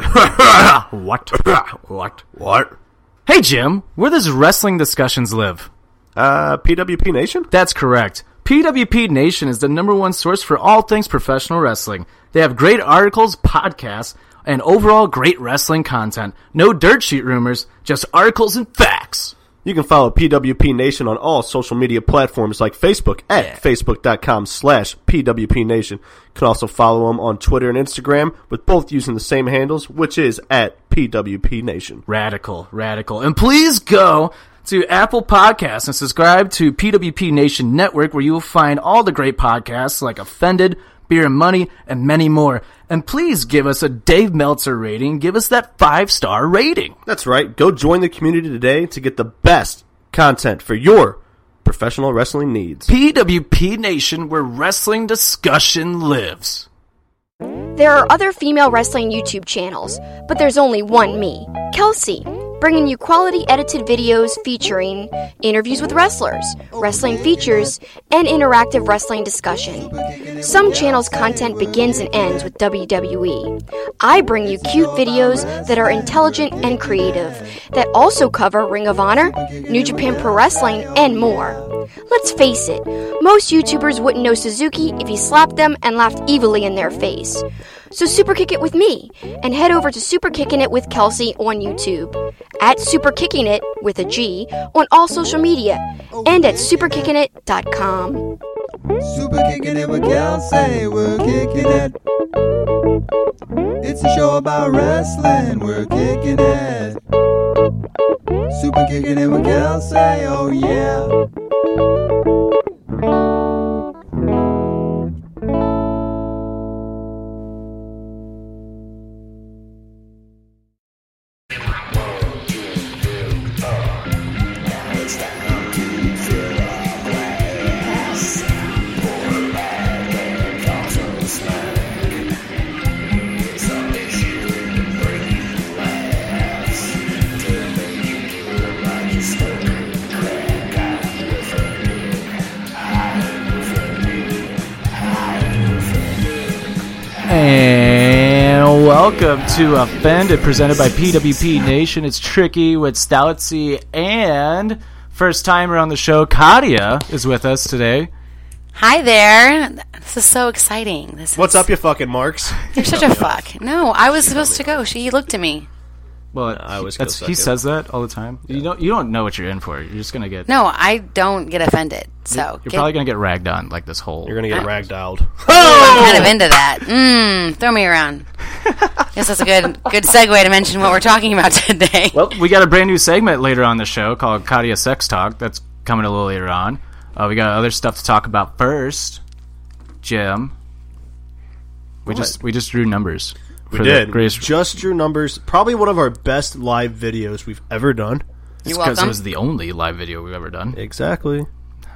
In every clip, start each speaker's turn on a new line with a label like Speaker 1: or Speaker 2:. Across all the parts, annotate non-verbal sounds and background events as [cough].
Speaker 1: what?
Speaker 2: what? What?
Speaker 1: Hey, Jim, where does wrestling discussions live?
Speaker 2: Uh, PWP Nation?
Speaker 1: That's correct. PWP Nation is the number one source for all things professional wrestling. They have great articles, podcasts, and overall great wrestling content. No dirt sheet rumors, just articles and facts.
Speaker 2: You can follow PWP Nation on all social media platforms like Facebook at facebook.com slash PWP Nation. You can also follow them on Twitter and Instagram with both using the same handles, which is at PWP Nation.
Speaker 1: Radical, radical. And please go to Apple Podcasts and subscribe to PWP Nation Network where you will find all the great podcasts like Offended, Beer and Money, and many more. And please give us a Dave Meltzer rating. Give us that five star rating.
Speaker 2: That's right. Go join the community today to get the best content for your professional wrestling needs.
Speaker 1: PWP Nation, where wrestling discussion lives.
Speaker 3: There are other female wrestling YouTube channels, but there's only one me, Kelsey, bringing you quality edited videos featuring interviews with wrestlers, wrestling features, and interactive wrestling discussion. Some channels' content begins and ends with WWE. I bring you cute videos that are intelligent and creative, that also cover Ring of Honor, New Japan Pro Wrestling, and more. Let's face it, most YouTubers wouldn't know Suzuki if he slapped them and laughed evilly in their face. So super kick it with me and head over to Super Kicking It with Kelsey on YouTube, at Super Kicking It with a G on all social media, and at superkickingit.com.
Speaker 4: Super kicking it with Kelsey, we're kicking it. It's a show about wrestling, we're kicking it. Super kicking it with Kelsey, oh yeah.
Speaker 1: And welcome to Offended, presented by PWP Nation. It's Tricky with Stalitzy and first timer on the show, Katia, is with us today.
Speaker 5: Hi there. This is so exciting. This
Speaker 2: What's
Speaker 5: is,
Speaker 2: up, you fucking marks?
Speaker 5: You're such a fuck. No, I was supposed to go. She looked at me.
Speaker 1: Well,
Speaker 2: I always
Speaker 1: that's,
Speaker 2: go
Speaker 1: he
Speaker 2: second.
Speaker 1: says that all the time. You don't you don't know what you're in for. You're just gonna get
Speaker 5: No, I don't get offended. So
Speaker 1: you're
Speaker 5: get-
Speaker 1: probably gonna get ragged on like this whole.
Speaker 2: You're going [laughs] to get ragdolled.
Speaker 5: I'm
Speaker 1: "Oh."
Speaker 5: kind of into that. Mmm, throw
Speaker 1: [laughs]
Speaker 5: me around. Guess that's a good good segue to mention what we're talking about today.
Speaker 1: Well, we got a brand new segment later on the show called Katia Sex Talk. That's coming a little later on. Uh, we got other stuff to talk about first. Jim, we just we just drew numbers.
Speaker 2: we
Speaker 1: for the
Speaker 2: did.
Speaker 1: greatest-
Speaker 2: Just drew numbers. Probably one of our best live videos we've ever done.
Speaker 5: You're
Speaker 1: because it
Speaker 5: welcome.
Speaker 1: was the only live video we've ever done. [laughs]
Speaker 2: Exactly.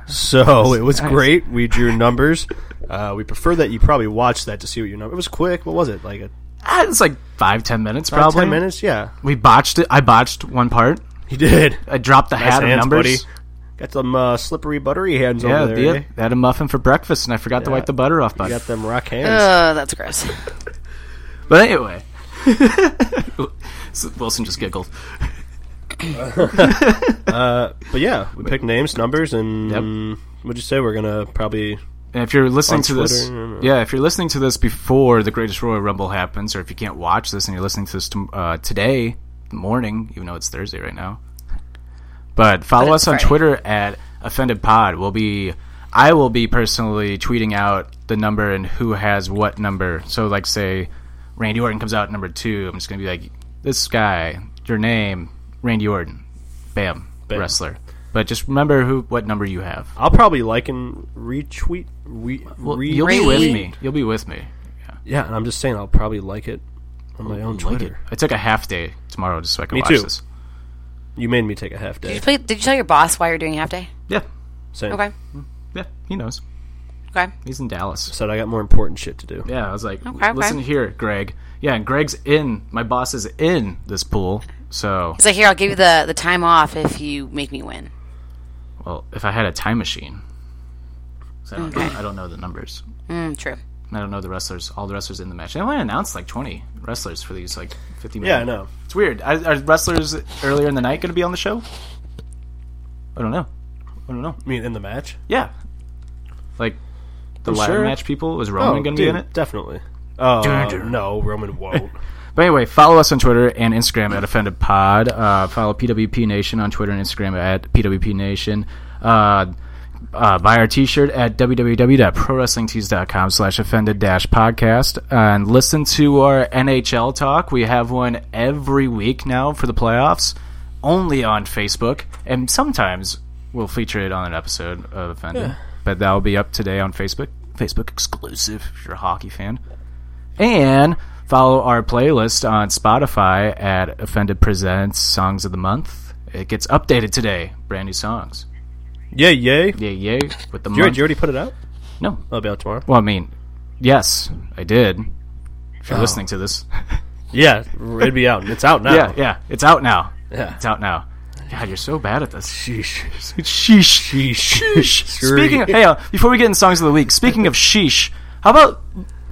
Speaker 2: So it was great. We drew numbers. Uh, we prefer that you probably watched that to see what your number. It was quick. What was it? Like a
Speaker 1: Ah, It's like five ten minutes
Speaker 2: about
Speaker 1: probably.
Speaker 2: ten minutes? Yeah,
Speaker 1: We botched it. I botched one part.
Speaker 2: he
Speaker 1: [laughs]
Speaker 2: did.
Speaker 1: I dropped the hat of
Speaker 2: hands,
Speaker 1: numbers.
Speaker 2: buddy. Got some uh, slippery, buttery hands
Speaker 1: Yeah,
Speaker 2: over there.
Speaker 1: the-
Speaker 2: eh?
Speaker 1: they had a muffin for breakfast, and I forgot to
Speaker 2: Yeah.
Speaker 1: wipe the butter off.
Speaker 2: You
Speaker 1: Bud.
Speaker 2: got them rock hands.
Speaker 5: Oh, that's gross.
Speaker 1: But anyway, [laughs] So Wilson just giggled.
Speaker 2: But yeah, we picked names, numbers, and
Speaker 1: Yep.
Speaker 2: what'd you say? We're gonna probably
Speaker 1: And if you're listening
Speaker 2: On
Speaker 1: to this,
Speaker 2: Twitter,
Speaker 1: yeah, if you're listening to this before the Greatest Royal Rumble happens, or if you can't watch this and you're listening to this tom- uh, today morning, even though it's Thursday right now, but follow
Speaker 5: But
Speaker 1: us
Speaker 5: it's
Speaker 1: on
Speaker 5: Friday.
Speaker 1: Twitter at Offended Pod. We'll be, I will be personally tweeting out the number and who has what number. So, like, say Randy Orton comes out at number two, I'm just gonna be like, this guy, your name, Randy Orton, bam,
Speaker 2: Bam.
Speaker 1: wrestler. But just remember who, what number you have.
Speaker 2: I'll probably like and retweet. Re,
Speaker 1: Well,
Speaker 2: re-
Speaker 1: you'll be with
Speaker 5: Really?
Speaker 1: me. You'll be with me.
Speaker 2: yeah, and I'm just saying I'll probably like it on my own Twitter.
Speaker 1: I took a half day tomorrow just so I could
Speaker 2: Me
Speaker 1: watch
Speaker 2: too.
Speaker 1: this.
Speaker 2: You made me take a half
Speaker 5: Did you,
Speaker 2: day.
Speaker 5: play, did you tell your boss why you're doing half day?
Speaker 1: Yeah,
Speaker 2: Same.
Speaker 5: Okay.
Speaker 1: yeah, he knows.
Speaker 5: Okay.
Speaker 1: He's in Dallas.
Speaker 2: Said I got more important shit to do.
Speaker 1: Yeah, I was like,
Speaker 5: Okay, okay.
Speaker 1: listen here, Greg. Yeah, and Greg's in. My boss is in this pool. So,
Speaker 5: He's like, here, I'll give you the, the time off if you make me win.
Speaker 1: well, if I had a time machine, 'Cause I, don't know, I don't know the numbers.
Speaker 5: Mm, true.
Speaker 1: I don't know the wrestlers, all the wrestlers in the match. They only announced like 20 wrestlers for these like 50 minutes.
Speaker 2: Yeah, I know.
Speaker 1: It's weird. Are, are wrestlers earlier in the night going to be on the show? I don't know. I don't know.
Speaker 2: I mean, in the match.
Speaker 1: Yeah. Like the
Speaker 2: You
Speaker 1: ladder
Speaker 2: sure? Oh,
Speaker 1: match people was Roman going to be
Speaker 2: dude,
Speaker 1: in it?
Speaker 2: Definitely. Uh,
Speaker 1: Dun, dun.
Speaker 2: No, Roman [laughs] won't.
Speaker 1: But anyway, follow us on Twitter and Instagram at Offended Pod. Uh, follow PWP Nation on Twitter and Instagram at PWP Nation. Uh, uh, buy our t-shirt at www.prowrestlingtees.com slash offended dash podcast and listen to our nhl talk we have one every week now for the playoffs only on facebook and sometimes we'll feature it on an episode of offended but that'll be up today on facebook facebook exclusive if you're a hockey fan and follow our playlist on Spotify at Offended Presents Songs of the Month. It gets updated today, brand new songs.
Speaker 2: yeah, yay.
Speaker 1: Yeah, yay with the
Speaker 2: You,
Speaker 1: month.
Speaker 2: you already put it out?
Speaker 1: No,
Speaker 2: I'll be out tomorrow.
Speaker 1: well, I mean, yes, I did. If
Speaker 2: Oh.
Speaker 1: you're listening
Speaker 2: [laughs]
Speaker 1: to this, [laughs]
Speaker 2: Yeah, it'd be out. It's [laughs] out now.
Speaker 1: yeah, yeah, it's out now.
Speaker 2: Yeah.
Speaker 1: It's out now. God, you're so bad at this.
Speaker 2: Sheesh.
Speaker 1: Sheesh.
Speaker 2: [laughs] Sheesh.
Speaker 1: Speaking of, hey, uh, before we get in songs of the week, speaking of sheesh, how about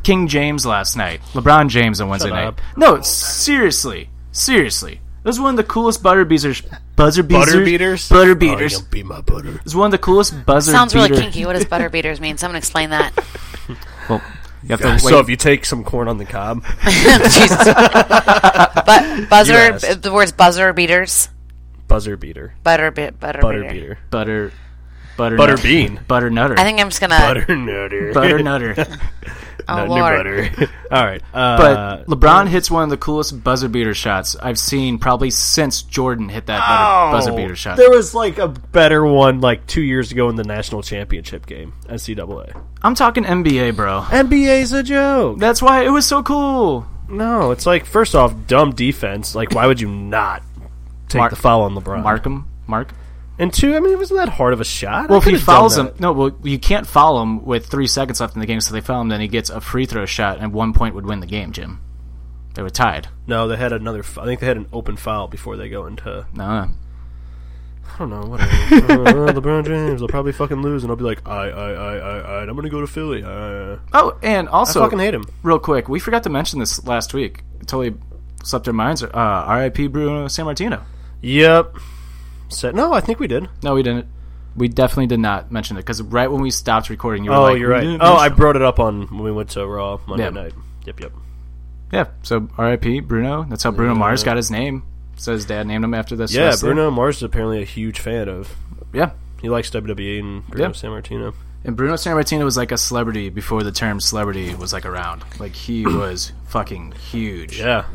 Speaker 1: King James last night? LeBron James on Wednesday night.
Speaker 2: up.
Speaker 1: No, seriously, seriously, it was one of the coolest buzzer beaters. Buzzer beaters.
Speaker 2: butter beaters.
Speaker 1: Butter beaters.
Speaker 2: Oh,
Speaker 1: It
Speaker 2: you'll be my [laughs] butter.
Speaker 1: was one of the coolest buzzer.
Speaker 5: Sounds
Speaker 1: beater.
Speaker 5: really kinky. What
Speaker 1: [laughs]
Speaker 5: does butter beaters mean? Someone explain that.
Speaker 1: Well, you have to wait.
Speaker 2: So if you take some corn on the [laughs] cob,
Speaker 5: Jesus. [laughs] but
Speaker 2: You
Speaker 5: buzzer.
Speaker 2: asked.
Speaker 5: The words buzzer beaters.
Speaker 2: buzzer beater,
Speaker 5: Butter bit. Butter,
Speaker 2: butter
Speaker 5: beater.
Speaker 2: beater,
Speaker 1: butter, butter,
Speaker 2: butter
Speaker 1: nut-
Speaker 2: bean,
Speaker 1: butter nutter,
Speaker 5: I think I'm just gonna.
Speaker 2: [laughs] butter nutter,
Speaker 1: butter nutter.
Speaker 2: [laughs]
Speaker 5: Oh
Speaker 2: Nut-
Speaker 5: Lord.
Speaker 2: new butter. [laughs] All right, uh,
Speaker 1: But LeBron hits one of the coolest buzzer beater shots I've seen probably since Jordan hit that
Speaker 2: Ow.
Speaker 1: butter, buzzer beater shot.
Speaker 2: Oh, There was like a better one like two years ago in the national championship game, NCAA.
Speaker 1: I'm talking NBA, bro.
Speaker 2: NBA's a joke.
Speaker 1: That's why it was so cool.
Speaker 2: No, it's like first off, dumb defense. Like, why would you not take
Speaker 1: Mark-
Speaker 2: the foul on LeBron?
Speaker 1: Markham, Mark.
Speaker 2: And two, I mean, it wasn't that hard of a shot. I
Speaker 1: Well, if he
Speaker 2: could've done
Speaker 1: fouls
Speaker 2: that.
Speaker 1: him, no. Well, you can't foul him with three seconds left in the game, so they foul him. Then he gets a free throw shot, and one point would win the game. Jim, they were tied.
Speaker 2: No, they had another. f- I think they had an open foul before they go into.
Speaker 1: No, no.
Speaker 2: I don't know.
Speaker 1: [laughs]
Speaker 2: Whatever. Uh, LeBron James, they'll probably fucking lose, and I'll be like, I, I, I, I, I and I'm gonna go to Philly. Uh,
Speaker 1: Oh, and also,
Speaker 2: fucking hate him.
Speaker 1: Real quick, we forgot to mention this last week. It totally slept our minds. Uh, R.I.P. Bruno San Martino.
Speaker 2: Yep. Set. No, I think we did.
Speaker 1: No, we didn't. We definitely did not mention it because right when we stopped recording, you were
Speaker 2: Oh,
Speaker 1: like,
Speaker 2: you're
Speaker 1: "We
Speaker 2: right.
Speaker 1: didn't
Speaker 2: Oh, I
Speaker 1: mention him."
Speaker 2: brought it up on when we went to Raw Monday
Speaker 1: Yeah.
Speaker 2: night. Yep, yep.
Speaker 1: yeah." So R.I.P. Bruno. That's how Bruno Mars got his name. So his dad named him after this.
Speaker 2: Yeah,
Speaker 1: wrestler.
Speaker 2: Bruno Mars is apparently a huge fan of.
Speaker 1: Yeah.
Speaker 2: He likes WWE and Bruno
Speaker 1: Yeah.
Speaker 2: San Martino.
Speaker 1: And Bruno Sammartino was like a celebrity before the term celebrity was like around.
Speaker 2: [clears throat]
Speaker 1: Like he was fucking huge.
Speaker 2: Yeah.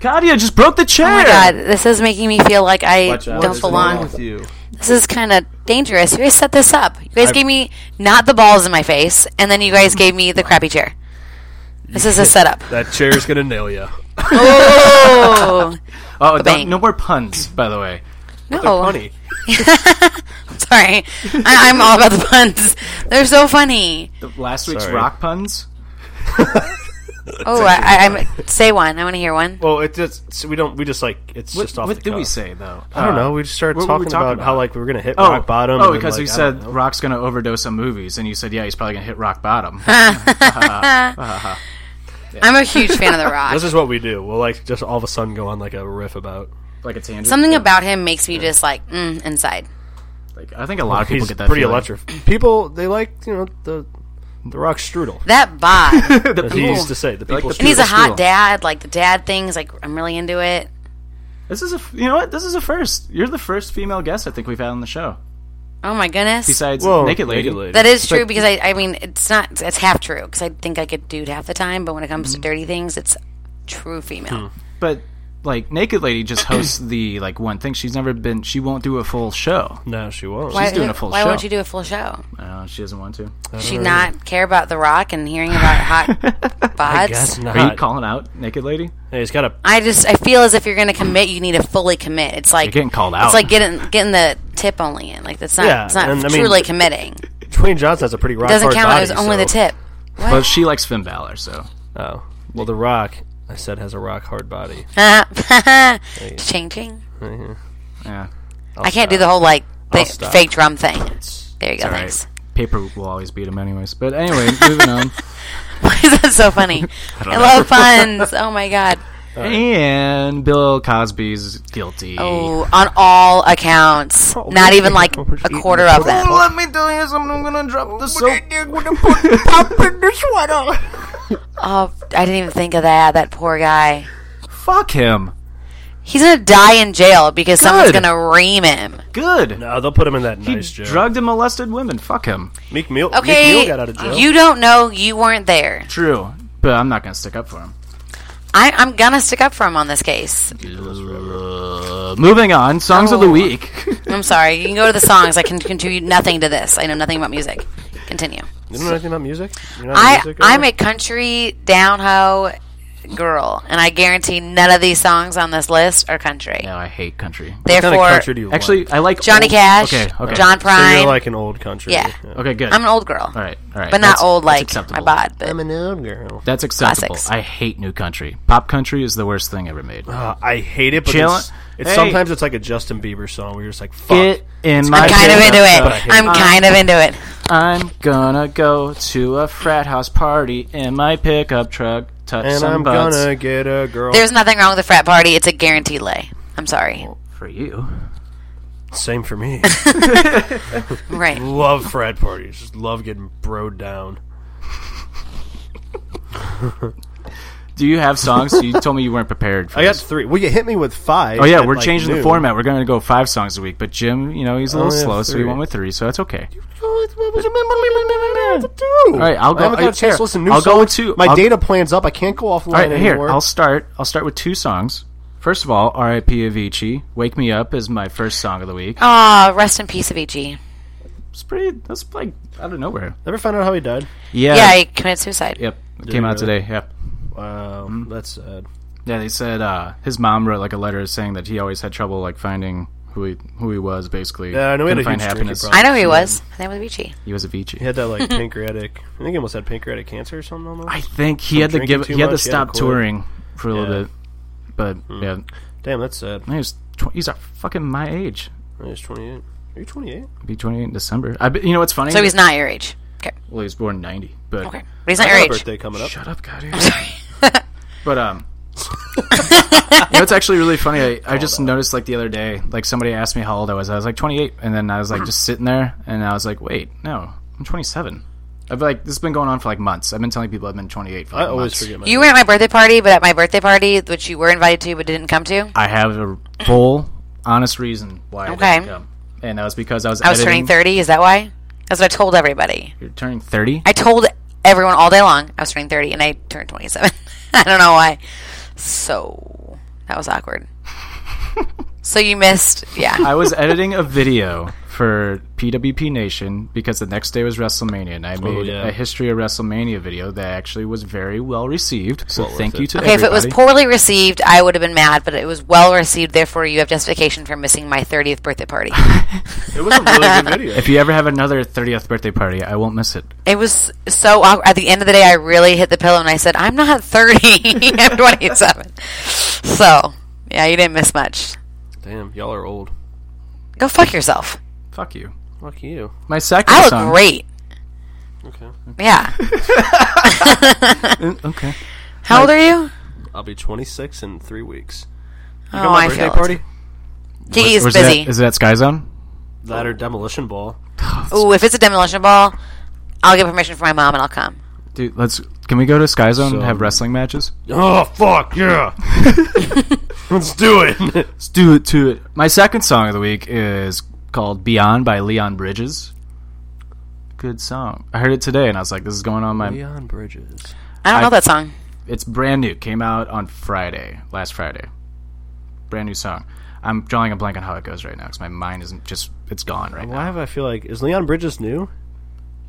Speaker 1: Claudia just broke the chair.
Speaker 5: Oh my God, this is making me feel like I don't belong.
Speaker 4: with you?
Speaker 5: This is kind of dangerous. You guys set this up. You guys gave me not the balls in my face, and then you guys gave me the crappy chair. This is a setup.
Speaker 2: That chair's gonna nail you.
Speaker 5: Oh
Speaker 2: [laughs]
Speaker 1: Oh, don't-
Speaker 5: Bang.
Speaker 1: no more puns, by the way.
Speaker 5: no!
Speaker 2: Funny.
Speaker 5: Sorry, I- I'm all about the puns. They're so funny.
Speaker 1: The last week's
Speaker 2: Sorry.
Speaker 1: rock puns.
Speaker 5: Oh, I, I, I'm say one. I want to hear one.
Speaker 2: Well, it just so we don't. We just like it's
Speaker 1: What,
Speaker 2: just off.
Speaker 1: what
Speaker 2: the
Speaker 1: did we
Speaker 2: cuff.
Speaker 1: say though?
Speaker 2: I don't know. We just started
Speaker 1: what were we
Speaker 2: talking,
Speaker 1: talking
Speaker 2: about,
Speaker 1: about?
Speaker 2: how like we were gonna hit
Speaker 1: Oh,
Speaker 2: rock bottom.
Speaker 1: Oh,
Speaker 2: and,
Speaker 1: because
Speaker 2: like,
Speaker 1: we
Speaker 2: I
Speaker 1: said
Speaker 2: don't know.
Speaker 1: Rock's gonna overdose on movies, and you said, yeah, he's probably gonna hit rock
Speaker 5: [laughs]
Speaker 1: bottom.
Speaker 5: I'm a huge fan of The
Speaker 2: [laughs]
Speaker 5: Rock.
Speaker 2: This is what we do. We'll like just all of a sudden go on like a riff about.
Speaker 1: like a tangent.
Speaker 5: Something about him makes me just like mm, inside.
Speaker 1: Like, I think a lot of people
Speaker 2: He's
Speaker 1: get that.
Speaker 2: pretty
Speaker 1: feeling.
Speaker 2: electric. People they like you know the the rock strudel.
Speaker 5: That vibe.
Speaker 2: As he used to say, the
Speaker 1: like
Speaker 2: people.
Speaker 1: the
Speaker 5: And he's a
Speaker 1: Beautiful
Speaker 5: hot
Speaker 1: school.
Speaker 5: dad. Like the dad things. Like I'm really into it.
Speaker 1: [laughs] This is a f- you know what? This is a first. You're the first female guest I think we've had on the show
Speaker 5: Oh my goodness.
Speaker 1: besides
Speaker 2: Whoa,
Speaker 1: Naked Lady.
Speaker 5: that is true because I, I mean it's not it's half true because I think I could do it half the time, but when it
Speaker 1: Mm-hmm.
Speaker 5: comes to dirty things, it's true
Speaker 1: Hmm.
Speaker 5: female.
Speaker 1: But like Naked Lady just hosts the like one thing. She's never been. She won't do a full show.
Speaker 2: No, she won't.
Speaker 5: Why,
Speaker 1: doing a full
Speaker 5: why
Speaker 1: show.
Speaker 5: won't you do a full show?
Speaker 1: Uh, she doesn't want to.
Speaker 5: She not care about The Rock and hearing
Speaker 1: [laughs]
Speaker 5: about hot bods.
Speaker 2: That's not.
Speaker 1: Are you calling out Naked Lady?
Speaker 2: hey, he's got a.
Speaker 5: I just I feel as if you're going to commit, you need to fully commit. It's like
Speaker 1: getting called out.
Speaker 5: It's like getting getting the tip only in. Like that's not
Speaker 2: Yeah,
Speaker 5: it's not
Speaker 2: and I mean-
Speaker 5: truly committing.
Speaker 2: Dwayne Johnson has a pretty rock.
Speaker 5: Doesn't
Speaker 2: hard
Speaker 5: count.
Speaker 2: Body,
Speaker 5: it was only
Speaker 2: so-
Speaker 5: the tip. [laughs]
Speaker 1: But she likes Finn Balor, so
Speaker 2: Oh, well, the Rock. I said has a rock hard body.
Speaker 5: ching ching.
Speaker 1: yeah.
Speaker 5: I can't do the whole like
Speaker 2: Uh, I'll
Speaker 5: the
Speaker 2: stop.
Speaker 5: fake drum thing. There you go.
Speaker 1: all right.
Speaker 5: Thanks.
Speaker 1: [laughs] Paper will always beat him, anyways. But anyway, moving on.
Speaker 5: [laughs] Why is that
Speaker 2: [laughs]
Speaker 5: so funny? I, love puns. Oh my god.
Speaker 1: And Bill Cosby's guilty.
Speaker 5: Oh, on all accounts, not even like a quarter of them.
Speaker 1: let me tell you something. I'm gonna drop the soap. [laughs]
Speaker 5: Oh, I didn't even think of that. That poor guy.
Speaker 1: Fuck him.
Speaker 5: He's gonna die in jail because someone's
Speaker 1: Good.
Speaker 5: gonna ream him.
Speaker 2: Uh,
Speaker 1: Good.
Speaker 6: No, they'll put him in that
Speaker 1: He
Speaker 6: nice jail.
Speaker 1: drugged and molested women. Fuck him.
Speaker 2: Meek Mill, Meek
Speaker 5: Okay,
Speaker 2: Mill got out of jail.
Speaker 5: you don't know. You weren't there.
Speaker 1: True, but I'm not gonna stick up for him.
Speaker 5: I, I'm gonna stick up for him on this case.
Speaker 1: Uh, moving on. Songs of the
Speaker 5: Oh.
Speaker 1: week. [laughs]
Speaker 5: I'm sorry. You can go to the songs. I can contribute nothing to this. I know nothing about music. Continue.
Speaker 2: you don't know anything about music? You're not a
Speaker 5: I
Speaker 2: music
Speaker 5: I'm
Speaker 2: guy?
Speaker 5: a country down ho girl, and I guarantee none of these songs on this list are country.
Speaker 1: no, I hate country.
Speaker 2: What kind of
Speaker 5: Therefore,
Speaker 2: country do you
Speaker 1: Actually,
Speaker 2: like?
Speaker 1: I like
Speaker 5: Johnny
Speaker 1: old-
Speaker 5: Cash,
Speaker 1: Okay, okay,
Speaker 5: John
Speaker 2: So
Speaker 5: Prine.
Speaker 2: you're like an old country.
Speaker 5: Yeah.
Speaker 1: okay, good.
Speaker 5: I'm an old girl.
Speaker 1: All right, all right,
Speaker 5: but
Speaker 1: that's-
Speaker 5: not old
Speaker 1: that's
Speaker 5: like my
Speaker 1: acceptable.
Speaker 5: bod. But
Speaker 2: I'm an old girl.
Speaker 1: That's acceptable.
Speaker 5: Classics.
Speaker 1: I hate new country. Pop country is the worst thing ever made.
Speaker 2: Uh, I hate it, but
Speaker 1: Chill-
Speaker 2: it's, it's
Speaker 1: Hey.
Speaker 2: sometimes it's like a Justin Bieber song where you're just like, fuck.
Speaker 1: Get in my
Speaker 5: I'm kind of
Speaker 1: face.
Speaker 5: into
Speaker 2: but I
Speaker 5: it.
Speaker 2: hate
Speaker 5: I'm
Speaker 2: it.
Speaker 5: kind of into it.
Speaker 1: I'm gonna go to a frat house party in my pickup truck. Touch
Speaker 2: and
Speaker 1: some
Speaker 2: I'm
Speaker 1: butts
Speaker 2: gonna get a girl.
Speaker 5: There's nothing wrong with a frat party. It's a guaranteed lay. I'm sorry.
Speaker 1: for you.
Speaker 2: Same for
Speaker 5: [laughs]
Speaker 2: me.
Speaker 5: Right.
Speaker 2: love frat parties. Just love getting broed down.
Speaker 1: Do you have songs?
Speaker 2: [laughs]
Speaker 1: you told me you weren't prepared. For
Speaker 2: I got
Speaker 1: this.
Speaker 2: three. Well, you hit me with five.
Speaker 1: Oh yeah,
Speaker 2: at,
Speaker 1: we're
Speaker 2: like,
Speaker 1: changing the
Speaker 2: noon. [laughs] Oh,
Speaker 1: format. We're gonna go five songs a week. But Jim, you know, he's a little
Speaker 2: yeah,
Speaker 1: slow, so he
Speaker 2: three.
Speaker 1: went with three. So that's okay.
Speaker 2: All
Speaker 1: All right, I'll go.
Speaker 2: I haven't got a
Speaker 1: uh,
Speaker 2: chance
Speaker 1: here,
Speaker 2: to listen to new
Speaker 1: I'll go
Speaker 2: songs.
Speaker 1: to.
Speaker 2: My
Speaker 1: I'll-
Speaker 2: data plan's up. I can't go offline
Speaker 1: All right,
Speaker 2: anymore.
Speaker 1: here. I'll start. I'll start with two songs. First of all, R.I.P. Avicii. "Wake Me Up" is my first song of the week.
Speaker 5: Ah, rest in peace, Avicii.
Speaker 1: It's pretty. That's like out of nowhere.
Speaker 2: Never found out how he died.
Speaker 1: Yeah.
Speaker 5: Yeah, he committed suicide.
Speaker 1: yep. It came
Speaker 2: you
Speaker 1: out
Speaker 2: really?
Speaker 1: today.
Speaker 2: Wow,
Speaker 1: Yep.
Speaker 2: Um,
Speaker 1: Mm-hmm.
Speaker 2: that's sad.
Speaker 1: Yeah, they said uh, his mom wrote like a letter saying that he always had trouble like finding who he who he was basically.
Speaker 2: Yeah, I know he had
Speaker 1: Couldn't
Speaker 2: a huge
Speaker 1: find
Speaker 2: drinking
Speaker 1: happiness.
Speaker 2: problem.
Speaker 5: I know who he was. His name was Avicii.
Speaker 1: He was Avicii.
Speaker 2: He had that
Speaker 1: [laughs]
Speaker 2: like pancreatic. I think he almost had pancreatic cancer or something. Almost.
Speaker 1: I think he had to
Speaker 2: drinking
Speaker 1: give.
Speaker 2: too
Speaker 1: He had to
Speaker 2: much, he had to
Speaker 1: stop
Speaker 2: quit.
Speaker 1: touring for a little
Speaker 2: Yeah. Hmm.
Speaker 1: bit. But yeah,
Speaker 2: Damn, that's sad.
Speaker 1: he was tw- he's a fucking my age.
Speaker 2: He's 28. Are you 28?
Speaker 1: Be twenty eight in December. I be, you know what's funny?
Speaker 5: So he's not your age. Okay.
Speaker 1: well, he was born in ninety. But
Speaker 5: Okay. But he's
Speaker 2: I
Speaker 5: not your
Speaker 2: got a
Speaker 5: age.
Speaker 2: birthday coming up.
Speaker 1: shut up, God.
Speaker 5: [laughs]
Speaker 1: but um, you know, it's actually really funny. I, I just noticed like the other day, like somebody asked me how old I was. I was like twenty eight, and then I was like just sitting there, and I was like, wait, no, I'm twenty seven. I've like this has been going on for like months. I've been telling people I've been 28 for
Speaker 2: I
Speaker 1: like,
Speaker 2: always
Speaker 1: months.
Speaker 2: forget my.
Speaker 5: You were at my birthday party, but at my birthday party, which you were invited to but didn't come to,
Speaker 1: I have a full, honest reason why. I
Speaker 5: Okay.
Speaker 1: didn't come. And that was because I was.
Speaker 5: I was
Speaker 1: editing.
Speaker 5: turning 30. Is that why? That's what I told everybody.
Speaker 1: You're turning thirty.
Speaker 5: I told everyone all day long I was turning 30, and I turned 27. [laughs] I don't know why. So that was awkward. so you missed, yeah.
Speaker 1: I was editing a video for PWP Nation because the next day was WrestleMania, and I made
Speaker 2: Oh, yeah.
Speaker 1: a history of WrestleMania video that actually was very well received. So thank
Speaker 2: worth
Speaker 1: you
Speaker 2: it.
Speaker 1: to
Speaker 5: Okay, if it was
Speaker 1: everybody.
Speaker 5: poorly received, I would have been mad, but it was well received. Therefore, you have justification for missing my 30th birthday party.
Speaker 2: It was a really good video.
Speaker 1: [laughs] if you ever have another 30th birthday party, I won't miss it.
Speaker 5: It was so awkward. At the end of the day, I really hit the pillow and I said, I'm not 30. [laughs] I'm 27. So, yeah, you didn't miss much.
Speaker 2: Damn, y'all are old.
Speaker 5: Go fuck yourself.
Speaker 1: Fuck you.
Speaker 2: Fuck you.
Speaker 1: My second
Speaker 5: I look
Speaker 1: song.
Speaker 5: great.
Speaker 2: Okay, [laughs]
Speaker 5: Yeah.
Speaker 1: Okay.
Speaker 5: How old are you?
Speaker 2: I'll be 26 in three weeks.
Speaker 5: Oh,
Speaker 2: Got my
Speaker 5: I
Speaker 2: birthday
Speaker 5: feel
Speaker 2: party.
Speaker 5: it. He's
Speaker 1: Was
Speaker 5: busy.
Speaker 1: That, is that Sky Zone?
Speaker 2: That or demolition ball.
Speaker 5: Ooh, if it's a demolition ball, I'll get permission from my mom and I'll come.
Speaker 1: Dude, let's. Can we go to Sky Zone and have
Speaker 2: So- [laughs]
Speaker 1: wrestling matches?
Speaker 2: Oh fuck yeah! [laughs] Let's do it. [laughs]
Speaker 1: Let's do it to it. My second song of the week is called Beyond by Leon Bridges. Good song. I heard it today and I was like, this is going on my.
Speaker 2: Leon Bridges.
Speaker 5: I don't
Speaker 1: I-
Speaker 5: know that song.
Speaker 1: It's brand new. Came out on Friday, last Friday. Brand new song. I'm drawing a blank on how it goes right now because my mind isn't just. It's gone right
Speaker 2: Why
Speaker 1: now.
Speaker 2: have I feel like is Leon Bridges new?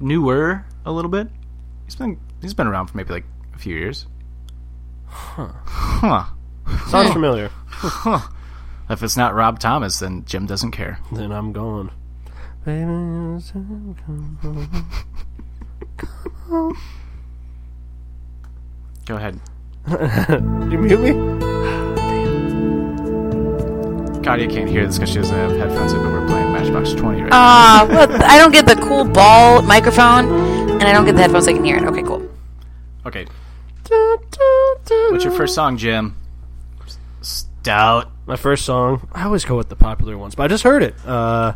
Speaker 1: Newer a little bit. He's been he's been around for maybe like a few years. Huh. [laughs]
Speaker 2: Sounds familiar.
Speaker 1: If it's not Rob Thomas, then Jim doesn't care.
Speaker 2: Then I'm gone. Baby, you're so comfortable.
Speaker 1: Go ahead.
Speaker 2: Did you mute
Speaker 1: [laughs]
Speaker 2: me?
Speaker 1: Claudia can't hear this because she doesn't have headphones in, but we're playing Matchbox 20 right now.
Speaker 5: Ah, well, I don't get the cool ball microphone and I don't get the headphones so I can hear it. Okay, cool.
Speaker 1: Okay. What's your first song, Jim? Stout.
Speaker 2: My first song. I always go with the popular ones, but I just heard it. Uh,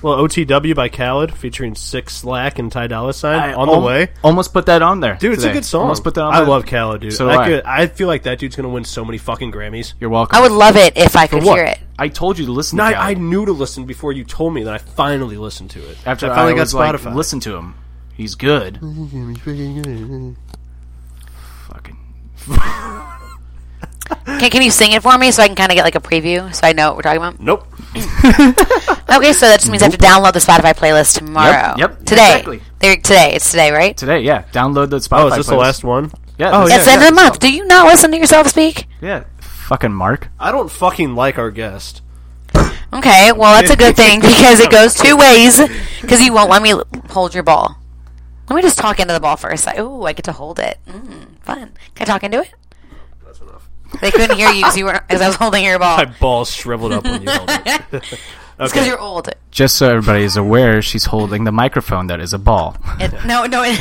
Speaker 2: well, OTW by Khaled featuring Six Slack and Ty Dolla Sign
Speaker 1: I
Speaker 2: on
Speaker 1: al-
Speaker 2: the way.
Speaker 1: Almost put that on there.
Speaker 2: Dude, it's a
Speaker 1: today.
Speaker 2: good song.
Speaker 1: Almost put that on
Speaker 2: I
Speaker 1: there.
Speaker 2: love Khaled, dude.
Speaker 1: So
Speaker 2: I,
Speaker 1: do I.
Speaker 2: could- I feel like that dude's gonna win so many fucking Grammys.
Speaker 1: You're welcome.
Speaker 5: I would love it if I could
Speaker 2: what?
Speaker 5: hear it.
Speaker 1: I told you to listen
Speaker 2: No,
Speaker 1: to
Speaker 2: I, I
Speaker 1: Khaled.
Speaker 2: knew to listen before you told me that I finally listened to it.
Speaker 1: After
Speaker 2: I finally got
Speaker 1: was like,
Speaker 2: Spotify. Hmm.
Speaker 1: listen to him. He's good. Fucking.
Speaker 5: Can, can you sing it for me so I can kind of get like a preview so I know what we're talking about?
Speaker 2: Nope.
Speaker 5: [laughs] Okay, so that just means I have to download the Spotify playlist tomorrow.
Speaker 1: yep,
Speaker 5: Today.
Speaker 1: exactly.
Speaker 5: There- today. It's today, right?
Speaker 1: Today, yeah. Download the Spotify.
Speaker 2: Oh, is this the
Speaker 1: playlist.
Speaker 2: last one?
Speaker 1: Yeah.
Speaker 2: Oh,
Speaker 1: this-
Speaker 2: yeah.
Speaker 5: That's the end of the month. Do you not listen to yourself speak?
Speaker 1: Yeah. Fucking Mark.
Speaker 2: I don't fucking like our guest.
Speaker 5: Okay, well, that's a good thing because it goes two ways because you won't let me l- hold your ball. Let me just talk into the ball for a sec. Ooh, I get to hold it. Mm, fun. Can I talk into it?
Speaker 2: That's enough.
Speaker 5: They couldn't hear you because you were as I was holding
Speaker 2: [laughs]
Speaker 5: your ball.
Speaker 2: My balls shriveled up when you [laughs] held it.
Speaker 5: It's because you're old.
Speaker 1: Just so everybody is aware, she's holding the microphone that is a ball.
Speaker 5: It, no, no. It,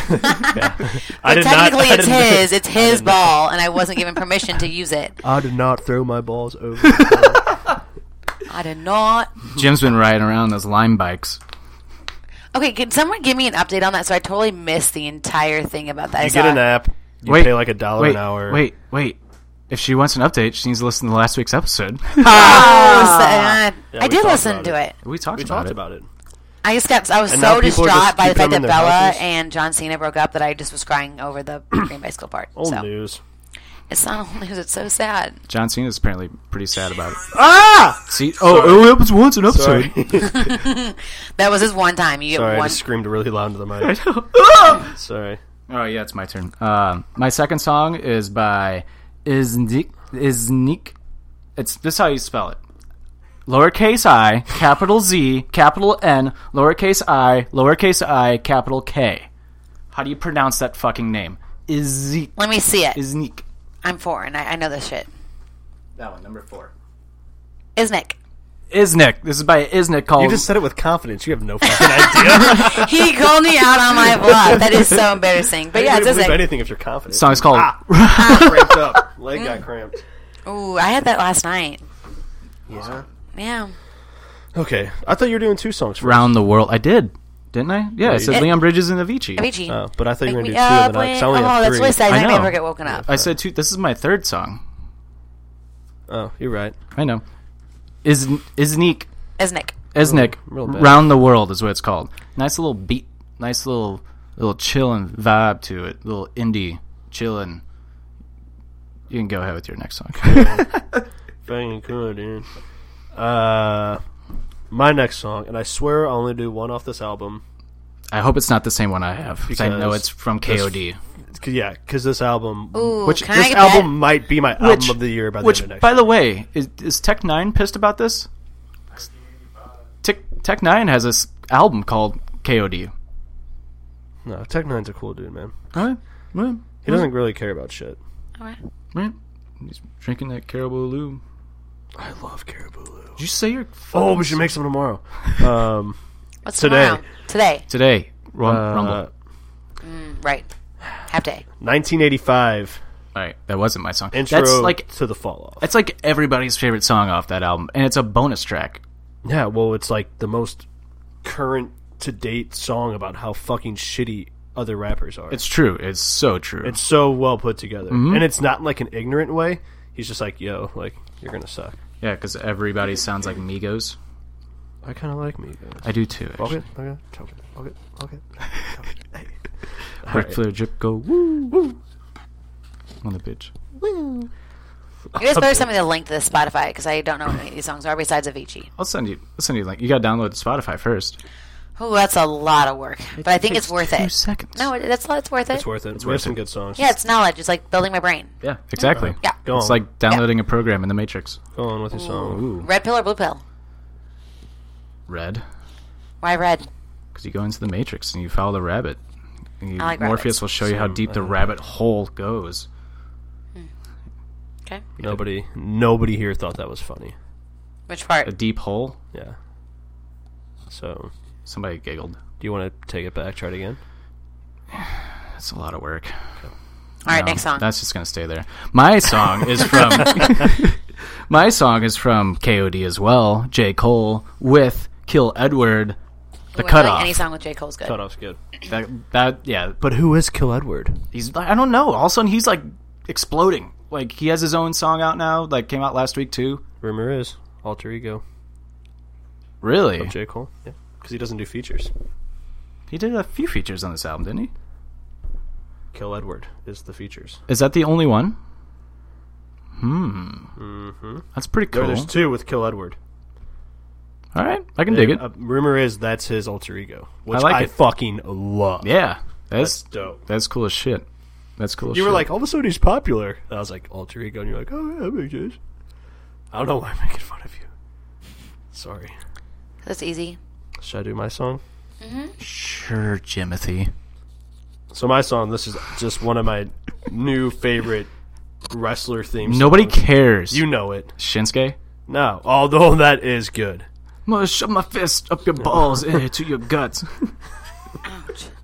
Speaker 2: I did not.
Speaker 5: technically,
Speaker 2: I
Speaker 5: it's
Speaker 2: did not- [laughs]
Speaker 5: his. It's his ball, and I wasn't given permission to use it.
Speaker 2: I did not throw my balls over. the ball.
Speaker 5: I did not.
Speaker 1: [laughs] Jim's been riding around those lime bikes.
Speaker 5: Okay, can someone give me an update on that? So I totally missed the entire thing about that. I
Speaker 2: you get
Speaker 5: saw-
Speaker 2: an app. You
Speaker 1: Wait,
Speaker 2: pay like a dollar
Speaker 1: wait,
Speaker 2: an hour.
Speaker 1: Wait, wait. If she wants an update, she needs to listen to last week's episode.
Speaker 5: Oh, so- uh, I
Speaker 2: we
Speaker 5: did
Speaker 2: talked
Speaker 5: listen
Speaker 2: about
Speaker 5: to
Speaker 2: it.
Speaker 1: [laughs]
Speaker 5: it.
Speaker 1: we talked
Speaker 2: We
Speaker 1: about
Speaker 2: talked
Speaker 1: it.
Speaker 2: about it.
Speaker 5: I just got. I was
Speaker 2: And
Speaker 5: so
Speaker 2: now people are just
Speaker 5: distraught by the
Speaker 2: keeping
Speaker 5: fact
Speaker 2: them
Speaker 5: that
Speaker 2: in their
Speaker 5: Bella
Speaker 2: houses?
Speaker 5: and John Cena broke up that I just was crying
Speaker 2: [clears throat]
Speaker 5: over the green bicycle part.
Speaker 2: Old
Speaker 5: so
Speaker 2: news.
Speaker 5: it's not old news. It's so sad.
Speaker 1: John Cena's apparently pretty sad about it.
Speaker 2: Ah!
Speaker 1: See, oh, it only happens once an episode.
Speaker 2: Sorry,
Speaker 5: That was his one time. You get
Speaker 2: Sorry I
Speaker 5: one.
Speaker 2: just screamed really loud into the
Speaker 5: [laughs]
Speaker 2: mic. [laughs] Sorry.
Speaker 1: [laughs] Oh yeah, it's my turn. Um, my second song is by Isnik. Isnik. It's this is how you spell it: lowercase i, capital Z, capital N, lowercase i, lowercase i, capital K. How do you pronounce that fucking name? Isnik.
Speaker 5: Let me see it.
Speaker 1: Isnik.
Speaker 5: I'm foreign. I, I know this shit.
Speaker 1: That one, number four.
Speaker 5: Isn't it?
Speaker 1: Isnik. This is by Isnik called.
Speaker 2: You just said it with confidence. You have no [laughs] fucking idea.
Speaker 5: He called me out
Speaker 2: [laughs]
Speaker 5: on my bluff. That is so embarrassing. But yeah,
Speaker 2: you
Speaker 5: it's
Speaker 2: believe
Speaker 5: Isnick.
Speaker 2: anything if you're confident.
Speaker 1: song's called.
Speaker 2: Ah. cramped up. [laughs] Leg got cramped.
Speaker 5: Ooh, I had that last night.
Speaker 2: Yeah.
Speaker 5: Yeah.
Speaker 2: Okay. I thought you were doing two songs for
Speaker 1: Round the world. I did, didn't I? Yeah, I said
Speaker 5: did.
Speaker 1: Leon Bridges and Avicii.
Speaker 5: Avicii.
Speaker 2: Oh, but I thought you were
Speaker 5: Wake
Speaker 2: going to
Speaker 5: me
Speaker 2: do two of
Speaker 5: up
Speaker 2: the night. 'cause I
Speaker 5: when- Oh,
Speaker 2: only have
Speaker 5: that's
Speaker 2: three.
Speaker 5: what I said. I,
Speaker 1: I know.
Speaker 5: never get woken up.
Speaker 1: I said two. This is my third song.
Speaker 2: Oh, you're right.
Speaker 1: I know. Is Isnik.
Speaker 5: Isnick.
Speaker 1: Esnick,
Speaker 2: Real bad.
Speaker 1: Round the World is what it's called. Nice little beat, nice little little chill and vibe to it. Little indie chillin'. You can go ahead with your next song.
Speaker 2: [laughs] Fucking cool, dude. Uh, my next song, and I swear I only do one off this album.
Speaker 1: I hope it's not the same one I have because I know
Speaker 2: Because
Speaker 1: it's from
Speaker 2: this-
Speaker 1: KOD.
Speaker 2: Cause, yeah, because this album,
Speaker 5: Ooh,
Speaker 1: Which-
Speaker 5: can I
Speaker 2: this
Speaker 5: get
Speaker 2: album
Speaker 5: that?
Speaker 2: might be my album of the year by the
Speaker 1: which,
Speaker 2: end of next.
Speaker 1: by the way, is, is Tech Nine pissed about this? Tech Tech Nine has this album called KOD.
Speaker 2: no, Tech Nine's a cool dude, man.
Speaker 1: Right, right,
Speaker 2: He doesn't really care about shit.
Speaker 5: Alright.
Speaker 1: right. He's drinking that Caribou Lou.
Speaker 2: I love Caribou. Lou.
Speaker 1: Did you say your
Speaker 2: Oh, we should make some tomorrow. Um,
Speaker 5: What's
Speaker 2: Today.
Speaker 5: tomorrow? Today.
Speaker 1: today? Rum, Rumble.
Speaker 2: uh,
Speaker 5: Right. Half day.
Speaker 2: 1985
Speaker 1: All right, that wasn't my song.
Speaker 2: intro
Speaker 1: That's like
Speaker 2: to the fall off.
Speaker 1: It's like everybody's favorite song off that album, and it's a bonus track.
Speaker 2: Yeah, well, it's like the most current to date song about how fucking shitty other rappers are.
Speaker 1: It's true. It's so true.
Speaker 2: It's so well put together, and it's not in, like an ignorant way. He's just like, yo, like you're gonna suck.
Speaker 1: yeah, because everybody sounds like Migos.
Speaker 2: I kind of like me.
Speaker 1: I do too. Actually.
Speaker 2: Okay, okay, choke it, choke it, choke it.
Speaker 1: Ric Flair, drip, go woo woo on the bitch.
Speaker 5: You guys better send me the link to the Spotify because I don't know what any of these songs are besides Avicii.
Speaker 1: I'll send you. I'll send you. Like you got to download Spotify first.
Speaker 5: Oh, that's a lot of work, but I think it's worth
Speaker 1: Two
Speaker 5: it.
Speaker 1: seconds.
Speaker 5: No, it, that's it's worth it.
Speaker 2: It's worth it. It's
Speaker 1: worth
Speaker 2: worth some
Speaker 1: it.
Speaker 2: good songs.
Speaker 5: yeah, it's knowledge. It's like building my brain.
Speaker 1: Yeah, exactly.
Speaker 5: Yeah.
Speaker 2: go on.
Speaker 1: It's like downloading a program in the Matrix.
Speaker 2: go on with your song.
Speaker 5: Red pill or blue pill?
Speaker 1: Red,
Speaker 5: Why red?
Speaker 1: because you go into the Matrix and you follow the rabbit. And you-
Speaker 5: I like
Speaker 1: Morpheus
Speaker 5: rabbits.
Speaker 1: will show you how deep the rabbit hole goes.
Speaker 5: Okay.
Speaker 2: Nobody, nobody here thought that was funny.
Speaker 5: Which
Speaker 1: A
Speaker 2: Uh,
Speaker 5: part?
Speaker 1: deep hole.
Speaker 2: Yeah. So,
Speaker 1: Somebody giggled.
Speaker 2: do you want to take it back? Try it again.
Speaker 1: That's a lot of work.
Speaker 5: All right, next song.
Speaker 1: That's just gonna stay there. My song is
Speaker 2: [laughs]
Speaker 1: from My song is from KOD as well, J. Cole with Kill Edward the
Speaker 5: Ooh, I feel like
Speaker 1: cutoff.
Speaker 5: Any song with J Cole's good.
Speaker 2: Cut off's good.
Speaker 1: that, that yeah.
Speaker 2: But who is Kill Edward?
Speaker 1: He's like I don't know. All of a sudden he's like exploding. Like he has his own song out now, like came out last week too.
Speaker 2: Rumor is alter ego
Speaker 1: Really?
Speaker 2: J Cole. Yeah, because he doesn't do features.
Speaker 1: He did a few features on this album, didn't he?
Speaker 2: Kill Edward is the features.
Speaker 1: Is that the only one? Hmm. That's pretty
Speaker 2: No,
Speaker 1: cool.
Speaker 2: Mm-hmm. there's two with Kill Edward.
Speaker 1: All right, I can dig it.
Speaker 2: Uh, rumor is that's his alter ego, which I,
Speaker 1: like it.
Speaker 2: fucking love.
Speaker 1: yeah, that's
Speaker 2: that's dope.
Speaker 1: that's cool as shit. That's cool. As
Speaker 2: You were
Speaker 1: shit.
Speaker 2: like, all of a sudden he's popular. And I was like, alter ego, and you're like, oh, yeah, that makes sense. I don't know why I'm making fun of you. Sorry.
Speaker 5: That's easy.
Speaker 2: Should I do my song?
Speaker 1: sure, Jimothy.
Speaker 2: So my song, this is just one of my new favorite wrestler themes.
Speaker 1: Nobody cares.
Speaker 2: you know it.
Speaker 1: Shinsuke.
Speaker 2: No, although that is good.
Speaker 1: I'm gonna shove my fist up your balls into your guts.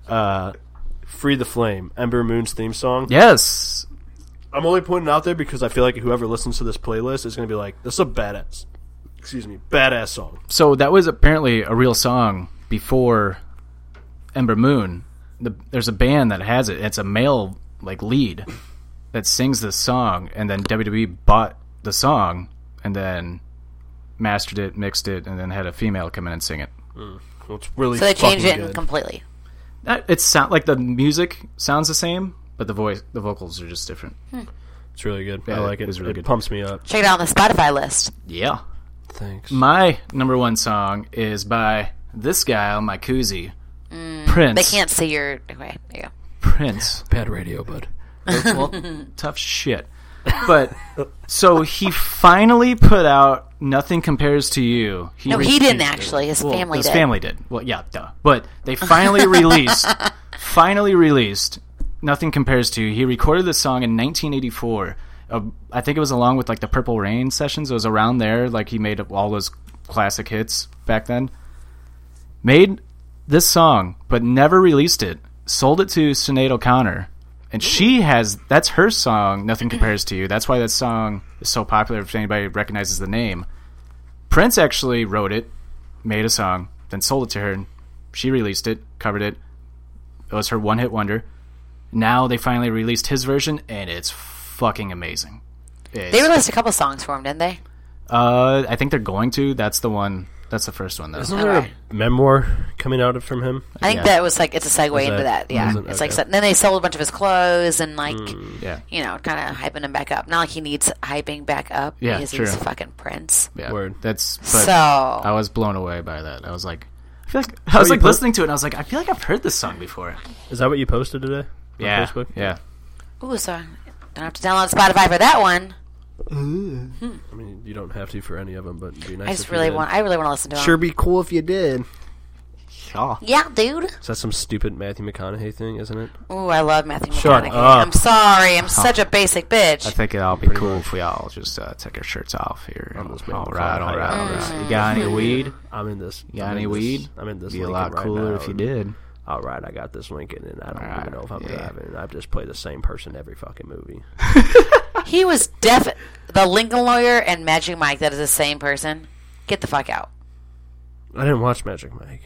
Speaker 2: Free the Flame, Ember Moon's theme song.
Speaker 1: [laughs] Yes,
Speaker 2: I'm only pointing out there because I feel like whoever listens to this playlist is going to be like, this is a badass, excuse me, badass song.
Speaker 1: so that was apparently a real song before Ember Moon. The, there's a band that has it. It's a male like lead that sings this song, and then WWE bought the song and then mastered it, mixed it, and then had a female come in and sing it.
Speaker 2: It's really
Speaker 5: So they changed it
Speaker 2: fucking good.
Speaker 5: completely.
Speaker 1: That, it sound like the music sounds the same, but the voice, the vocals are just different.
Speaker 2: it's really good. I
Speaker 1: Yeah,
Speaker 2: like
Speaker 1: it
Speaker 2: it.
Speaker 1: was really
Speaker 2: it
Speaker 1: good.
Speaker 2: pumps me up.
Speaker 5: Check it out on the Spotify list.
Speaker 1: Yeah.
Speaker 2: Thanks.
Speaker 1: My number one song is by this guy on my koozie, Prince.
Speaker 5: Mm, They can't see your. Okay, there you go.
Speaker 1: Prince.
Speaker 2: Bad radio, bud.
Speaker 1: well, tough shit. But so he finally put out "Nothing Compares to You." He
Speaker 5: No, he didn't
Speaker 1: refused it.
Speaker 5: actually. His
Speaker 1: Well,
Speaker 5: family
Speaker 1: his
Speaker 5: did.
Speaker 1: family did. Well, yeah, duh. But they finally released, [laughs] finally released. Nothing compares to. He recorded this song in 1984. Uh, I think it was along with like the Purple Rain sessions. It was around there. Like he made up all those classic hits back then. Made this song, but never released it. Sold it to Sinead O'Connor. And she has that's her song, Nothing Compares to You. That's why that song is so popular if anybody recognizes the name. Prince actually wrote it, made a song, then sold it to her. And she released it, covered it. It was her one hit wonder. Now they finally released his version, and it's fucking amazing. It's-
Speaker 5: They released a couple songs for him, didn't they?
Speaker 1: uh, I think they're going to. That's the one. That's the first one, though.
Speaker 2: Isn't there a memoir coming out of from him?
Speaker 5: I think
Speaker 1: Yeah.
Speaker 5: that was like it's a segue
Speaker 2: that-
Speaker 5: into that. Yeah,
Speaker 2: is it?
Speaker 5: it's like
Speaker 2: Okay.
Speaker 5: so- then they sold a bunch of his clothes and like
Speaker 1: Mm, Yeah.
Speaker 5: you know kind of hyping him back up. Not like he needs hyping back up.
Speaker 1: Yeah,
Speaker 5: because
Speaker 1: true.
Speaker 5: he's fucking Prince.
Speaker 1: Yeah.
Speaker 2: Word.
Speaker 1: That's. But
Speaker 5: So
Speaker 1: I was blown away by that. I was like, I feel like I was
Speaker 2: you
Speaker 1: like
Speaker 2: put-
Speaker 1: listening to it, and I was like, I feel like I've heard this song before.
Speaker 2: Is that what you posted today? On
Speaker 1: Yeah.
Speaker 2: Facebook?
Speaker 1: Yeah.
Speaker 5: ooh, so I don't have to download Spotify for that one.
Speaker 2: I mean, you don't have to for any of them, but it'd be nice.
Speaker 5: I
Speaker 2: if
Speaker 5: just
Speaker 2: you
Speaker 5: really
Speaker 2: did.
Speaker 5: want. I really want to listen to him.
Speaker 2: Sure, be cool if you did.
Speaker 5: Yeah, dude.
Speaker 2: Is that some stupid Matthew McConaughey thing, isn't it?
Speaker 5: Ooh, I love Matthew
Speaker 2: Shut
Speaker 5: McConaughey.
Speaker 2: up.
Speaker 5: I'm sorry. I'm such a basic bitch.
Speaker 1: I think it'll be cool if we all just uh, take our shirts off here. All
Speaker 2: Almost
Speaker 1: right,
Speaker 2: made
Speaker 1: all
Speaker 2: me
Speaker 1: right,
Speaker 2: cry.
Speaker 1: all right.
Speaker 2: Mm.
Speaker 1: You got any weed?
Speaker 2: I'm in this.
Speaker 1: Got
Speaker 2: I'm
Speaker 1: any
Speaker 2: in this-
Speaker 1: weed?
Speaker 2: I'm in this.
Speaker 1: Be a
Speaker 2: Lincoln
Speaker 1: lot
Speaker 2: right
Speaker 1: cooler
Speaker 2: now,
Speaker 1: if you
Speaker 2: and-
Speaker 1: did.
Speaker 2: All right, I got this Lincoln, and I don't
Speaker 1: All right,
Speaker 2: even know if I'm
Speaker 1: yeah.
Speaker 2: driving. And I've just played the same person every fucking movie.
Speaker 5: He was deaf. The Lincoln Lawyer and Magic Mike. That is the same person. Get the fuck out.
Speaker 2: I didn't watch Magic Mike.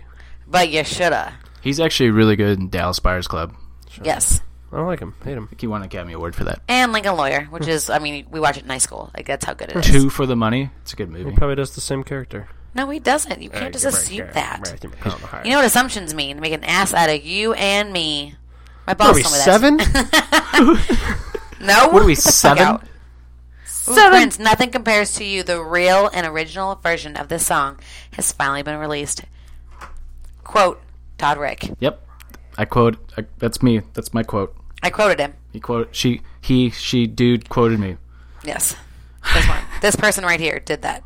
Speaker 5: But you shoulda.
Speaker 1: He's actually really good in Dallas Buyers Club.
Speaker 5: Yes.
Speaker 2: I don't like him. Hate him.
Speaker 1: He won an Academy Award for that.
Speaker 5: And Lincoln Lawyer, which is, I mean, we watch it in high school. Like that's how good it is.
Speaker 1: Two for the money. It's a good movie.
Speaker 2: Probably does the same character.
Speaker 5: No, he doesn't. You
Speaker 1: Uh,
Speaker 5: can't just assume that.
Speaker 2: Matthew McConaughey.
Speaker 5: You know what assumptions mean? Make an ass out of you and me. My boss
Speaker 2: Are we
Speaker 5: told me that.
Speaker 2: seven?
Speaker 5: [laughs]
Speaker 1: [laughs]
Speaker 5: No.
Speaker 1: What are we,
Speaker 5: Get the fuck
Speaker 1: seven?
Speaker 5: out. Ooh, Prince, nothing compares to you. The real and original version of this song has finally been released. Quote Todd Rick.
Speaker 1: Yep. I quote. I, that's me. That's my quote.
Speaker 5: I quoted him.
Speaker 1: He quote. She. He. She. Dude quoted me.
Speaker 5: Yes. This one. this person right here did that.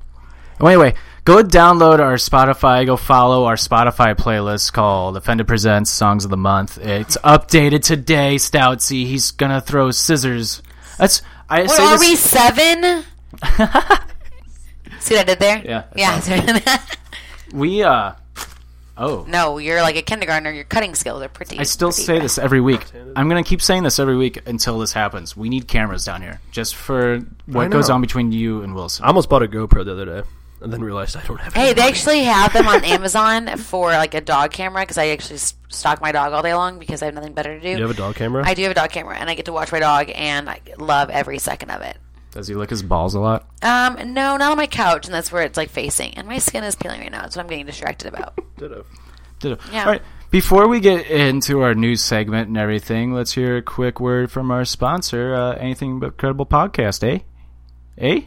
Speaker 1: Oh, anyway, go download our Spotify. Go follow our Spotify playlist called Offended Presents Songs of the Month. It's updated today, Stoutsy. He's gonna throw scissors. That's I
Speaker 5: What
Speaker 1: say
Speaker 5: are
Speaker 1: this-
Speaker 5: we [laughs] seven? See what I did there?
Speaker 1: Yeah,
Speaker 5: Yeah.
Speaker 1: we uh Oh.
Speaker 5: [laughs] No, you're like a kindergartner. Your cutting skills are pretty.
Speaker 1: I still
Speaker 5: pretty
Speaker 1: say
Speaker 5: bad.
Speaker 1: this every week. I'm going to keep saying this every week until this happens. We need cameras down here just for
Speaker 2: I
Speaker 1: what
Speaker 2: know.
Speaker 1: goes on between you and Wilson.
Speaker 2: I almost bought a GoPro the other day and then realized I don't have.
Speaker 5: Hey, they actually have them
Speaker 1: [laughs]
Speaker 5: on Amazon for like a dog camera because I actually s- stalk my dog all day long because I have nothing better to do.
Speaker 2: You have a dog camera?
Speaker 5: I do have a dog camera, and I get to watch my dog, and I love every second of it.
Speaker 1: Does he lick his balls a lot?
Speaker 5: Um, no, not on my couch, and that's where it's like facing, and my skin is peeling right now. That's what I'm getting distracted about.
Speaker 2: Ditto.
Speaker 1: Ditto.
Speaker 5: Yeah.
Speaker 1: All right. Before we get into our news segment and everything, let's hear a quick word from our sponsor, uh, Anything But Credible Podcast, eh? Eh?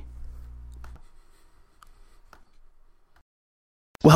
Speaker 6: Well,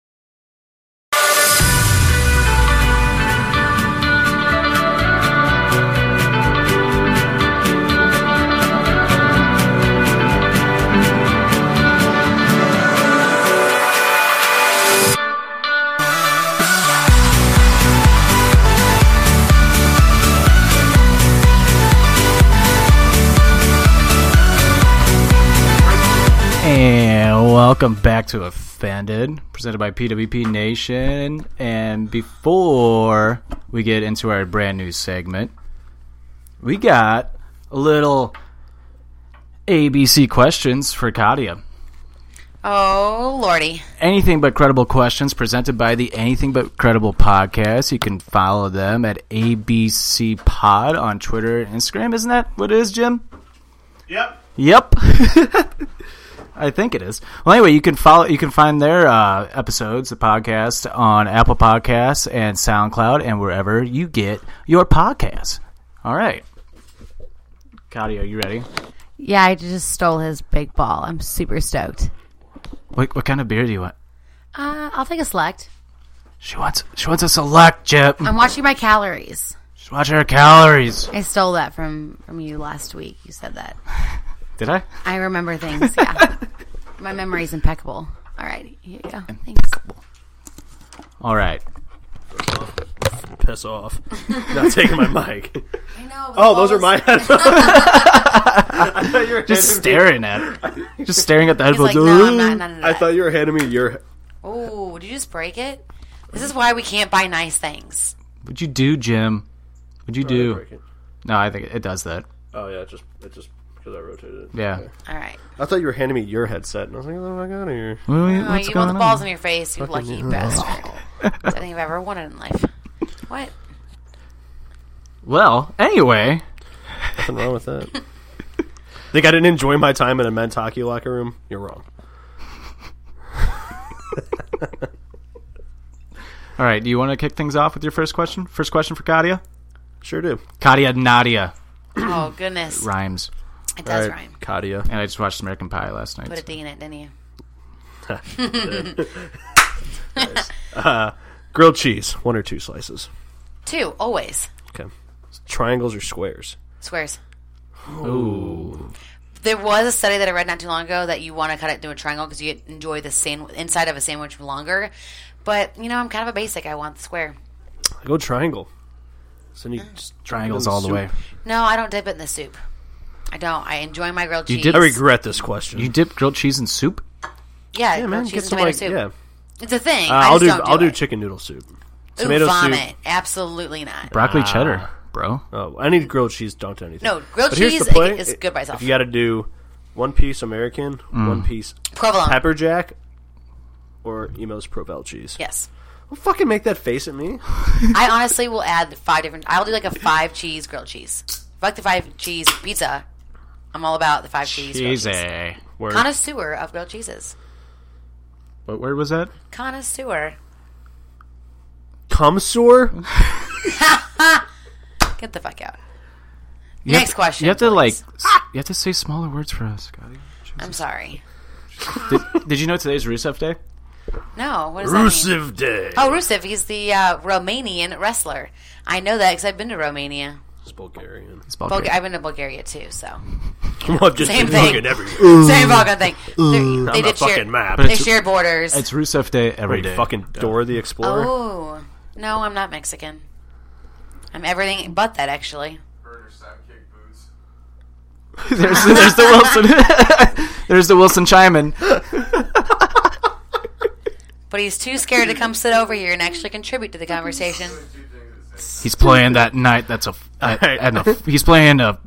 Speaker 1: And welcome back to Offended, presented by PWP Nation. And before we get into our brand new segment, we got a little ABC questions for Katia.
Speaker 5: Oh lordy,
Speaker 1: Anything But Credible Questions presented by the Anything But Credible podcast. You can follow them at ABC Pod on Twitter and Instagram. Isn't that what it is, Jim? Yep. [laughs] Yep. I think it is. Well, anyway, you can follow. You can find their uh, episodes, the podcast, on Apple Podcasts and SoundCloud, and wherever you get your podcasts. All right, Cody, are you ready?
Speaker 7: Yeah, I just stole his big ball. I'm super stoked.
Speaker 1: What, what kind of beer do you want?
Speaker 7: Uh, I'll take a select.
Speaker 1: She wants. She wants a select, Jip.
Speaker 7: I'm watching my calories.
Speaker 1: Just watch her calories.
Speaker 7: I stole that from from you last week. You said that.
Speaker 1: Did I?
Speaker 7: I remember things. [laughs] Yeah, my memory's impeccable. All right, here you go. Thanks.
Speaker 1: All [laughs] right.
Speaker 2: Piss off. Not taking my mic.
Speaker 7: I know.
Speaker 2: Oh, those are my headphones. I thought you were
Speaker 1: Just
Speaker 2: handing me-
Speaker 1: staring at it. Just staring at the
Speaker 5: he's like,
Speaker 1: headphones.
Speaker 5: no, I'm not. None of
Speaker 2: I
Speaker 5: that.
Speaker 2: thought you were handing me your.
Speaker 5: Oh, did you just break it? This is why we can't buy nice things.
Speaker 1: What'd you do, Jim? What'd you do?
Speaker 2: break it.
Speaker 1: No, I think it it does that.
Speaker 2: Oh yeah, it just it just because I rotated it.
Speaker 1: Yeah.
Speaker 5: All right.
Speaker 2: I thought you were handing me your headset, and I was like, "Oh my god, here."
Speaker 1: What-
Speaker 5: Oh,
Speaker 1: what's
Speaker 5: you
Speaker 1: going
Speaker 5: want the balls
Speaker 1: on?
Speaker 5: in your face, you
Speaker 2: [laughs]
Speaker 5: lucky bastard. That's the thing I've ever wanted in life. What?
Speaker 1: Well, anyway,
Speaker 2: Nothing wrong with that. Think I didn't enjoy my time in a men's hockey locker room? You're wrong.
Speaker 1: all right. Do you want to kick things off with your first question? First question for Katia.
Speaker 2: Sure do.
Speaker 1: Katia Nadia
Speaker 5: Oh goodness,
Speaker 1: rhymes,
Speaker 5: it does
Speaker 2: All right,
Speaker 5: rhyme.
Speaker 2: Katia.
Speaker 1: and I just watched American Pie last night.
Speaker 5: Put a D in it, didn't you?
Speaker 2: Grilled cheese, one or two slices.
Speaker 5: Two always
Speaker 2: Okay. Triangles or squares?
Speaker 5: squares. Ooh. There was a study that I read not too long ago that you want to cut it into a triangle because you enjoy the san- inside of a sandwich longer. But you know, I'm kind of a basic. I want the square.
Speaker 2: I go triangle. So then you just
Speaker 1: Triangles all the way.
Speaker 5: No, I don't dip it in the soup. I don't. I enjoy my grilled
Speaker 1: You
Speaker 5: cheese.
Speaker 1: dip-
Speaker 2: I regret this question.
Speaker 1: You dip grilled cheese in soup?
Speaker 5: yeah,
Speaker 2: yeah,
Speaker 5: grilled
Speaker 2: man,
Speaker 5: cheese
Speaker 2: get
Speaker 5: and
Speaker 2: some
Speaker 5: tomato
Speaker 2: like
Speaker 5: soup.
Speaker 2: yeah. Uh,
Speaker 5: It's a thing. I
Speaker 2: I'll
Speaker 5: just
Speaker 2: do,
Speaker 5: Don't do
Speaker 2: I'll do
Speaker 5: it.
Speaker 2: chicken noodle soup.
Speaker 5: Ooh,
Speaker 2: Tomato
Speaker 5: vomit.
Speaker 2: soup.
Speaker 5: Absolutely not.
Speaker 1: Broccoli cheddar, bro.
Speaker 2: Oh, I need grilled cheese dunked in anything.
Speaker 5: No, grilled
Speaker 2: But here's
Speaker 5: cheese
Speaker 2: the play.
Speaker 5: is good by itself.
Speaker 2: If you got to do one piece American, one piece
Speaker 5: Provolone.
Speaker 2: pepper jack, or Emo's Provel cheese.
Speaker 5: Yes.
Speaker 2: Don't fucking make that face at me.
Speaker 5: I honestly will add five different. I'll do like a five cheese grilled cheese. Fuck the five cheese pizza. I'm all about the five cheese. grilled cheese.
Speaker 1: Cheesy.
Speaker 5: Connoisseur of grilled cheeses.
Speaker 1: What word was that?
Speaker 5: Connoisseur.
Speaker 2: Comsor?
Speaker 5: Get the fuck out.
Speaker 1: You
Speaker 5: Next
Speaker 1: have to-
Speaker 5: question,
Speaker 1: You have to like.
Speaker 5: please.
Speaker 1: s- You have to say smaller words for us, Scotty.
Speaker 5: I'm sorry.
Speaker 1: Did, did you know today's Rusev Day?
Speaker 5: No, what does that mean?
Speaker 2: Day.
Speaker 5: Oh, Rusev. He's the uh, Romanian wrestler. I know that because I've been to Romania.
Speaker 2: It's Bulgarian. [laughs]
Speaker 1: It's Bulgaria.
Speaker 5: Bulga- I've been to Bulgaria too, so
Speaker 2: I've just
Speaker 5: Same
Speaker 2: been
Speaker 5: thing.
Speaker 2: fucking everywhere.
Speaker 5: same fucking thing. They're- They
Speaker 2: on the
Speaker 5: did share.
Speaker 2: fucking map.
Speaker 1: But
Speaker 5: They
Speaker 1: it's-
Speaker 5: share borders.
Speaker 1: It's Rusev Day every
Speaker 2: Wait,
Speaker 1: day.
Speaker 2: fucking Dora the Explorer?
Speaker 5: Oh no, I'm not Mexican. I'm everything but that actually.
Speaker 1: there's, there's the
Speaker 2: [laughs]
Speaker 1: Wilson. there's the Wilson Chiman.
Speaker 5: But he's too scared to come sit over here and actually contribute to the conversation.
Speaker 1: He's playing that night. That's a. At, at a he's playing a,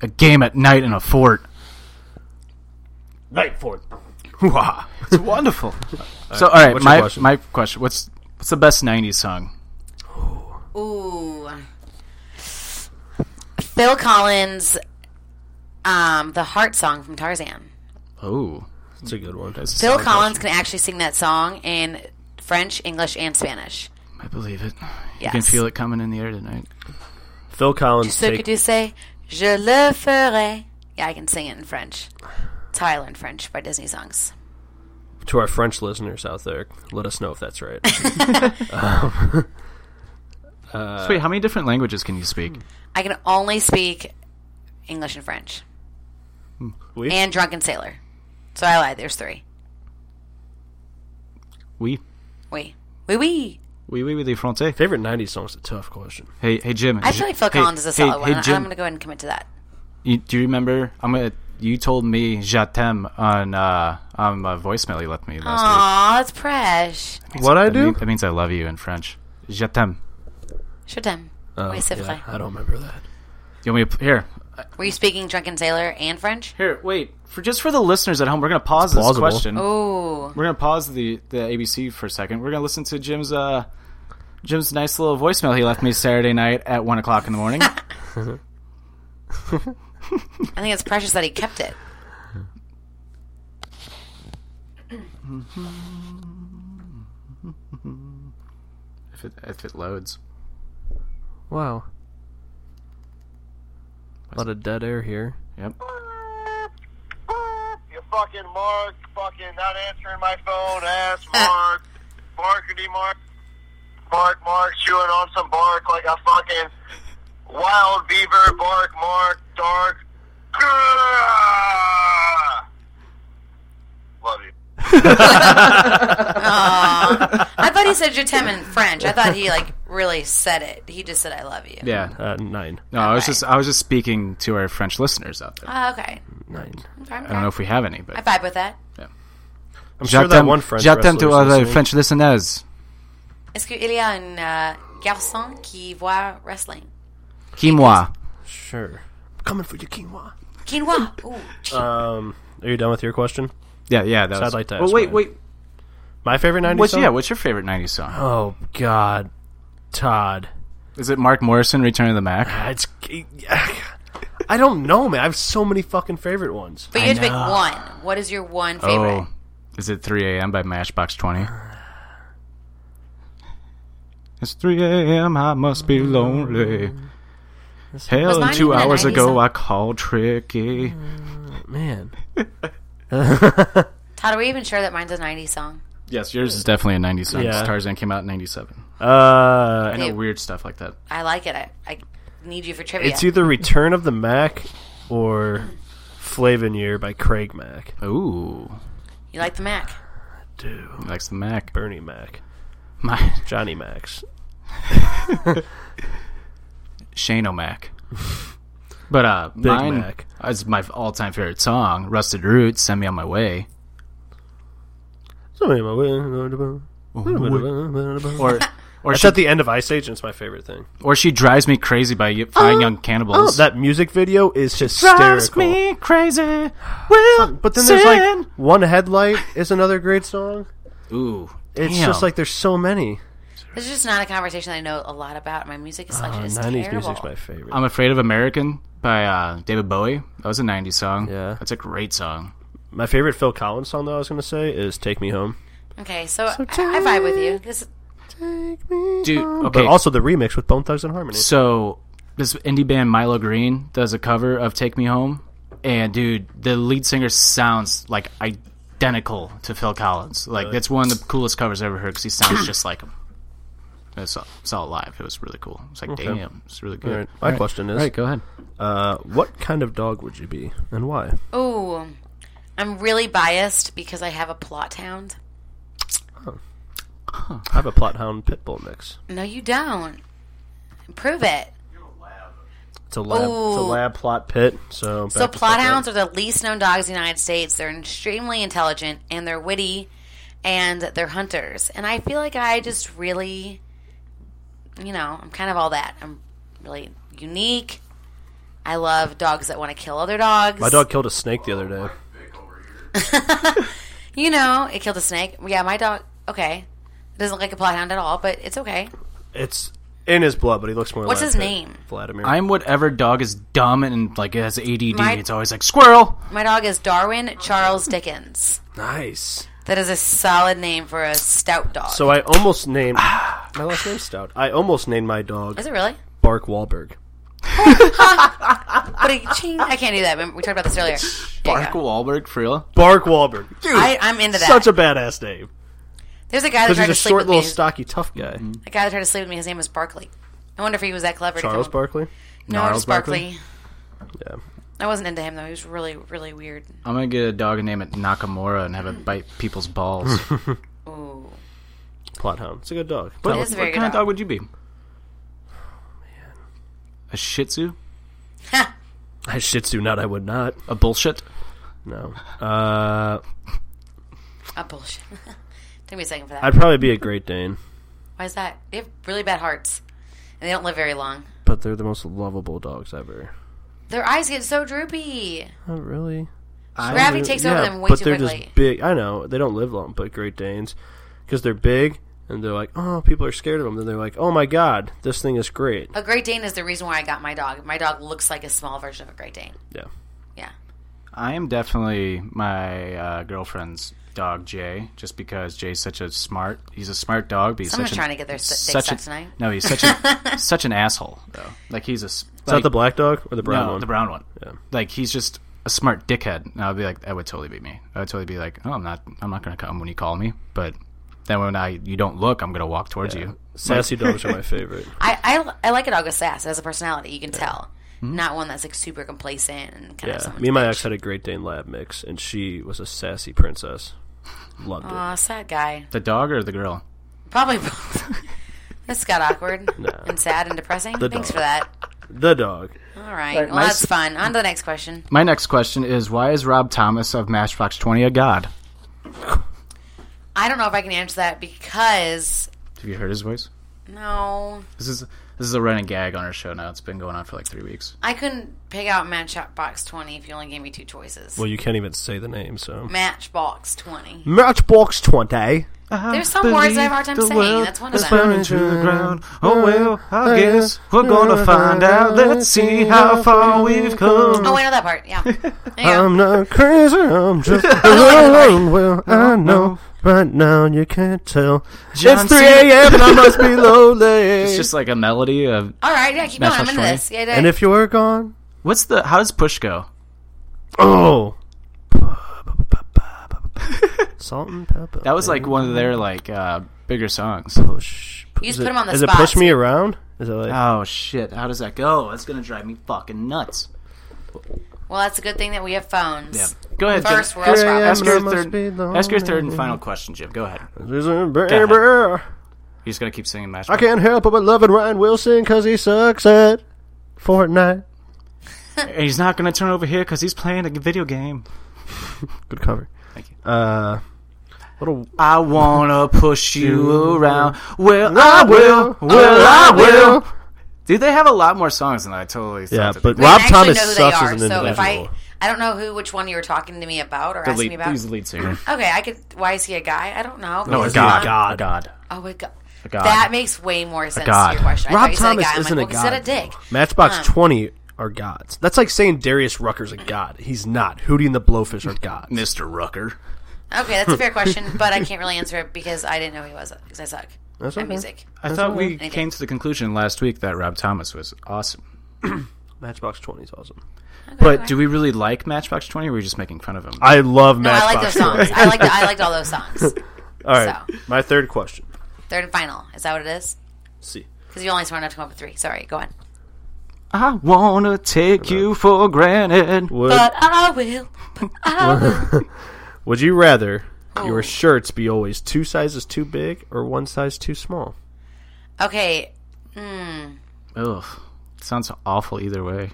Speaker 1: a game at night in a fort.
Speaker 2: Night [laughs] Fort.
Speaker 1: Wow, it's wonderful. So, all right,
Speaker 2: what's your
Speaker 1: my
Speaker 2: question?
Speaker 1: my question: What's what's the best '90s song?
Speaker 5: Ooh. Phil Collins, um, the heart song from Tarzan.
Speaker 1: Oh,
Speaker 2: That's a good one.
Speaker 5: Phil Collins can actually sing that song in French, English, and Spanish.
Speaker 1: I believe it. You can
Speaker 5: Yes.
Speaker 1: feel it coming in the air tonight.
Speaker 2: Phil Collins.
Speaker 5: So
Speaker 2: Take,
Speaker 5: could you say, Je le ferai? Yeah, I can sing it in French. Title in French by Disney songs.
Speaker 2: to our French listeners out there, let us know if that's
Speaker 5: [laughs]
Speaker 2: right. Uh,
Speaker 1: So wait, how many different languages can you speak?
Speaker 2: hmm.
Speaker 5: I can only speak English and French.
Speaker 1: Hmm.
Speaker 2: We-
Speaker 5: And Drunken Sailor. So I lied. There's three.
Speaker 1: We.
Speaker 5: Oui. Oui, oui.
Speaker 1: Oui, oui, oui, les Français.
Speaker 2: Favorite 90s song's a tough question.
Speaker 1: Hey, hey, Jim.
Speaker 5: I feel like Phil
Speaker 1: hey,
Speaker 5: Collins is a
Speaker 1: hey,
Speaker 5: solid one.
Speaker 1: Hey,
Speaker 5: and
Speaker 1: Jim,
Speaker 5: I'm going to go ahead and commit to that.
Speaker 1: you, do you remember? I'm gonna. You told me "Je t'aime" on uh, on a voicemail you left me last week.
Speaker 5: Aw, it's Presh.
Speaker 2: What I
Speaker 1: That mean-
Speaker 2: do?
Speaker 1: that means I love you in French. Je t'aime.
Speaker 5: Je t'aime. oui, c'est vrai.
Speaker 2: I don't remember that.
Speaker 1: You want me to p- here?
Speaker 5: Were you speaking Drunken Sailor and French?
Speaker 1: Here, wait for just for the listeners at home. We're gonna pause this
Speaker 2: plausible.
Speaker 1: question.
Speaker 5: Ooh.
Speaker 1: We're gonna pause the the ABC for a second. We're gonna listen to Jim's uh Jim's nice little voicemail he left me Saturday night at one o'clock in
Speaker 2: [laughs]
Speaker 1: the morning.
Speaker 5: I think it's precious that he kept it.
Speaker 1: if it if it loads,
Speaker 2: Wow. A lot of dead air here.
Speaker 1: yep.
Speaker 8: You fucking Mark, fucking not answering my phone, ass Mark, Markety Mark, Mark, Mark, chewing on some bark like a fucking wild beaver, bark, Mark, dark. Grrrr. Love you.
Speaker 5: I thought he said je t'aime in French. I thought he, like, really said it. He just said I love you.
Speaker 1: Yeah.
Speaker 2: Uh, nine.
Speaker 1: No, I was just I was just speaking to our French listeners out there.
Speaker 5: Ah, okay.
Speaker 2: Nine.
Speaker 5: Okay,
Speaker 1: I don't know
Speaker 5: okay.
Speaker 1: if we have any,
Speaker 5: I
Speaker 1: but
Speaker 5: vibe with that.
Speaker 2: I'm sure that one French
Speaker 1: J'attends to
Speaker 2: wrestler's
Speaker 1: all the
Speaker 2: listening.
Speaker 1: euh, French listeners
Speaker 5: Est-ce qu'il y a un uh, garçon qui voit wrestling?
Speaker 1: qui moi.
Speaker 2: Sure. I'm coming for your quinoa.
Speaker 5: Quinoa. Ooh.
Speaker 2: Um, are you done with your question?
Speaker 1: Yeah, yeah. That
Speaker 2: So
Speaker 1: was,
Speaker 2: I'd like to
Speaker 1: Well,
Speaker 2: ask
Speaker 1: wait,
Speaker 2: mine.
Speaker 1: wait.
Speaker 2: My favorite 90s
Speaker 1: What's
Speaker 2: song?
Speaker 1: yeah? What's your favorite '90s song?
Speaker 2: Oh, God. Todd.
Speaker 1: Is it Mark Morrison, Return of the Mac?
Speaker 2: It's. [laughs] I don't know, man. I have so many fucking favorite ones.
Speaker 5: But you have to pick one. What is your one favorite?
Speaker 1: Oh, is it 3 a.m. by Mashbox 20? [sighs] It's 3 a.m. I must be lonely.
Speaker 5: Was
Speaker 1: Hell,
Speaker 5: mine
Speaker 1: two
Speaker 5: in the
Speaker 1: hours
Speaker 5: 90s
Speaker 1: ago
Speaker 5: song?
Speaker 1: I called Tricky.
Speaker 2: Man.
Speaker 5: Todd, are we even sure that mine's a 90s song?
Speaker 1: Yes, yours is definitely a 90s song.
Speaker 2: Yeah.
Speaker 1: Tarzan came out in 97. I
Speaker 2: Uh,
Speaker 1: know
Speaker 5: Ew.
Speaker 1: weird stuff like that.
Speaker 5: I like it. I, I need you for trivia.
Speaker 2: it's either Return of the Mac or Flavin' Year by Craig Mac.
Speaker 1: Ooh,
Speaker 5: you like the Mac.
Speaker 2: Dude.
Speaker 1: he likes the Mac.
Speaker 2: Bernie Mac.
Speaker 1: My
Speaker 2: Johnny Max.
Speaker 1: Shane O'Mac. [laughs] But uh, mine
Speaker 2: Mac.
Speaker 1: is my all-time favorite song, "Rusted Roots." Send me on my way.
Speaker 2: Somebody in my way.
Speaker 1: Or or
Speaker 2: That's
Speaker 1: she,
Speaker 2: at the end of Ice Age, and it's my favorite thing.
Speaker 1: or she drives me crazy by Ye- Fine Young
Speaker 2: Oh,
Speaker 1: Cannibals.
Speaker 2: that music video is
Speaker 1: drives
Speaker 2: hysterical.
Speaker 1: me crazy. Will
Speaker 2: But then there's like One Headlight is another great song.
Speaker 1: ooh,
Speaker 2: It's
Speaker 1: damn.
Speaker 2: just like there's so many.
Speaker 5: This is just not a conversation that I know a lot about. My music selection is
Speaker 2: 90s
Speaker 5: terrible.
Speaker 2: music's my favorite.
Speaker 1: I'm afraid of American by uh, David Bowie. That was a '90s song.
Speaker 2: Yeah.
Speaker 1: that's a great song.
Speaker 2: my favorite Phil Collins song, though, I was going to say, is Take Me Home.
Speaker 5: Okay, so, I, I vibe with you. This
Speaker 1: Dude,
Speaker 2: But
Speaker 1: okay.
Speaker 2: also the remix with Bone Thugs and Harmony.
Speaker 1: Oh, So this indie band Milo Green does a cover of "Take Me Home," and dude, the lead singer sounds like identical to Phil Collins. Like that's one of the coolest covers I've ever heard because he sounds just like him. I saw, saw it live. It was really cool. It's like damn, it's really good.
Speaker 2: All right, my question is,
Speaker 1: All right, go ahead.
Speaker 2: uh, what kind of dog would you be and why?
Speaker 5: Oh, I'm really biased because I have a plot hound.
Speaker 2: I have a plot hound pit bull mix.
Speaker 5: No, you don't. Prove it.
Speaker 2: It's a lab. It's a
Speaker 5: Ooh.
Speaker 2: lab plot pit. So
Speaker 5: So
Speaker 2: back to
Speaker 5: plot
Speaker 2: fuck up.
Speaker 5: hounds are the least known dogs in the United States. They're extremely intelligent and they're witty and they're hunters. And I feel like I just really, you know, I'm kind of all that. I'm really unique. I love dogs that want to kill other dogs.
Speaker 2: My dog killed a snake the other day.
Speaker 5: You know, it killed a snake. Yeah, my dog. Okay. It doesn't look like a plot hound at all, but it's okay.
Speaker 2: It's in his blood, but he looks more.
Speaker 5: What's
Speaker 2: like
Speaker 5: his
Speaker 2: it.
Speaker 5: name?
Speaker 2: Vladimir.
Speaker 1: I'm whatever dog is dumb and like has ADD.
Speaker 5: My-
Speaker 1: it's always like squirrel.
Speaker 5: My dog is Darwin Charles Dickens.
Speaker 2: nice.
Speaker 5: That is a solid name for a stout dog.
Speaker 2: So I almost named my last name's Stout. I almost named my dog
Speaker 5: is it really?
Speaker 2: Bark Wahlberg.
Speaker 5: But it- ching, I can't do that. Remember, We talked about this earlier. There you
Speaker 1: Mark
Speaker 5: go.
Speaker 1: Wahlberg, for real.
Speaker 2: Bark Wahlberg. Dude,
Speaker 5: I, I'm into that.
Speaker 2: such a badass name.
Speaker 5: There's a guy that
Speaker 2: Because he's
Speaker 5: tried to
Speaker 2: a
Speaker 5: sleep
Speaker 2: short,
Speaker 5: with me.
Speaker 2: little, stocky, tough guy.
Speaker 5: A guy that tried to sleep with me. His name was Barkley. I wonder if he was that clever.
Speaker 2: Charles
Speaker 5: to come up-
Speaker 2: Barkley.
Speaker 5: No, it was
Speaker 1: Gnarls Barkley?
Speaker 5: Barkley.
Speaker 2: Yeah.
Speaker 5: I wasn't into him though. He was really, really weird.
Speaker 1: I'm gonna get a dog and name it Nakamura and have it bite people's balls.
Speaker 5: Ooh,
Speaker 2: Plot hound. It's a good dog.
Speaker 1: what
Speaker 5: It is a very
Speaker 1: what
Speaker 5: good
Speaker 1: kind of
Speaker 5: dog.
Speaker 1: dog would you be? A Shih Tzu,
Speaker 2: I Shih Tzu, not I would not.
Speaker 1: a bullshit.
Speaker 2: No. Uh,
Speaker 5: a bullshit. [laughs] Took me a second for that.
Speaker 2: I'd probably be a Great Dane,
Speaker 5: Why is that? They have really bad hearts, and they don't live very long.
Speaker 2: but they're the most lovable dogs ever.
Speaker 5: Their eyes get so droopy.
Speaker 2: Oh, really?
Speaker 5: Gravity takes over them way
Speaker 2: but
Speaker 5: too
Speaker 2: they're
Speaker 5: quickly.
Speaker 2: just big. I know they don't live long, but Great Danes, because they're big and they're like, oh, people are scared of them. Then they're like, oh my god, this thing is great.
Speaker 5: A Great Dane is the reason why I got my dog. My dog looks like a small version of a Great Dane.
Speaker 2: Yeah.
Speaker 5: Yeah.
Speaker 1: I am definitely my uh, girlfriend's dog, Jay, just because Jay's such a smart. He's a smart dog, but he's
Speaker 5: Someone's
Speaker 1: such
Speaker 5: trying
Speaker 1: an,
Speaker 5: to get their s- dick
Speaker 1: such a,
Speaker 5: sucked tonight.
Speaker 1: No, he's such a such an asshole though. Like he's a is
Speaker 2: Is that the black dog or the brown
Speaker 1: no,
Speaker 2: one?
Speaker 1: the brown one.
Speaker 2: Yeah.
Speaker 1: Like he's just a smart dickhead. And I'd be like, that would totally be me. I would totally be like, oh, I'm not, I'm not gonna come when you call me. But then when I you don't look, I'm gonna walk towards you.
Speaker 2: Sassy dogs [laughs] are my favorite.
Speaker 5: I, I, I like a dog with sass. It has a personality. You can tell. Not one that's like super complacent and kind of
Speaker 2: Hmm? Yeah.
Speaker 5: someone.
Speaker 2: Me and my ex had a Great Dane lab mix, and she was a sassy princess. Loved it.
Speaker 5: Aw, sad guy.
Speaker 1: The dog or the girl?
Speaker 5: Probably both. [laughs] this got awkward
Speaker 2: [laughs]
Speaker 5: and sad and depressing. Thanks
Speaker 2: dog.
Speaker 5: for that.
Speaker 2: The dog.
Speaker 5: All
Speaker 1: Right,
Speaker 5: right. well,
Speaker 1: my
Speaker 5: that's
Speaker 1: s-
Speaker 5: fun. On to the next question.
Speaker 1: My next question is, why is Rob Thomas of Matchbox Twenty a god?
Speaker 5: I don't know if I can answer that because
Speaker 1: Have you heard his voice?
Speaker 5: no,
Speaker 1: This is this is a running gag on our show now. It's been going on for like three weeks.
Speaker 5: I couldn't pick out Matchbox Twenty if you only gave me two choices.
Speaker 2: Well, you can't even say the name, so.
Speaker 5: Matchbox Twenty.
Speaker 2: Mm. Matchbox 20.
Speaker 5: There's some words I have a hard time saying. That's one of them.
Speaker 1: to the ground. Oh well, I guess we're gonna find out. Let's see how far we've come.
Speaker 5: Oh, I know that
Speaker 2: [laughs]
Speaker 5: part. Yeah. There you go.
Speaker 2: I'm not crazy, I'm [laughs] just alone. Well, I know right now you can't tell.
Speaker 1: John
Speaker 2: it's 3
Speaker 1: Cena.
Speaker 2: a.m. and I must [laughs] be lonely.
Speaker 1: It's just like a melody of
Speaker 5: All right. Yeah. Keep going. I'm
Speaker 1: Matchbox
Speaker 5: into
Speaker 1: 20.
Speaker 5: this. Yeah.
Speaker 2: and if you were gone.
Speaker 1: what's the how does push go?
Speaker 2: [laughs] Oh. Salt and pepper.
Speaker 1: That was like one of their like uh, bigger songs.
Speaker 2: push.
Speaker 5: You just
Speaker 2: is
Speaker 5: put
Speaker 2: it-
Speaker 5: him on the
Speaker 2: Is it
Speaker 5: spot.
Speaker 2: push me around? Is it like
Speaker 1: Oh shit! How does that go? That's gonna drive me fucking nuts.
Speaker 5: well, that's a good thing that we have phones.
Speaker 1: Yeah. Go ahead.
Speaker 5: First
Speaker 1: Jim.
Speaker 5: world
Speaker 1: ask,
Speaker 5: problem.
Speaker 1: ask your
Speaker 2: I must
Speaker 1: third.
Speaker 2: be lonely.
Speaker 1: Ask your third and final question, Jim. Go ahead. You
Speaker 2: There's a baby.
Speaker 1: just gotta keep singing Matchbox.
Speaker 2: I can't help but loving Ryan Wilson because he sucks at Fortnite.
Speaker 1: He's not gonna turn over here because he's playing a video game.
Speaker 2: Good cover.
Speaker 1: Thank you.
Speaker 2: Uh, what a
Speaker 1: I wanna push you around. Well,
Speaker 2: I will. Well, I will.
Speaker 1: Dude, they have a lot more songs than I totally thought.
Speaker 2: yeah,
Speaker 1: that
Speaker 2: but
Speaker 1: they-
Speaker 5: We
Speaker 2: Rob
Speaker 5: actually
Speaker 2: Thomas
Speaker 5: know who
Speaker 2: sucks
Speaker 5: they
Speaker 2: as
Speaker 5: are,
Speaker 2: an
Speaker 5: so
Speaker 2: individual.
Speaker 5: if I, I don't know who which one you were talking to me about or
Speaker 1: the
Speaker 5: asking me
Speaker 1: lead,
Speaker 5: about.
Speaker 1: he's the lead singer.
Speaker 5: Okay, I could. Why is he a guy? I don't know.
Speaker 1: No, a
Speaker 5: He's
Speaker 1: god,
Speaker 5: not-
Speaker 1: a god.
Speaker 5: Oh, a god.
Speaker 1: god.
Speaker 5: That makes way more sense to
Speaker 1: god.
Speaker 5: your question.
Speaker 2: Rob
Speaker 5: I thought you
Speaker 2: Thomas
Speaker 5: said a guy.
Speaker 2: isn't
Speaker 5: I'm like,
Speaker 2: a
Speaker 5: well,
Speaker 2: god.
Speaker 5: Is that a dick?
Speaker 2: Matchbox
Speaker 5: Um,
Speaker 2: Twenty are gods. That's like saying Darius Rucker's a god. He's not. Hootie and the Blowfish are gods.
Speaker 1: Mr. Rucker.
Speaker 5: Okay, that's
Speaker 2: [laughs]
Speaker 5: a fair question, but I can't really answer it because I didn't know who he was because I suck
Speaker 2: That's
Speaker 5: at
Speaker 2: okay.
Speaker 5: music.
Speaker 1: I thought we
Speaker 5: Anything.
Speaker 1: came to the conclusion last week that Rob Thomas was awesome.
Speaker 2: Matchbox Twenty is awesome.
Speaker 1: But do we really like Matchbox 20 or are we just making fun of him?
Speaker 2: I love
Speaker 5: No, I
Speaker 2: Matchbox.
Speaker 5: like those songs. I liked I liked all those songs.
Speaker 2: All right,
Speaker 5: so.
Speaker 2: my third question.
Speaker 5: Third and final. Is that what it is?
Speaker 2: Let's see,
Speaker 5: Because you only smart enough to come up with three. Sorry, go on.
Speaker 1: I want to take you for granted.
Speaker 2: would
Speaker 5: But I will. But I will.
Speaker 2: would you rather
Speaker 5: Oh.
Speaker 2: your shirts be always two sizes too big or one size too small?
Speaker 5: Okay. Hmm.
Speaker 1: Ugh. Sounds awful either way.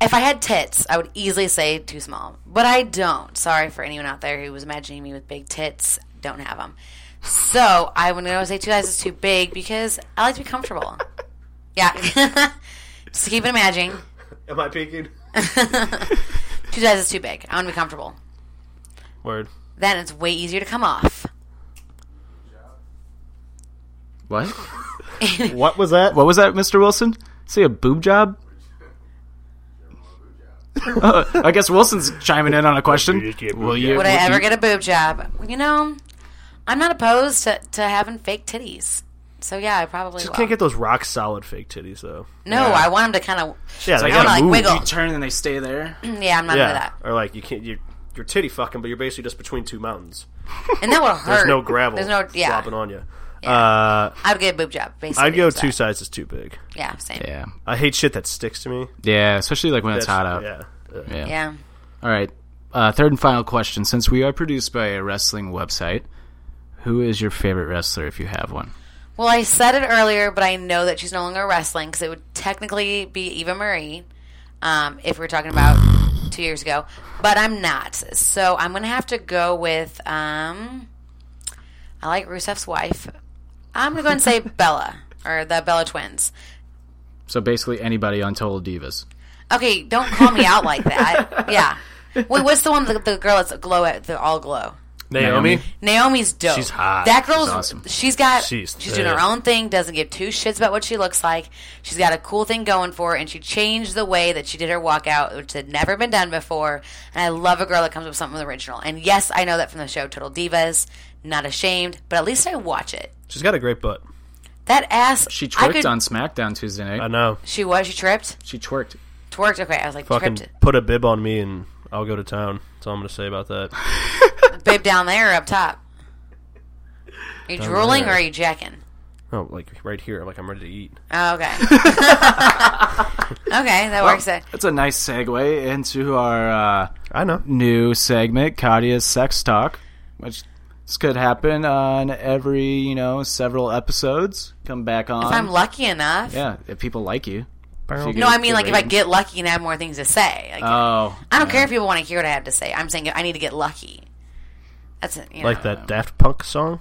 Speaker 5: If I had tits, I would easily say too small. But I don't. Sorry for anyone out there who was imagining me with big tits. Don't have them. So I would always say two sizes too big because I like to be comfortable. yeah. [laughs] Just keep imagining. [laughs]
Speaker 2: Am I peeking?
Speaker 5: Two sizes too big. I want to be comfortable.
Speaker 2: Word.
Speaker 5: Then it's way easier to come off.
Speaker 1: What?
Speaker 2: What was that?
Speaker 1: [laughs] What was that, Mr. Wilson? Say a boob job? [laughs] Uh, I guess Wilson's chiming in on a question. Will you?
Speaker 5: Would
Speaker 1: will
Speaker 5: I ever
Speaker 1: you-
Speaker 5: get a boob job? You know, I'm not opposed to, to having fake titties. So yeah, I probably
Speaker 2: Just
Speaker 5: will.
Speaker 2: can't get those rock solid fake titties though.
Speaker 5: no, I want them to kind of.
Speaker 2: Yeah, they
Speaker 5: I want
Speaker 2: gotta
Speaker 5: to like
Speaker 2: move.
Speaker 5: wiggle. Mm,
Speaker 1: turn and they stay there?
Speaker 5: yeah, I'm not into
Speaker 2: Yeah,
Speaker 5: that.
Speaker 2: or like you can't you you're titty fucking, but you're basically just between two mountains.
Speaker 5: And that would hurt.
Speaker 2: There's no gravel.
Speaker 5: There's no yeah.
Speaker 2: flopping on you. Uh,
Speaker 5: I'd get a boob job. Basically,
Speaker 2: I'd go
Speaker 5: is
Speaker 2: two
Speaker 5: that.
Speaker 2: sizes too big.
Speaker 5: Yeah, same. Yeah.
Speaker 1: Yeah,
Speaker 2: I hate shit that sticks to me.
Speaker 1: yeah, especially like when it's hot out.
Speaker 2: Yeah. Uh,
Speaker 1: Yeah. All right. Uh, third and final question: Since we are produced by a wrestling website, who is your favorite wrestler if you have one?
Speaker 5: Well, I said it earlier, but I know that she's no longer wrestling because it would technically be Eva Marie, um, if we are talking about two years ago. But I'm not, so I'm gonna have to go with. Um, I like Rusev's wife. I'm gonna go and say Bella or the Bella twins.
Speaker 1: So basically, anybody on Total Divas.
Speaker 5: Okay, don't call me out like that. Yeah. Wait, what's the one the, the girl that's glow at the all glow?
Speaker 2: Naomi.
Speaker 1: Naomi.
Speaker 5: Naomi's dope.
Speaker 2: She's hot.
Speaker 5: That girl's
Speaker 1: She's awesome.
Speaker 5: she's got
Speaker 2: She's
Speaker 5: she's, doing her
Speaker 2: thick.
Speaker 5: own thing, doesn't give two shits about what she looks like. She's got a cool thing going for her and she changed the way that she did her walkout, which had never been done before. And I love a girl that comes up with something original. And yes, I know that from the show Total Divas. Not ashamed, but at least I watch it.
Speaker 2: She's got a great butt.
Speaker 5: That ass
Speaker 1: She
Speaker 5: I
Speaker 1: twerked
Speaker 5: could-
Speaker 1: on SmackDown Tuesday night.
Speaker 2: I know.
Speaker 5: She was she tripped?
Speaker 1: she twerked.
Speaker 5: Twerked? Okay, I was like
Speaker 2: Fucking
Speaker 5: tripped.
Speaker 2: put a bib on me and I'll go to town. That's all I'm gonna say about that. [sighs]
Speaker 5: Babe down there or up top? Are you drooling or are you jacking?
Speaker 2: Oh, like right here. Like I'm ready to eat.
Speaker 5: Oh, okay. [laughs] okay, that works. out.
Speaker 1: That's a nice segue into our uh,
Speaker 2: I know.
Speaker 1: new segment, Kadia's Sex Talk, which this could happen on every, you know, several episodes. Come back on.
Speaker 5: If I'm lucky enough.
Speaker 1: yeah, if people like you. If you get
Speaker 5: No, I mean
Speaker 1: good
Speaker 5: like if I
Speaker 1: ratings.
Speaker 5: get lucky and have more things to say. Like,
Speaker 1: Oh.
Speaker 5: I don't care if people want to hear what I have to say. I'm saying I need to get lucky. That's it. You know,
Speaker 2: Like that Daft Punk song.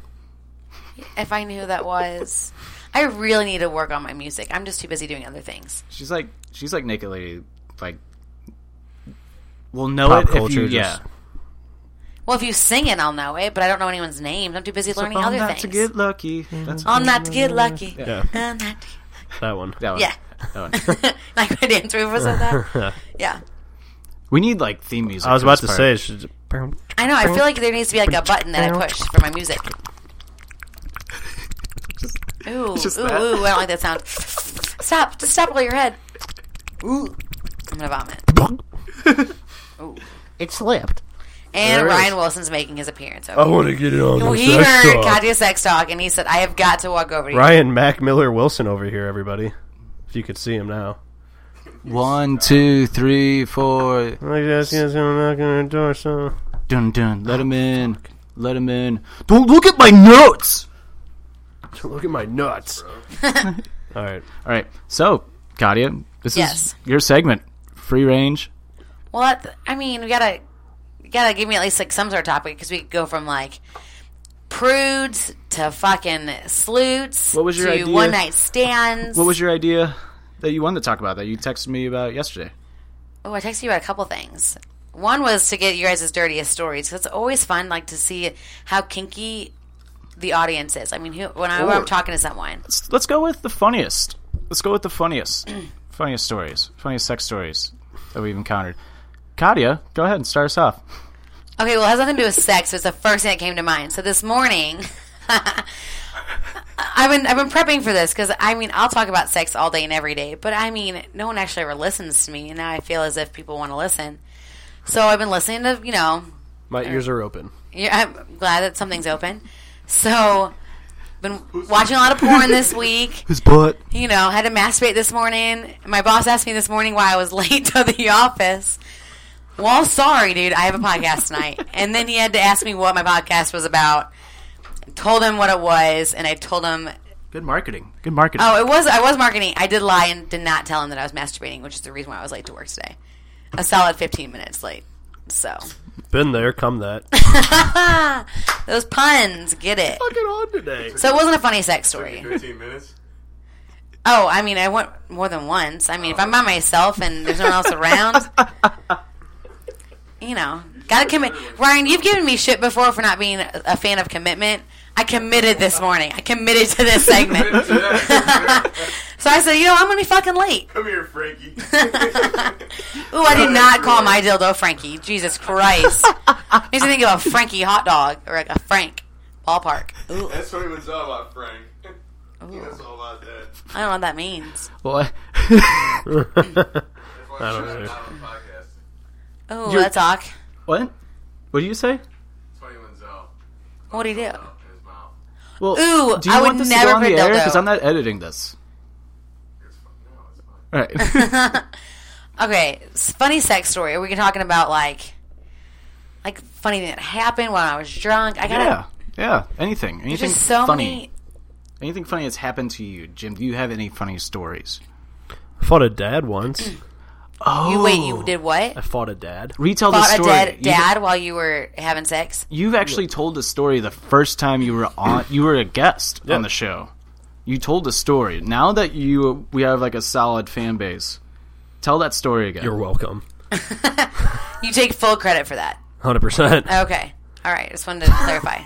Speaker 5: If I knew who that was, I really need to work on my music. I'm just too busy doing other things.
Speaker 1: She's like, she's like Naked Lady. Like, we'll know
Speaker 2: Pop
Speaker 1: it if
Speaker 2: culture
Speaker 1: you,
Speaker 2: just-
Speaker 1: yeah.
Speaker 5: Well, if you sing it, I'll know it, but I don't know anyone's names. I'm too busy learning other
Speaker 1: not
Speaker 5: things.
Speaker 1: to get lucky. That's
Speaker 5: I'm not to get lucky.
Speaker 2: Yeah.
Speaker 5: I'm not to-
Speaker 2: That one.
Speaker 1: that one.
Speaker 5: yeah. [laughs]
Speaker 1: That one.
Speaker 5: like my dance move was
Speaker 1: [laughs]
Speaker 5: that. yeah.
Speaker 1: We need like theme music.
Speaker 2: [laughs] I was
Speaker 1: for
Speaker 2: about to
Speaker 1: this
Speaker 2: say.
Speaker 1: part.
Speaker 2: it's just-
Speaker 5: I know. I feel like there needs to be like a button that I push for my music. Ooh,
Speaker 1: just
Speaker 5: ooh,
Speaker 1: that.
Speaker 5: ooh! I don't like that sound. Stop! Just stop! Roll your head. Ooh, I'm gonna vomit. ooh, it slipped. And
Speaker 2: There it
Speaker 5: Ryan
Speaker 2: is.
Speaker 5: Wilson's making his appearance.
Speaker 2: I
Speaker 5: Over.
Speaker 2: want to get it on.
Speaker 5: Oh,
Speaker 2: the
Speaker 5: he
Speaker 2: sex
Speaker 5: heard
Speaker 2: talk.
Speaker 5: Katya sex talk, and he said, "I have got to walk over to you."
Speaker 2: Ryan Mac Miller Wilson over here, everybody. If you could see him now.
Speaker 1: One, two, three, four.
Speaker 2: Like that's gonna knock on the door, so
Speaker 1: Dun dun. Let him in. Let him in. Don't look at my notes.
Speaker 2: look at my nuts. All right,
Speaker 1: All right. So, Katia, this
Speaker 5: Yes.
Speaker 1: is your segment. Free range.
Speaker 5: Well, that, I mean, we gotta you gotta give me at least like some sort of topic because we could go from like prudes to fucking sleuts.
Speaker 1: What was your
Speaker 5: to
Speaker 1: idea?
Speaker 5: one night stands?
Speaker 1: What was your idea that you wanted to talk about that you texted me about yesterday?
Speaker 5: Oh, I texted you about a couple things. One was to get you guys' dirtiest stories. 'cause It's always fun, like to see how kinky the audience is. I mean, who, when, I, when I'm talking to someone,
Speaker 1: Let's, let's go with the funniest. Let's go with the funniest. [clears throat] funniest stories. Funniest sex stories that we've encountered. Katia, go ahead and start us off.
Speaker 5: Okay, well, it has nothing to do with sex. It's the first thing that came to mind. So this morning, [laughs] I've been I've been prepping for this because I mean I'll talk about sex all day and every day, but I mean no one actually ever listens to me, and now I feel as if people want to listen. So I've been listening to you know
Speaker 2: My ears are open.
Speaker 5: yeah, I'm glad that something's open. So been watching a lot of porn this week.
Speaker 2: His butt.
Speaker 5: You know, had to masturbate this morning. My boss asked me this morning why I was [laughs] late to the office. Well, sorry, dude. I have a podcast tonight. And then he had to ask me what my podcast was about. Told him what it was, and I told him.
Speaker 1: Good marketing. Good marketing.
Speaker 5: Oh, it was. I was marketing. I did lie and did not tell him that I was masturbating, which is the reason why I was late to work today. A solid fifteen minutes late. So
Speaker 2: Been there, come
Speaker 1: [laughs]
Speaker 2: that.
Speaker 5: those puns, get it.
Speaker 2: Fucking on today.
Speaker 5: So it wasn't a funny sex story.
Speaker 9: 15 minutes?
Speaker 5: Oh, I mean, I went more than once. I mean, if I'm by myself and there's no one else around, you know, gotta commit. Ryan, you've given me shit before for not being a a fan of commitment. I committed this morning. I committed to this segment. [laughs] so I said, you know, I'm gonna be fucking late.
Speaker 9: Come here, Frankie.
Speaker 5: Ooh, I did not call my dildo Frankie. Jesus Christ. Makes me think of a Frankie hot dog or like a Frank ballpark. Ooh,
Speaker 9: That's what it was all about, Frank. That's all about that.
Speaker 5: I don't know what that means.
Speaker 1: Boy.
Speaker 9: I don't know.
Speaker 5: Ooh,
Speaker 1: You're-
Speaker 5: let's talk.
Speaker 1: [laughs] what? What do you say?
Speaker 5: What do you do?
Speaker 1: Well,
Speaker 5: Ooh,
Speaker 1: do you
Speaker 5: I
Speaker 1: want
Speaker 5: would
Speaker 1: this
Speaker 5: never
Speaker 1: to go on the
Speaker 5: put
Speaker 1: air?
Speaker 5: dildo.
Speaker 1: Because I'm not editing this. All right.
Speaker 5: [laughs]
Speaker 1: [laughs]
Speaker 5: Okay, s- funny sex story. Are we talking about like, like funny thing that happened when I was drunk? I got
Speaker 1: yeah.
Speaker 5: to
Speaker 1: Yeah. Anything. Anything
Speaker 5: just so
Speaker 1: funny.
Speaker 5: many.
Speaker 1: Anything funny that's happened to you, Jim? Do you have any funny stories?
Speaker 2: Fought a dad once.
Speaker 1: Oh,
Speaker 5: You wait, you did what?
Speaker 2: I fought a dad.
Speaker 1: retell the
Speaker 5: Fought a
Speaker 1: story.
Speaker 5: dead
Speaker 1: You-
Speaker 5: dad while you were having sex.
Speaker 1: You've actually told the story the first time you were on. You were a guest on the show. You told the story. Now that you we have like a solid fan base, tell that story again.
Speaker 2: You're welcome.
Speaker 5: You take full credit for that.
Speaker 2: 100%.
Speaker 5: Okay, all right. Just wanted to clarify.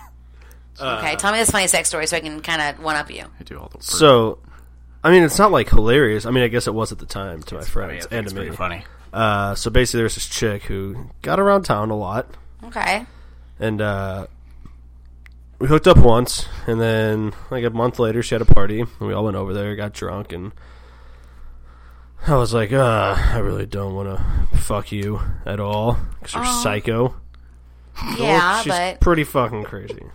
Speaker 5: Okay, tell me this funny sex story so I can kind of one up you.
Speaker 1: I do all the work.
Speaker 2: So, I mean, it's not like hilarious. I mean, I guess it was at the time to my
Speaker 1: I
Speaker 2: friends
Speaker 1: think
Speaker 2: and
Speaker 1: it's
Speaker 2: to me.
Speaker 1: pretty funny.
Speaker 2: Uh, so basically, there's this chick who got around town a lot,
Speaker 5: Okay,
Speaker 2: and uh, we hooked up once, and then like a month later, she had a party, and we all went over there, got drunk, and I was like, uh, I really don't want to fuck you at all because you're psycho.
Speaker 5: yeah,
Speaker 2: She's
Speaker 5: but
Speaker 2: pretty fucking crazy.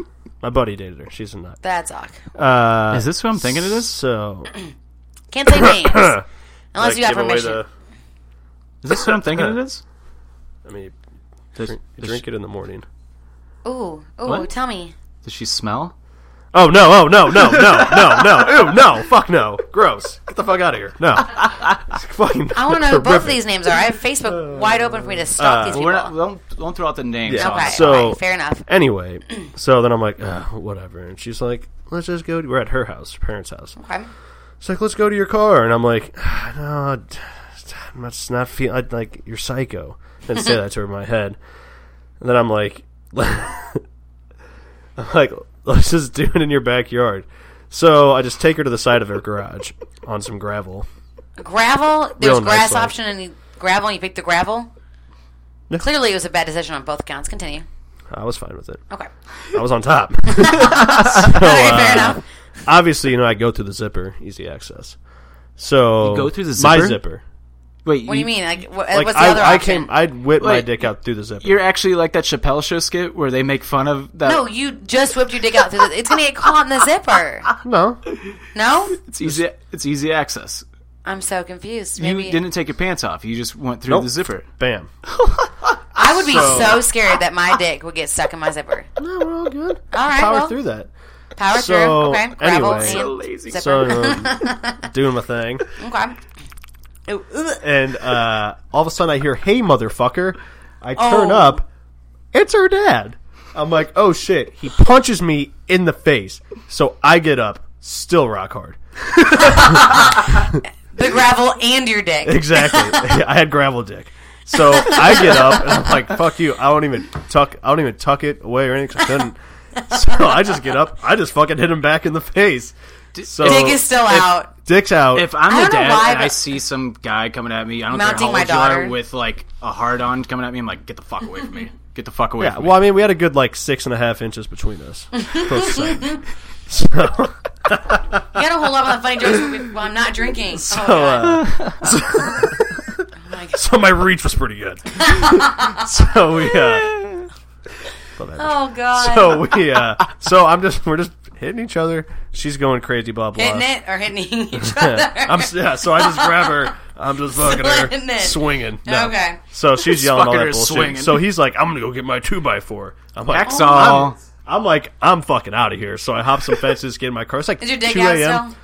Speaker 2: My buddy dated her. She's a nut.
Speaker 5: that's all.
Speaker 2: Uh,
Speaker 1: Is this what I'm thinking it is?
Speaker 2: So
Speaker 5: Can't
Speaker 1: [coughs]
Speaker 5: say names unless you got
Speaker 2: give away
Speaker 5: permission.
Speaker 2: the-
Speaker 1: Is this what I'm thinking
Speaker 2: [laughs]
Speaker 1: it is?
Speaker 2: I mean,
Speaker 1: Does,
Speaker 2: drink,
Speaker 1: does
Speaker 2: drink it in the morning.
Speaker 5: Ooh, ooh,
Speaker 1: What?
Speaker 5: tell me.
Speaker 1: she, does she smell?
Speaker 2: Oh no! Oh no! No! No! No! No! Ew! No! Fuck no! Gross! Get the fuck out of here!
Speaker 5: [laughs]
Speaker 2: No! It's fucking.
Speaker 5: I want to know who both of
Speaker 2: horrific.
Speaker 5: these names are. I have Facebook wide open for me to stalk these
Speaker 1: Well,
Speaker 5: people.
Speaker 1: we're not, don't, don't throw out the names.
Speaker 2: Yeah.
Speaker 1: on
Speaker 5: Okay,
Speaker 1: us.
Speaker 2: So-
Speaker 5: all right, fair enough.
Speaker 2: Anyway, so then I'm like, uh, whatever, and she's like, let's just go. To, we're at her house, her parents' house.
Speaker 5: Okay.
Speaker 2: She's like, let's go to your car, and I'm like, ah, no, d- I'm just not feeling like you're psycho. I didn't say that to her in my head, and then I'm like, [laughs] I'm like, let's just do it in your backyard. So I just take her to the side of her garage on some gravel.
Speaker 5: Gravel. There's
Speaker 2: Real nice
Speaker 5: grass
Speaker 2: one.
Speaker 5: option and you- gravel. And you picked the gravel. Clearly, it was a bad decision on both counts. Continue.
Speaker 2: I was fine with it.
Speaker 5: Okay.
Speaker 2: I was on top. [laughs]
Speaker 5: Alright,
Speaker 2: uh,
Speaker 5: fair enough.
Speaker 2: Obviously, you know, I go through the zipper, easy access. So
Speaker 1: You go through the
Speaker 2: my
Speaker 1: zipper?
Speaker 2: zipper.
Speaker 1: Wait,
Speaker 5: What do you mean? Like, wha-
Speaker 2: Like
Speaker 5: what's the other
Speaker 2: I, I
Speaker 5: option?
Speaker 2: came, I whipped my
Speaker 1: Wait.
Speaker 2: dick out through the zipper.
Speaker 1: You're actually like that Chappelle show skit where they make fun of that.
Speaker 5: no, you just whipped your dick out through the. It's gonna get caught in the zipper.
Speaker 2: [laughs] no,
Speaker 5: No,
Speaker 1: it's easy. It's easy access.
Speaker 5: I'm so confused.
Speaker 1: You
Speaker 5: Maybe
Speaker 1: didn't take your pants off. You just went through
Speaker 2: Nope.
Speaker 1: the zipper.
Speaker 2: bam.
Speaker 5: I would be so scared that my dick would get stuck in my zipper.
Speaker 2: No, we're all good.
Speaker 5: All right,
Speaker 2: Power
Speaker 5: well,
Speaker 2: through that.
Speaker 5: power
Speaker 2: So,
Speaker 5: through. Okay, gravel
Speaker 2: anyway. So
Speaker 5: and
Speaker 1: lazy.
Speaker 5: zipper.
Speaker 2: So
Speaker 1: [laughs]
Speaker 2: um, doing my thing,
Speaker 5: okay. Ooh, ooh.
Speaker 2: and uh, all of a sudden I hear, "Hey, motherfucker!" I turn
Speaker 5: Oh.
Speaker 2: up. It's her dad. I'm like, "Oh shit!" He punches me in the face. So I get up, still rock hard.
Speaker 5: The gravel and your
Speaker 2: [laughs]
Speaker 5: dick.
Speaker 2: Exactly. I had gravel dick. So I get up and I'm like, "Fuck you! I don't even tuck. I don't even tuck it away or anything. 'cause I couldn't." So I just get up. I just fucking hit him back in the face. So
Speaker 5: Dick is still out.
Speaker 2: Dick's out.
Speaker 1: If I'm
Speaker 5: I
Speaker 1: the
Speaker 5: don't know
Speaker 1: dad
Speaker 5: why,
Speaker 1: and I
Speaker 5: but-
Speaker 1: see some guy coming at me, I don't
Speaker 5: Mounting
Speaker 1: care how
Speaker 5: my
Speaker 1: old you
Speaker 5: daughter.
Speaker 1: are, with like a hard on coming at me, I'm like, get the fuck away from me.
Speaker 10: Get the fuck away
Speaker 2: yeah,
Speaker 10: from
Speaker 2: well, I mean, we had a good like six and a half inches between
Speaker 5: [laughs]
Speaker 2: us. Close to saying.
Speaker 5: you
Speaker 2: so,
Speaker 5: gotta hold up on the funny jokes while I'm not
Speaker 2: [laughs]
Speaker 5: drinking.
Speaker 2: so,
Speaker 5: oh, God.
Speaker 2: uh, so, so my reach was pretty good. [laughs] so we, uh, love that.
Speaker 5: Oh, God.
Speaker 2: So we, uh, so I'm just we're just hitting each other. She's going crazy, blah blah.
Speaker 5: hitting it or hitting
Speaker 2: [laughs]
Speaker 5: each other.
Speaker 2: I'm
Speaker 5: [laughs]
Speaker 2: s- yeah, so I just grab her. I'm just fucking
Speaker 5: Slitting
Speaker 2: her,
Speaker 5: it.
Speaker 2: swinging. No.
Speaker 5: Okay.
Speaker 2: So she's
Speaker 10: Just
Speaker 2: yelling all
Speaker 10: fucking
Speaker 2: that
Speaker 10: her
Speaker 2: bullshit.
Speaker 10: swinging.
Speaker 2: So he's like, "I'm gonna go get my two by four. I'm like,
Speaker 5: Oh
Speaker 10: Hacksaw.
Speaker 2: I'm, I'm like, I'm fucking out of here. So I hop some fences, get in my car. It's like
Speaker 5: Is your dick
Speaker 2: 2
Speaker 5: out
Speaker 2: a.m.
Speaker 5: still?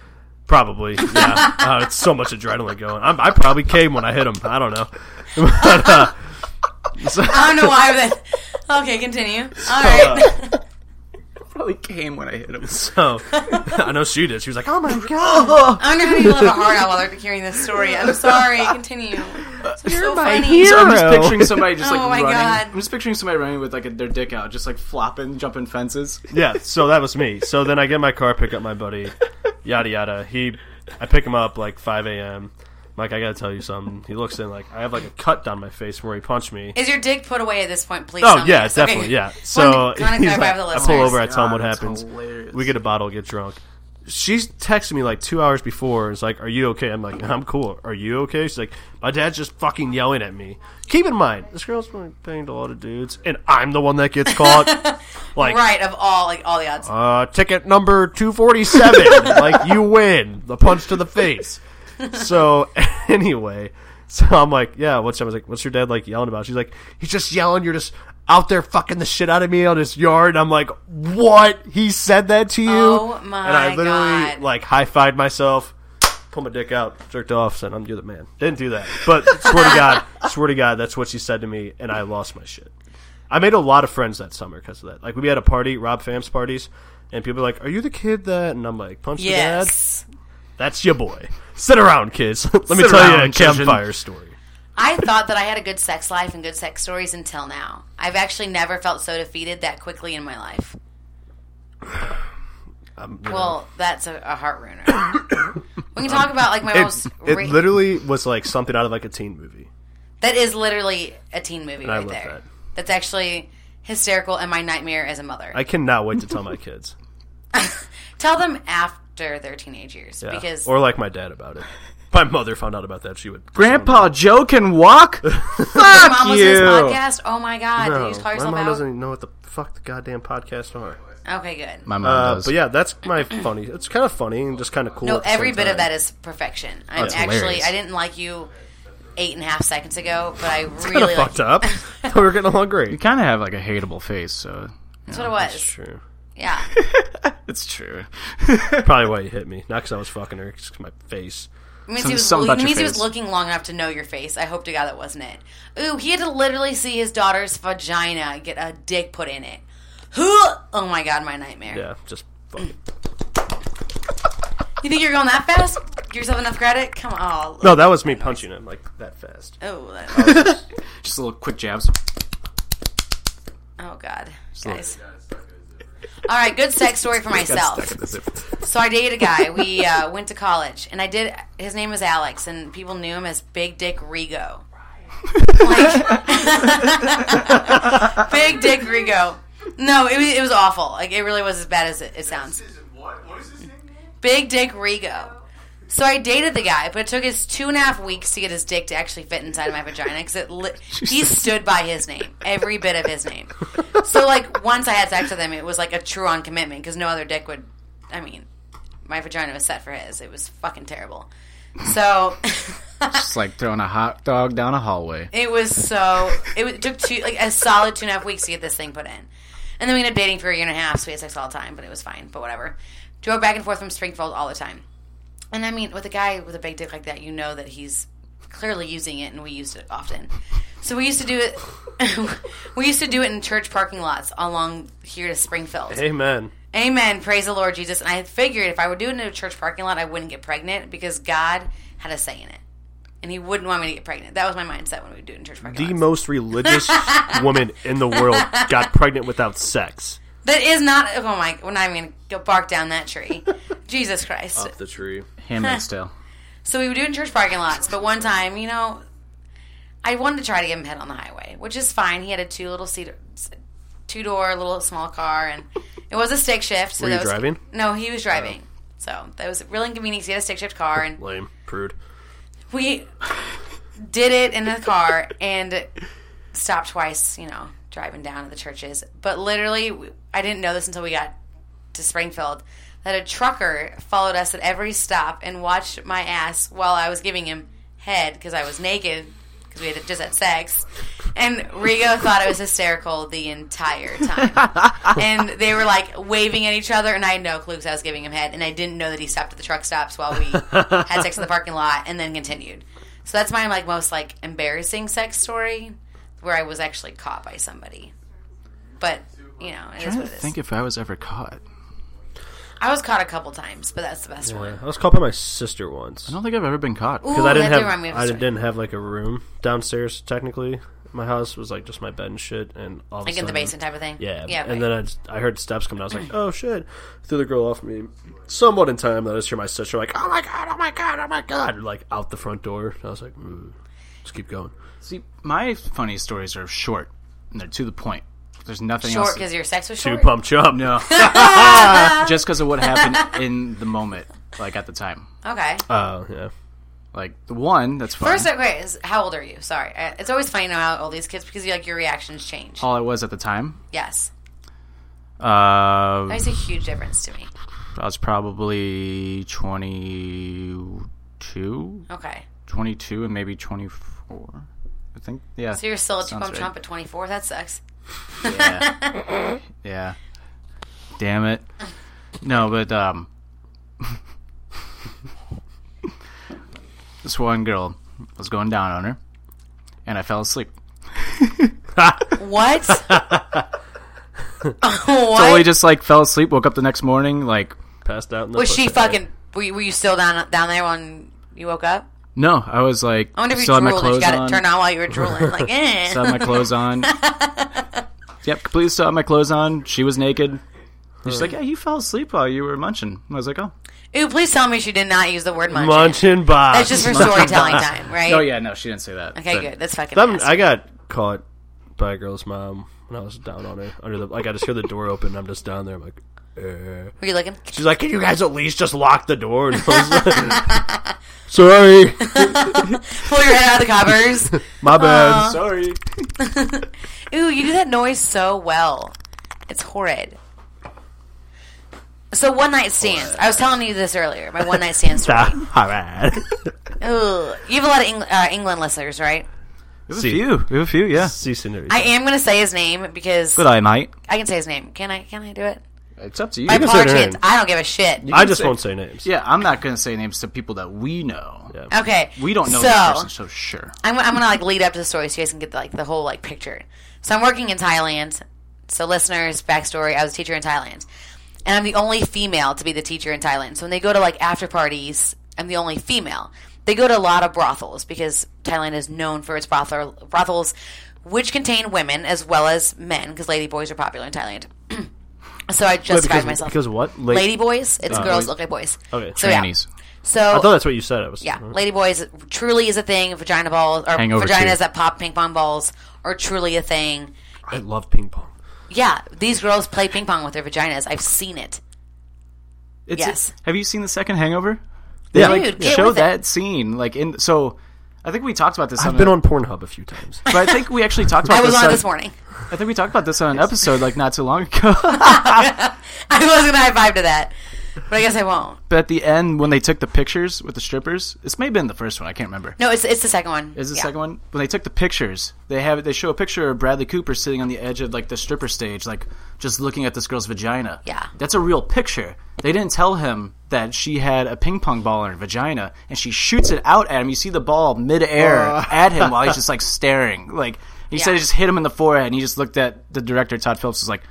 Speaker 2: Probably, yeah. uh, it's so much adrenaline going. I'm, I probably came when I hit him. I don't know. [laughs] But, uh, so-
Speaker 5: I don't know why, but [laughs] okay, continue. All
Speaker 2: uh,
Speaker 5: right.
Speaker 6: Probably came when I hit him.
Speaker 2: So I know she did. She was like, "Oh my
Speaker 5: [laughs] I
Speaker 2: god,
Speaker 5: don't know how you live a hard out while they're hearing this story. I'm sorry. Continue. It's so funny.
Speaker 10: So I'm just picturing somebody just
Speaker 5: [laughs] Oh
Speaker 10: like
Speaker 5: my
Speaker 10: running.
Speaker 5: God.
Speaker 10: I'm just picturing somebody running with like their dick out, just like flopping, jumping fences.
Speaker 2: yeah, so that was me. So then I get in my car, pick up my buddy, yada yada. He, I pick him up like 5 a.m. I'm like, I gotta tell you something. He looks in like I have like a cut down my face from where he punched me.
Speaker 5: Is your dick put away at this point, please?
Speaker 2: oh
Speaker 5: tell me
Speaker 2: yeah,
Speaker 5: yes.
Speaker 2: definitely
Speaker 5: Okay.
Speaker 2: yeah.
Speaker 5: Wanted to [laughs]
Speaker 2: So
Speaker 5: clarify
Speaker 2: he's
Speaker 5: for
Speaker 2: like,
Speaker 5: the
Speaker 2: I pull
Speaker 5: listeners.
Speaker 2: over, I tell him
Speaker 10: God,
Speaker 2: what
Speaker 10: that's
Speaker 2: happens.
Speaker 10: hilarious.
Speaker 2: We get a bottle, get drunk. She's texting me like two hours before. Is like, "Are you okay?" I'm like, "I'm cool." Are you okay? She's like, "My dad's just fucking yelling at me." Keep in mind, this girl's been banged a lot of dudes, and I'm the one that gets
Speaker 5: [laughs]
Speaker 2: caught. like,
Speaker 5: right of all like all the odds.
Speaker 2: uh, ticket number 247. like, you win. The punch to the face. So, [laughs] anyway, so I'm like, yeah, what's I was like, what's your dad like yelling about? She's like, he's just yelling, you're just out there fucking the shit out of me on his yard. And I'm like, what? He said that to you?
Speaker 5: Oh
Speaker 2: And I
Speaker 5: my
Speaker 2: literally,
Speaker 5: God.
Speaker 2: like, high fived myself. Pulled my dick out, jerked off, said, "I'm you're the man." Didn't do that, but swear to God, [laughs] swear to God, that's what she said to me, and I lost my shit. I made a lot of friends that summer because of that. Like we had a party, Rob Fam's parties, and people were like, "Are you the kid that?" And I'm like, "Punch
Speaker 5: Yes.
Speaker 2: the dad." That's your boy. Sit around, kids. [laughs] Let me
Speaker 10: Sit
Speaker 2: tell you a
Speaker 10: around, children.
Speaker 2: campfire story.
Speaker 5: I thought that I had a good sex life and good sex stories until now. I've actually never felt so defeated that quickly in my
Speaker 2: [sighs]
Speaker 5: life.
Speaker 2: Um,
Speaker 5: well, that's a, a heart ruiner. [coughs] we can talk about like my
Speaker 2: It,
Speaker 5: most.
Speaker 2: it
Speaker 5: ra-
Speaker 2: literally was like something out of like a teen movie.
Speaker 5: that is literally a teen movie
Speaker 2: And I
Speaker 5: right
Speaker 2: love
Speaker 5: there.
Speaker 2: that.
Speaker 5: That's actually hysterical and my nightmare as a mother.
Speaker 2: I cannot wait to tell my
Speaker 5: [laughs]
Speaker 2: kids,
Speaker 5: Tell them after their teenage years
Speaker 2: yeah.
Speaker 5: because
Speaker 2: or like my dad about it. My mother found out about that. She would.
Speaker 1: Grandpa Joe can walk.
Speaker 5: your mom was in this
Speaker 1: you.
Speaker 5: podcast. Oh my god!
Speaker 2: No,
Speaker 5: Did you just call
Speaker 2: my
Speaker 5: yourself
Speaker 2: mom
Speaker 5: out?
Speaker 2: doesn't even know what the fuck the goddamn podcasts are.
Speaker 5: Okay, good.
Speaker 1: My mom
Speaker 2: Uh,
Speaker 1: does.
Speaker 2: but yeah, that's my funny. It's kind of funny and just kind of cool.
Speaker 5: no,
Speaker 2: at the same
Speaker 5: every bit
Speaker 2: time.
Speaker 5: of that is perfection. I'm
Speaker 1: That's
Speaker 5: actually
Speaker 1: hilarious.
Speaker 5: I didn't like you eight and a half seconds ago,
Speaker 1: [laughs]
Speaker 5: but I
Speaker 2: kind of
Speaker 5: really like
Speaker 2: fucked up.
Speaker 5: [laughs]
Speaker 2: [laughs] But We're getting along
Speaker 1: You
Speaker 2: great.
Speaker 1: kind of have like a hateable face, so
Speaker 5: that's what it
Speaker 1: [laughs]
Speaker 5: was.
Speaker 2: True.
Speaker 5: Yeah,
Speaker 1: it's true.
Speaker 2: Probably why you hit me. Not because I was fucking her, just 'cause my face.
Speaker 5: it means,
Speaker 1: Some-
Speaker 5: he was,
Speaker 1: something
Speaker 5: it
Speaker 1: about your
Speaker 5: means he was
Speaker 1: face.
Speaker 5: looking long enough to know your face. I hope to God that wasn't it. Ooh, he had to literally see his daughter's vagina get a dick put in it. [gasps] Who? Oh my God, my nightmare.
Speaker 2: Yeah, just fucking.
Speaker 5: You think you're going that fast? Give yourself enough credit. Come on.
Speaker 2: No, that was me punching him like that fast.
Speaker 5: Oh, that,
Speaker 10: Just little quick jabs.
Speaker 5: oh God, guys.
Speaker 9: [laughs]
Speaker 5: All right, good sex story for myself. So I dated a guy. We uh, went to college, and I did. His name was Alex, and people knew him as Big Dick Rigo. Like, [laughs] Big Dick Rigo. No, it was, it was awful. Like it really was as bad as it, it sounds.
Speaker 9: What? What is his name?
Speaker 5: Big Dick Rigo. So I dated the guy, but it took us two and a half weeks to get his dick to actually fit inside of my vagina because it li- he stood by his name, every bit of his name. So like once I had sex with him, it was like a true on commitment because no other dick would. I mean, my vagina was set for his. It was fucking terrible. So [laughs]
Speaker 1: It's like throwing a hot dog down a hallway.
Speaker 5: It was so. It was- took two, like a solid two and a half weeks to get this thing put in, and then we ended up dating for a year and a half. So we had sex all the time, but it was fine. But whatever. Drove back and forth from Springfield all the time, and I mean, with a guy with a big dick like that, you know that he's clearly using it, and we used it often. So we used to do it. [laughs] we used to do it in church parking lots along here to Springfield.
Speaker 2: Amen.
Speaker 5: Amen. Praise the Lord Jesus. And I figured if I were doing it in a church parking lot, I wouldn't get pregnant because God had a say in it. And he wouldn't want me to get pregnant. That was my mindset when we would do it in church parking
Speaker 2: The
Speaker 5: lots.
Speaker 2: most religious woman in the world got pregnant without sex.
Speaker 5: that is not. Oh my! We're not even gonna go bark down
Speaker 2: [laughs]
Speaker 5: that tree. Jesus Christ.
Speaker 2: the tree.
Speaker 5: [laughs]
Speaker 1: Handmaid's Tale.
Speaker 5: So we would do it in church parking lots. But one time, you know, I wanted to try to get him head on the highway, which is fine. He had a two little seater, two door, little small car, and it was a stick shift. So
Speaker 2: Were you
Speaker 5: that was,
Speaker 2: driving? Oh.
Speaker 5: No, he was driving. So that was really inconvenient. He had a stick shift car, and
Speaker 2: Lame prude.
Speaker 5: we did it in the car and stopped twice, you know, driving down to the churches. But literally, we- I didn't know this until we got to Springfield that a trucker followed us at every stop and watched my ass while I was giving him head because I was naked because we had just had sex. And Rigo thought it was hysterical the entire
Speaker 1: [laughs]
Speaker 5: time. and they were like waving at each other, and I had no clue because I was giving him head, and I didn't know that he stopped at the truck stops while we had sex in the parking lot and then continued. So that's my like most like embarrassing sex story where I was actually caught by somebody. But you know, it is
Speaker 1: trying to
Speaker 5: what it is.
Speaker 1: think if I was ever caught.
Speaker 5: I was caught a couple times, but that's the best one.
Speaker 2: I was caught by my sister once.
Speaker 1: I don't think I've ever been caught
Speaker 2: because I
Speaker 5: Ooh,
Speaker 2: didn't
Speaker 5: Oh, that did
Speaker 2: have
Speaker 5: remind me of a
Speaker 2: I
Speaker 5: story.
Speaker 2: didn't have like a room downstairs. Technically, my house was like just my bed and shit, and all of a
Speaker 5: Like in the
Speaker 2: sudden-
Speaker 5: basement type of thing?
Speaker 2: Yeah,
Speaker 5: Yeah,
Speaker 2: And then I, just- I heard steps come down. I was like, oh shit! Threw the girl off me. Somewhat in time, I just hear my sister like, oh my god, oh my god, oh my god, like out the front door. I was like, mm, just keep going.
Speaker 1: See, my funny stories are short and they're to the point. There's nothing
Speaker 5: Short
Speaker 1: else.
Speaker 5: 'cause your sex was
Speaker 1: Too
Speaker 5: short?
Speaker 1: pumped up. [laughs]
Speaker 5: [laughs]
Speaker 1: No, just because of what happened in the moment, like at the time.
Speaker 5: Okay.
Speaker 2: Oh yeah.
Speaker 1: Like the one that's fun.
Speaker 5: First, okay, is, how old are you? Sorry, I- it's always funny to know how old these kids because you like your reactions change.
Speaker 1: all I was at the time.
Speaker 5: Yes,
Speaker 1: Uh,
Speaker 5: that makes a huge difference to me.
Speaker 1: I was probably 22.
Speaker 5: Okay.
Speaker 1: 22 and maybe 24. I think. Yeah.
Speaker 5: So you're still a two
Speaker 1: sounds
Speaker 5: pump
Speaker 1: right.
Speaker 5: chump at 24. That sucks.
Speaker 1: Yeah. Yeah. Damn it. No, but um this one girl I was going down on her and I fell asleep.
Speaker 5: what? [laughs]
Speaker 1: Totally just like fell asleep, woke up the next morning like
Speaker 2: passed out in
Speaker 5: was she
Speaker 2: [laughs]
Speaker 5: fucking? Were you, were you still down down there when you woke up?
Speaker 1: No, I was like
Speaker 5: I wonder if you
Speaker 1: still had my
Speaker 5: drooled and you
Speaker 1: clothes
Speaker 5: got
Speaker 1: on.
Speaker 5: it turned on while you were drooling. Like, eh.
Speaker 1: Still had my clothes
Speaker 5: [laughs]
Speaker 1: on. Yep, completely still had my clothes on. She was naked. And She's like, "Yeah, you fell asleep while you were munching." And I was like, "Oh,
Speaker 5: eh. Ooh, please tell me she did not use the word munching.
Speaker 2: Munching box.
Speaker 5: That's just for storytelling time, right?
Speaker 1: Oh yeah, no, she didn't say that.
Speaker 5: Okay,
Speaker 1: But-
Speaker 5: good. That's fucking.
Speaker 2: Some-
Speaker 5: awesome.
Speaker 2: I got caught by a girl's mom when I was down on her under the. Like I just hear the door open. and I'm just down there. I'm like, eh.
Speaker 5: Were you looking?
Speaker 2: She's like, can you guys at least just lock the door? And I was
Speaker 5: [laughs]
Speaker 2: like, Sorry.
Speaker 5: Pull your head out of the covers.
Speaker 1: [laughs]
Speaker 2: My bad.
Speaker 5: Aw.
Speaker 2: Sorry.
Speaker 5: Ooh, you do that noise so well. It's horrid. So one night stands. I was telling you this earlier. My one
Speaker 1: [laughs]
Speaker 5: night stand story.
Speaker 2: [laughs] All right.
Speaker 5: Ooh, you have a lot of Eng- uh, England listeners, right?
Speaker 1: There's a few. We have a few, yeah.
Speaker 5: I am going to say his name because
Speaker 1: Good eye, mate.
Speaker 5: I can say his name. Can I? Can I do it?
Speaker 1: It's up to you.
Speaker 5: By Paula Chance. I don't give a shit.
Speaker 1: You can
Speaker 2: names.
Speaker 1: Yeah, I'm not going to say names to people that we know.
Speaker 5: Okay,
Speaker 1: We don't know
Speaker 5: so-
Speaker 1: this person, so sure.
Speaker 5: I'm, I'm gonna like lead up to the story so you guys can get like the whole like picture. So I'm working in Thailand. So listeners, backstory: I was a teacher in Thailand, and I'm the only female to be the teacher in Thailand. So when they go to like after parties, I'm the only female. They go to a lot of brothels because Thailand is known for its brothel brothels, which contain women as well as men because lady boys are popular in Thailand. [clears throat] so I justified
Speaker 2: because-
Speaker 5: myself
Speaker 2: because what? La-
Speaker 5: lady boys? It's
Speaker 2: Oh.
Speaker 5: girls look like boys.
Speaker 2: Okay.
Speaker 5: so yeah.
Speaker 2: Trannies.
Speaker 5: So
Speaker 2: I thought that's what you said. I was.
Speaker 1: Mm-hmm.
Speaker 5: yeah, lady boys truly is a thing. Vagina balls or
Speaker 2: Hangover
Speaker 5: vaginas
Speaker 2: too.
Speaker 5: that pop ping pong balls are truly a thing.
Speaker 2: I love ping pong.
Speaker 5: Yeah, these girls play ping pong with their vaginas. I've seen it. Yes.
Speaker 1: have you seen the second Hangover?
Speaker 5: Yeah.
Speaker 1: like,
Speaker 5: Dude, get
Speaker 1: show
Speaker 5: with it.
Speaker 1: that scene like in. So, I think we talked about this.
Speaker 2: I've
Speaker 1: on
Speaker 2: been
Speaker 1: a-
Speaker 2: on Pornhub a few
Speaker 1: [laughs]
Speaker 2: times.
Speaker 1: But I think we actually talked about
Speaker 5: [laughs] I was
Speaker 1: this
Speaker 5: on this morning.
Speaker 1: I think we talked about this on an episode like not too long ago. [laughs]
Speaker 5: I was gonna high five to that, but I guess I won't.
Speaker 1: But at the end, when they took the pictures with the strippers, this may have been the first one. I can't remember.
Speaker 5: No, it's it's the second one.
Speaker 1: Is the
Speaker 5: Yeah.
Speaker 1: second one when they took the pictures? They have they show a picture of Bradley Cooper sitting on the edge of like the stripper stage, like just looking at this girl's vagina. Yeah, that's a real picture. They didn't tell him that she had a ping pong ball in her vagina, and she shoots it out at him. You see the ball midair
Speaker 10: Oh.
Speaker 1: [laughs] at him while
Speaker 10: [laughs]
Speaker 1: he's just like staring. Like he said,
Speaker 10: Yeah.
Speaker 1: it just hit him in the forehead, and he just looked at the director Todd Phillips was like,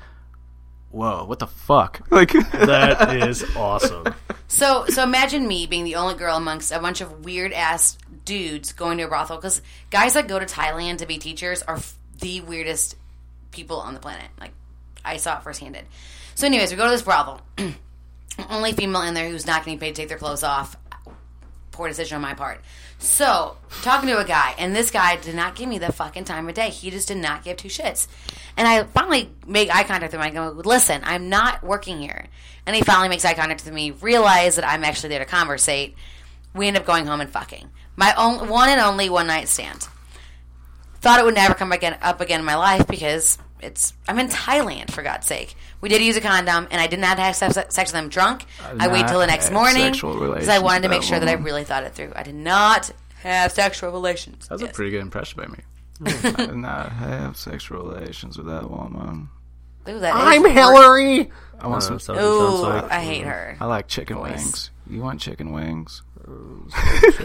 Speaker 1: "Whoa, what the
Speaker 10: [laughs]
Speaker 1: fuck?" Like
Speaker 2: that is awesome.
Speaker 5: So so imagine me being the only girl amongst a bunch of weird ass dudes going to a brothel because guys that go to Thailand to be teachers are f- the weirdest people on the planet. Like I saw it firsthand. So [clears throat] anyways, we go to this brothel. only female in there who's not getting paid to take their clothes off. poor decision on my part. So, talking to a guy, and this guy did not give me the fucking time of day. He just did not give two shits. And I finally make eye contact with him. I go, listen, I'm not working here. And he finally makes eye contact with me, realize that I'm actually there to conversate. We end up going home and fucking. My own, one and only one night stand. Thought it would never come again, up again in my life because it's I'm in Thailand for God's sake. We did use a condom, and I did not have sex, sex with him drunk.
Speaker 1: I did
Speaker 5: I waited
Speaker 1: not
Speaker 5: till the next
Speaker 1: have
Speaker 5: morning
Speaker 1: sexual
Speaker 5: because I
Speaker 1: relations
Speaker 5: wanted to
Speaker 1: with
Speaker 5: make
Speaker 1: that
Speaker 5: sure that I
Speaker 1: woman.
Speaker 5: really thought it through. I did not have sexual relations.
Speaker 10: That was a
Speaker 5: Yes.
Speaker 10: pretty good impression by me. [laughs] I did not have sexual relations with that woman.
Speaker 5: Ooh, that
Speaker 2: I'm
Speaker 5: is-
Speaker 2: Hillary.
Speaker 10: I want some.
Speaker 5: sounds- Ooh, sounds like- I hate her
Speaker 10: I like chicken
Speaker 5: voice.
Speaker 10: wings. You want chicken wings?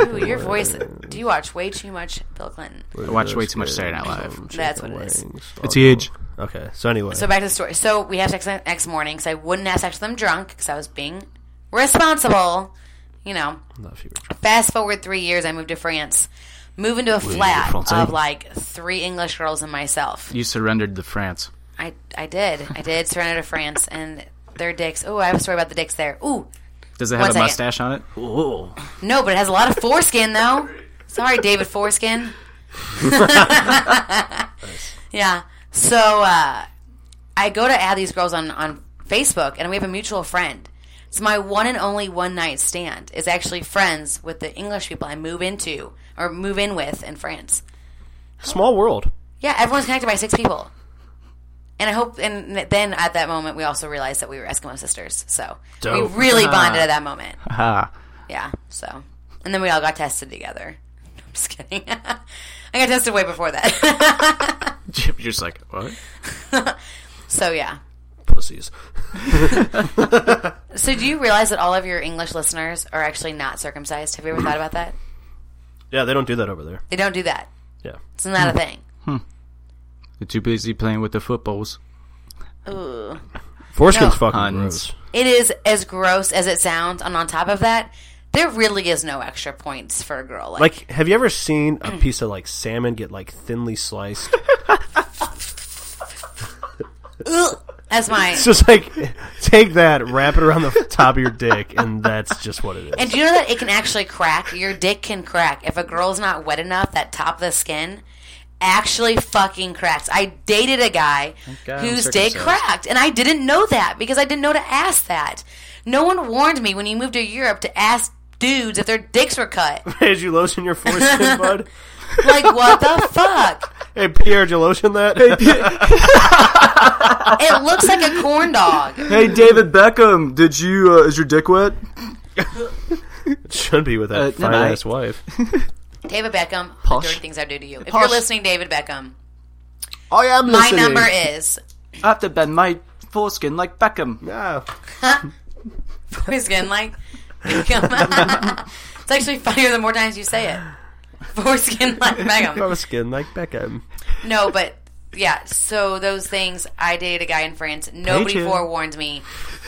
Speaker 5: Ooh, your voice. Do you watch way too much Bill Clinton?
Speaker 10: I watch way too much Saturday Night Live.
Speaker 5: That's what it is.
Speaker 10: It's huge.
Speaker 2: Okay, so anyway,
Speaker 5: So back to the story. So we have sex the next morning because I wouldn't have sex with them drunk because I was being responsible. You know. Fast forward three years, I moved to France, moved into a
Speaker 10: Oui,
Speaker 5: flat
Speaker 10: Francais.
Speaker 5: of like three English girls and myself.
Speaker 10: You surrendered to France.
Speaker 5: I I did I did surrender to France and their dicks. Oh, I have a story about the dicks there. Ooh,
Speaker 10: Does it
Speaker 5: One
Speaker 10: have a
Speaker 5: second.
Speaker 10: mustache on it? Ooh.
Speaker 5: No, but it has a lot of foreskin, though. Sorry, David Foreskin. [laughs] yeah. So uh, I go to add these girls on, on Facebook, and we have a mutual friend. It's my one and only one night stand is actually friends with the English people I move into or move in with in France.
Speaker 2: small world.
Speaker 5: Yeah, everyone's connected by six people. And I hope, and then at that moment, we also realized that we were Eskimo sisters. So
Speaker 10: Dope.
Speaker 5: we really bonded at that moment.
Speaker 10: Aha.
Speaker 5: Yeah. So, and then we all got tested together. [laughs] I'm just kidding. [laughs] I got tested way before that. [laughs]
Speaker 10: You're just like, what?
Speaker 5: so yeah.
Speaker 2: Pussies.
Speaker 5: So do you realize that all of your English listeners are actually not circumcised? Have you ever thought about that?
Speaker 2: Yeah, they don't do that over there.
Speaker 5: They don't do that.
Speaker 2: Yeah.
Speaker 5: It's not a thing.
Speaker 10: You're too busy playing with the footballs.
Speaker 5: Ugh.
Speaker 2: Foreskin's
Speaker 5: No.
Speaker 2: fucking
Speaker 10: Huns.
Speaker 2: gross.
Speaker 5: It is as gross as it sounds, and on top of that, there really is no extra points for a girl. Like,
Speaker 2: Like, have you ever seen
Speaker 5: [clears throat]
Speaker 2: a piece of like salmon get like thinly sliced? [laughs]
Speaker 5: ugh, that's my.
Speaker 2: it's just like take that, wrap it around the top of your dick, and that's just what it is. [laughs]
Speaker 5: And do you know that it can actually crack? Your dick can crack if a girl's not wet enough. That top of the skin actually fucking cracks. I dated a guy
Speaker 10: God I'm
Speaker 5: whose dick
Speaker 10: circumcised.
Speaker 5: cracked, and I didn't know that because I didn't know to ask that. No one warned me when you moved to Europe to ask dudes if their dicks were cut.
Speaker 2: Did you lotion your foreskin, bud?
Speaker 5: Like what the fuck?
Speaker 2: Hey Pierre, did you lotion that? [laughs]
Speaker 5: It looks like a corn dog.
Speaker 1: Hey, David Beckham, did you? Uh, is your dick wet?
Speaker 2: it should be with that
Speaker 1: Uh,
Speaker 2: fine
Speaker 1: no,
Speaker 2: ass
Speaker 1: [laughs]
Speaker 2: wife.
Speaker 5: David Beckham,
Speaker 1: Posh.
Speaker 5: the dirty things I do to you. If
Speaker 1: Posh.
Speaker 5: you're listening, David Beckham,
Speaker 2: I am
Speaker 5: my number is
Speaker 1: I have to bend my foreskin like Beckham.
Speaker 2: Yeah.
Speaker 5: foreskin like Beckham. it's actually funnier the more times you say it. Foreskin like
Speaker 2: [laughs]
Speaker 5: Beckham.
Speaker 2: Foreskin like Beckham.
Speaker 5: No, but yeah. So those things. I dated a guy in France. Nobody
Speaker 2: Hey, Jim.
Speaker 5: forewarned me.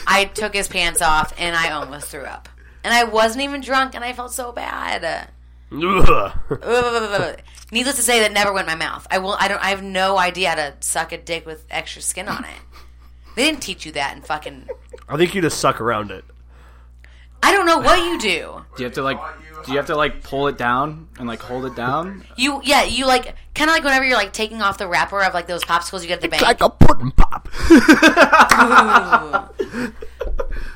Speaker 5: I took his pants off and I almost threw up. And I wasn't even drunk, and I felt so bad.
Speaker 2: Ugh.
Speaker 5: Needless to say, that never went in my mouth. I will. I don't. I have no idea how to suck a dick with extra skin on it. They didn't teach you that in fucking.
Speaker 2: I think you just suck around it.
Speaker 5: I don't know what you do.
Speaker 10: Do you have to like? Do you have to like pull it down and like hold it down?
Speaker 5: You yeah, you like kind of like whenever you're like taking off the wrapper of like those popsicles you get at the bank.
Speaker 2: a pudding pop.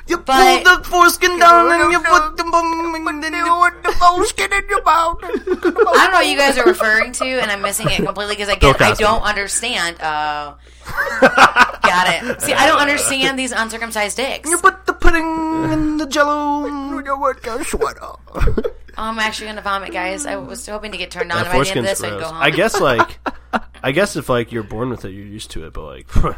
Speaker 1: You
Speaker 5: But-
Speaker 1: pull the foreskin down and you put the bum and then you put the foreskin in your mouth.
Speaker 5: I don't know what you guys are referring to, and I'm missing it completely because again,
Speaker 2: Bill
Speaker 5: I
Speaker 2: Cosby.
Speaker 5: don't understand. Oh, got it. See, I don't understand these uncircumcised dicks.
Speaker 1: You put the pudding in the jello.
Speaker 5: Oh, I'm actually gonna vomit, guys. I was hoping to get turned on
Speaker 2: That
Speaker 5: if I did
Speaker 2: foreskin's
Speaker 5: this and
Speaker 2: gross.
Speaker 5: go home.
Speaker 2: I guess
Speaker 5: [laughs]
Speaker 2: like, I guess if like you're born with it, you're used to it. But like, [laughs] it's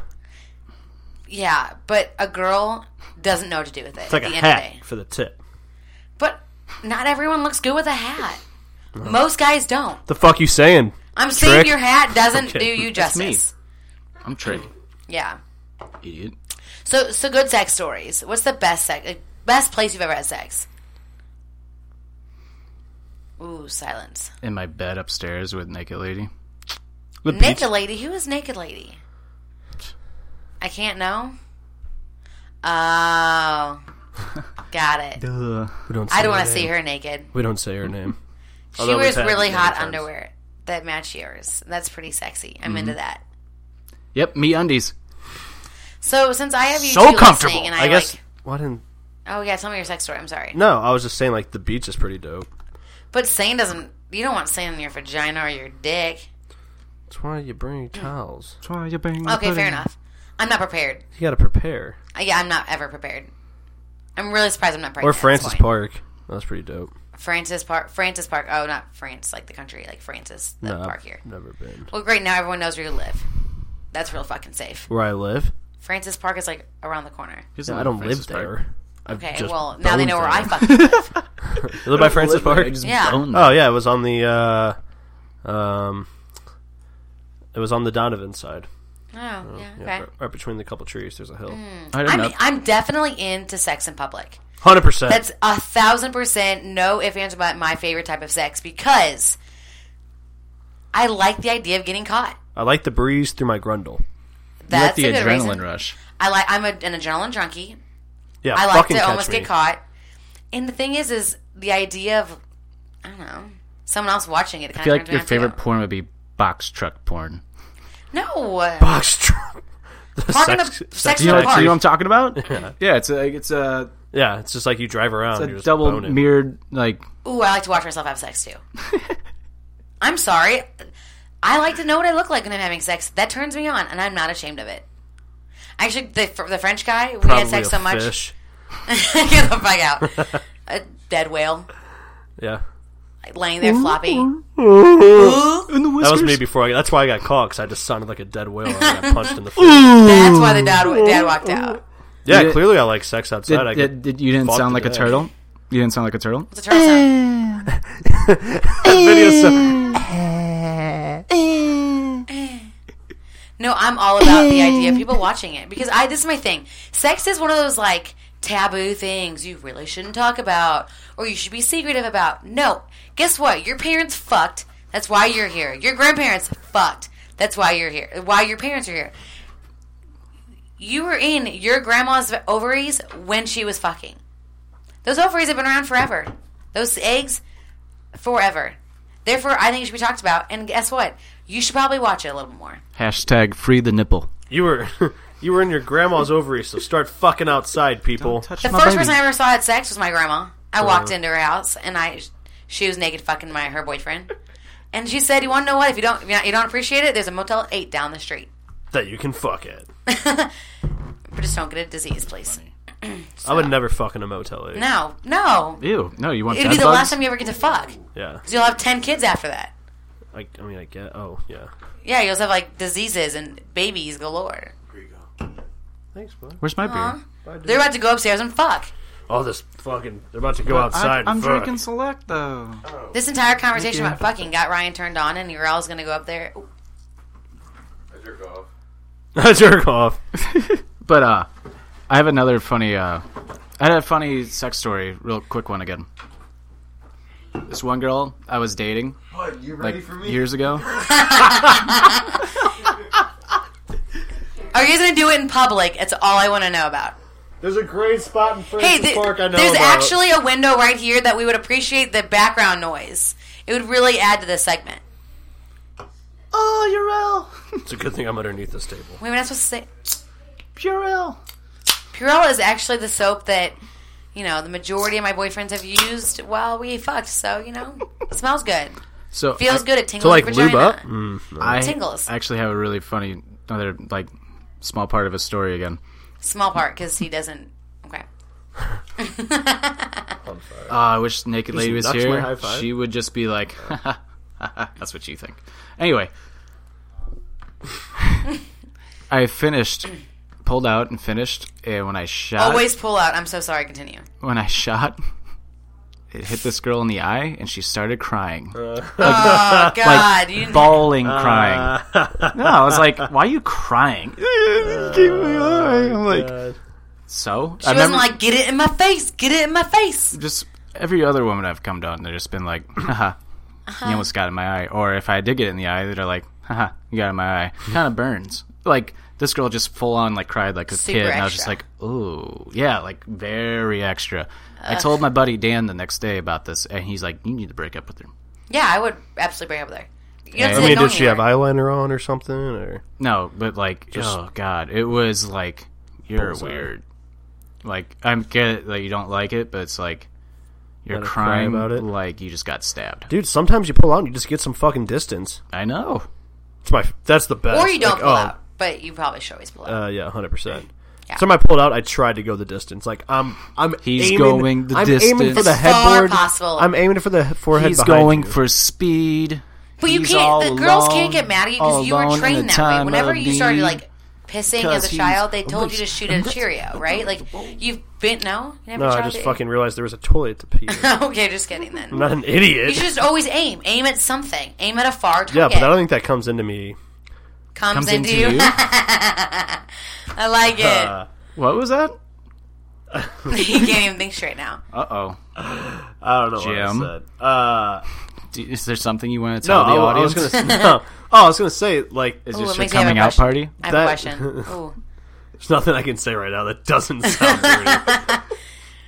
Speaker 5: yeah, but a girl doesn't know what to do with it.
Speaker 2: like
Speaker 5: at
Speaker 2: a
Speaker 5: the end of the day.
Speaker 2: hat for the tip.
Speaker 5: But not everyone looks good with a hat. Most guys don't.
Speaker 2: The fuck you saying?
Speaker 5: I'm saying
Speaker 2: Trick?
Speaker 5: your hat doesn't
Speaker 2: Okay.
Speaker 5: do you
Speaker 10: That's me.
Speaker 5: justice.
Speaker 10: I'm Trey.
Speaker 5: Yeah.
Speaker 10: Idiot.
Speaker 5: So, so good sex stories. What's the best sex? Like, best place you've ever had sex? Ooh, silence.
Speaker 10: In my bed upstairs with naked lady.
Speaker 2: The
Speaker 5: naked
Speaker 2: beach.
Speaker 5: lady. Who is naked lady?
Speaker 2: [laughs]
Speaker 5: I can't know. Oh, Got it.
Speaker 2: Duh. We don't
Speaker 5: I
Speaker 2: say
Speaker 5: don't want
Speaker 2: her
Speaker 5: to see
Speaker 2: name.
Speaker 5: her naked.
Speaker 2: We don't say her
Speaker 5: [laughs]
Speaker 2: name.
Speaker 5: She
Speaker 2: Although
Speaker 5: wears
Speaker 2: we've had
Speaker 5: really
Speaker 2: many
Speaker 5: hot
Speaker 2: times.
Speaker 5: underwear that match yours. That's pretty sexy. I'm
Speaker 2: Mm-hmm.
Speaker 1: Mhm.
Speaker 5: into that.
Speaker 1: Yep, me undies.
Speaker 5: So since I have you
Speaker 1: So
Speaker 5: two
Speaker 1: comfortable.
Speaker 5: listening and I,
Speaker 2: I, guess.
Speaker 5: like,
Speaker 2: why didn't?
Speaker 5: oh yeah, tell me your sex story. I'm sorry,
Speaker 2: No, I was just saying like the beach is pretty dope.
Speaker 5: but sand doesn't. You don't want sand in your vagina or your dick.
Speaker 2: That's why you bring towels. That's why you bring.
Speaker 5: Okay, fair enough. I'm not prepared.
Speaker 2: You gotta prepare.
Speaker 5: Uh, Yeah, I'm not ever prepared. I'm really surprised I'm not prepared.
Speaker 2: or
Speaker 5: That's
Speaker 2: Francis
Speaker 5: why.
Speaker 2: Park. That's pretty dope.
Speaker 5: Francis Park. Francis Park. Oh, not France, like the country, like Francis, the
Speaker 2: No, I've
Speaker 5: park here.
Speaker 2: never been.
Speaker 5: Well, great. Now everyone knows where you live. That's real fucking safe.
Speaker 2: Where I live.
Speaker 5: Francis Park is like around the corner.
Speaker 2: Yeah, I don't live there. I've
Speaker 5: Okay,
Speaker 2: just
Speaker 5: well now they
Speaker 2: boned
Speaker 5: know
Speaker 2: there.
Speaker 5: where I fucking
Speaker 2: [laughs]
Speaker 5: live.
Speaker 2: You live by Francis
Speaker 1: live there,
Speaker 2: Park?
Speaker 1: I just
Speaker 5: Yeah. boned
Speaker 2: Oh yeah, it was on the uh, um, it was on the Donovan side.
Speaker 5: Oh,
Speaker 2: Uh,
Speaker 5: yeah, okay. Hmm.
Speaker 2: right, right between the couple trees, there's a hill.
Speaker 5: I am I'm definitely into sex in public.
Speaker 2: Hundred percent.
Speaker 5: That's a thousand percent no ifs, ands, or buts. My favorite type of sex because I like the idea of getting caught.
Speaker 2: I like the breeze through my grundle.
Speaker 5: That's a good reason.
Speaker 2: rush.
Speaker 5: I like. I'm a, an adrenaline junkie.
Speaker 2: Yeah,
Speaker 5: I like
Speaker 2: fucking
Speaker 5: to
Speaker 2: catch
Speaker 5: almost
Speaker 2: me.
Speaker 5: get caught. And the thing is, is the idea of I don't know someone else watching it.
Speaker 1: I
Speaker 5: Kind
Speaker 1: feel
Speaker 5: of
Speaker 1: like your favorite porn would be box truck porn.
Speaker 5: No
Speaker 2: box truck. [laughs]
Speaker 5: Park in the sex, in
Speaker 1: you,
Speaker 5: the
Speaker 1: know,
Speaker 5: park.
Speaker 1: you know what I'm talking about?
Speaker 2: Yeah.
Speaker 1: [laughs] yeah, it's a, it's a
Speaker 2: Yeah, it's just like you drive around. you're
Speaker 1: it's a
Speaker 2: just
Speaker 1: double
Speaker 2: boning.
Speaker 1: mirrored like
Speaker 5: Ooh, I like to watch myself have sex too. I'm sorry. I like to know what I look like when I'm having sex. That turns me on, and I'm not ashamed of it. Actually, the, the French guy, we
Speaker 2: Probably
Speaker 5: had sex
Speaker 2: a
Speaker 5: so much.
Speaker 2: fish.
Speaker 5: [laughs] Get the fuck out. A dead whale,
Speaker 2: Yeah.
Speaker 5: like, laying there floppy.
Speaker 2: that was me before. I, that's why I got caught because I just sounded like a dead whale. and I got punched in
Speaker 1: [laughs]
Speaker 2: the face.
Speaker 5: That's why the dad, dad walked out.
Speaker 2: Yeah,
Speaker 1: Did-
Speaker 2: clearly I like sex outside.
Speaker 1: Did,
Speaker 2: I
Speaker 1: did,
Speaker 2: get
Speaker 1: did- you didn't
Speaker 2: fucked
Speaker 1: sound
Speaker 2: to
Speaker 1: like a
Speaker 2: death.
Speaker 1: turtle. You didn't sound like a turtle.
Speaker 5: What's a turtle sound?
Speaker 2: [laughs] Video so- Eh.
Speaker 5: Eh. No, I'm all about the idea of people watching it because I. This is my thing. Sex is one of those like taboo things you really shouldn't talk about or you should be secretive about. No, guess what? Your parents fucked. That's why you're here. Your grandparents fucked. That's why you're here. Why your parents are here. You were in your grandma's ovaries when she was fucking. Those ovaries have been around forever. Those eggs, forever. Therefore, I think it should be talked about. And guess what? You should probably watch it a little more.
Speaker 1: Hashtag free the nipple.
Speaker 2: you were [laughs] you were in your grandma's ovaries, so start fucking outside, people.
Speaker 5: The first person I ever saw had sex was my grandma. I walked into her house and I, she was naked fucking my her boyfriend, and she said, "You want to know what? If you don't, if you don't appreciate it, there's a Motel Eight down the street,
Speaker 2: that you can fuck it.
Speaker 5: but just don't get a disease, please."
Speaker 2: I would never fuck in a motel. eight.
Speaker 5: No, no.
Speaker 1: Ew. No, you want
Speaker 5: It'd be
Speaker 1: dad
Speaker 5: the
Speaker 1: bugs?
Speaker 5: last time you ever get to fuck.
Speaker 2: Yeah.
Speaker 5: 'Cause you'll have ten kids after that.
Speaker 2: I, I mean, I get. Oh, yeah.
Speaker 5: Yeah, you'll have like diseases and babies galore.
Speaker 2: Thanks, bud.
Speaker 1: Where's my
Speaker 5: Aw.
Speaker 1: beer?
Speaker 5: They're about to go upstairs and fuck.
Speaker 2: All Oh, this fucking. They're about to go
Speaker 1: But
Speaker 2: outside.
Speaker 1: I,
Speaker 2: and
Speaker 1: am
Speaker 2: fuck.
Speaker 1: drinking select though.
Speaker 5: This entire conversation
Speaker 1: Thank you.
Speaker 5: about fucking got Ryan turned on, and you're always gonna go up there.
Speaker 2: [laughs] I jerk off.
Speaker 1: But uh, I have another funny. Uh, I had a funny sex story. Real quick one again. This one girl I was dating.
Speaker 9: What, you ready
Speaker 1: like
Speaker 9: for me?
Speaker 1: years ago.
Speaker 5: Are you guys gonna do it in public? It's all I want to know about.
Speaker 2: There's a great spot in Francis
Speaker 5: Hey, th-
Speaker 2: Park I know
Speaker 5: there's
Speaker 2: about.
Speaker 5: actually a window right here that we would appreciate the background noise. It would really add to this segment.
Speaker 1: Oh,
Speaker 2: It's a good thing I'm underneath this table.
Speaker 5: Wait, we're not supposed to say.
Speaker 1: Purell. Purell.
Speaker 5: Purell is actually the soap that you know the majority of my boyfriends have used while we fucked. So you know, it smells good.
Speaker 1: So
Speaker 5: Feels
Speaker 1: I-
Speaker 5: good. It tingles your vagina.
Speaker 1: I
Speaker 5: Tingles.
Speaker 1: actually have a really funny another like small part of a story again.
Speaker 5: Small part because he doesn't. Okay.
Speaker 1: Uh, I wish Naked
Speaker 2: Just
Speaker 1: Lady was
Speaker 2: nudge my high
Speaker 1: here.
Speaker 2: five.
Speaker 1: She would just be like, [laughs] "That's what you think."
Speaker 5: [laughs]
Speaker 1: Anyway, I finished, pulled out, and finished. And when I shot,
Speaker 5: Always pull out. I'm so sorry. Continue.
Speaker 1: when I shot, it hit this girl in the eye, and she started crying,
Speaker 5: [laughs] Oh God,
Speaker 1: like
Speaker 5: you didn't-
Speaker 1: bawling, crying. no, I was like, "Why are you crying?" [laughs] I'm like, so
Speaker 5: She wasn't like, get it in my face, get it in my face.
Speaker 1: just every other [laughs]
Speaker 5: Uh-huh.
Speaker 1: woman I've come down, they've just been like, "Haha, you almost got in my eye." Or if I did get it in the eye, they're like, haha, you got
Speaker 2: [laughs]
Speaker 1: in my eye. Kind of burns. Like this girl just full on like cried like a
Speaker 5: Super
Speaker 1: kid, and I was just
Speaker 5: extra.
Speaker 1: like, ooh, yeah, like very extra. I
Speaker 5: Ugh.
Speaker 1: told my buddy Dan the next day about this, and he's like, you need to break up with her.
Speaker 5: Yeah, I would absolutely bring up with her. You don't
Speaker 1: Yeah.
Speaker 5: have
Speaker 1: I
Speaker 5: to
Speaker 1: mean,
Speaker 5: go
Speaker 1: did she
Speaker 5: anywhere.
Speaker 2: have eyeliner on or something, or
Speaker 1: No, but like,
Speaker 2: Just-
Speaker 1: oh god, it was like you're
Speaker 2: Bullseye.
Speaker 1: weird. Like I'm get that you don't like it, but it's like you're
Speaker 2: Gotta cry
Speaker 1: crying
Speaker 2: about
Speaker 1: about it. Like you just got stabbed.
Speaker 2: dude? Sometimes you pull out and you just get some fucking distance.
Speaker 1: I know.
Speaker 2: It's my that's the best.
Speaker 5: Or you don't
Speaker 2: Like,
Speaker 5: pull
Speaker 2: oh,
Speaker 5: out, but you probably should always pull out.
Speaker 2: Uh, yeah, hundred percent. Time I pulled out, I tried to go the distance. Like I'm, I'm.
Speaker 1: He's
Speaker 2: aiming,
Speaker 1: going the
Speaker 2: I'm aiming
Speaker 1: distance.
Speaker 2: for the
Speaker 1: As
Speaker 5: far
Speaker 2: headboard.
Speaker 5: possible.
Speaker 2: I'm aiming for the forehead.
Speaker 1: He's
Speaker 2: behind
Speaker 1: going
Speaker 2: you.
Speaker 1: for speed.
Speaker 5: But you
Speaker 1: He's all
Speaker 5: can't. The girls
Speaker 1: alone,
Speaker 5: can't get mad at you
Speaker 1: all
Speaker 5: because you
Speaker 1: alone
Speaker 5: were
Speaker 1: in
Speaker 5: trained
Speaker 1: the
Speaker 5: that way.
Speaker 1: time
Speaker 5: Whenever
Speaker 1: of
Speaker 5: you started
Speaker 1: need,
Speaker 5: like pissing
Speaker 1: 'cause Oh,
Speaker 5: as a
Speaker 1: he's
Speaker 5: child, they told you
Speaker 1: rich
Speaker 5: to shoot at a
Speaker 1: oh,
Speaker 5: Cheerio, right? Like you've been no. You never
Speaker 2: No, I
Speaker 5: tried
Speaker 2: just
Speaker 5: to- [laughs]
Speaker 2: fucking realized there was a toilet to pee. in.
Speaker 5: okay, just kidding then.
Speaker 1: [laughs]
Speaker 2: I'm not an idiot.
Speaker 5: You should just always aim. Aim at something. Aim at a far target.
Speaker 2: yeah, but I don't think that comes into me.
Speaker 5: comes,
Speaker 2: comes
Speaker 5: into,
Speaker 2: into
Speaker 5: you.
Speaker 2: you?
Speaker 5: [laughs] I like it.
Speaker 1: [laughs]
Speaker 5: [laughs]
Speaker 2: Uh,
Speaker 1: what was that?
Speaker 5: you can't even think straight now.
Speaker 1: Uh oh.
Speaker 2: I don't know
Speaker 1: Jim?
Speaker 2: what I said. Uh,
Speaker 1: Do, is there something you want to
Speaker 2: no,
Speaker 1: tell the
Speaker 2: I, I was
Speaker 1: audience?
Speaker 2: gonna.
Speaker 1: [laughs]
Speaker 2: s- [laughs] no. Oh, I was gonna say like
Speaker 1: Is
Speaker 5: Ooh,
Speaker 1: this
Speaker 5: it
Speaker 1: your
Speaker 5: makes me have a
Speaker 1: coming out
Speaker 5: question.
Speaker 1: party?
Speaker 5: I have
Speaker 2: That-
Speaker 5: a question.
Speaker 2: [laughs]
Speaker 5: Ooh.
Speaker 2: There's nothing I can say right now that doesn't sound [laughs] dirty.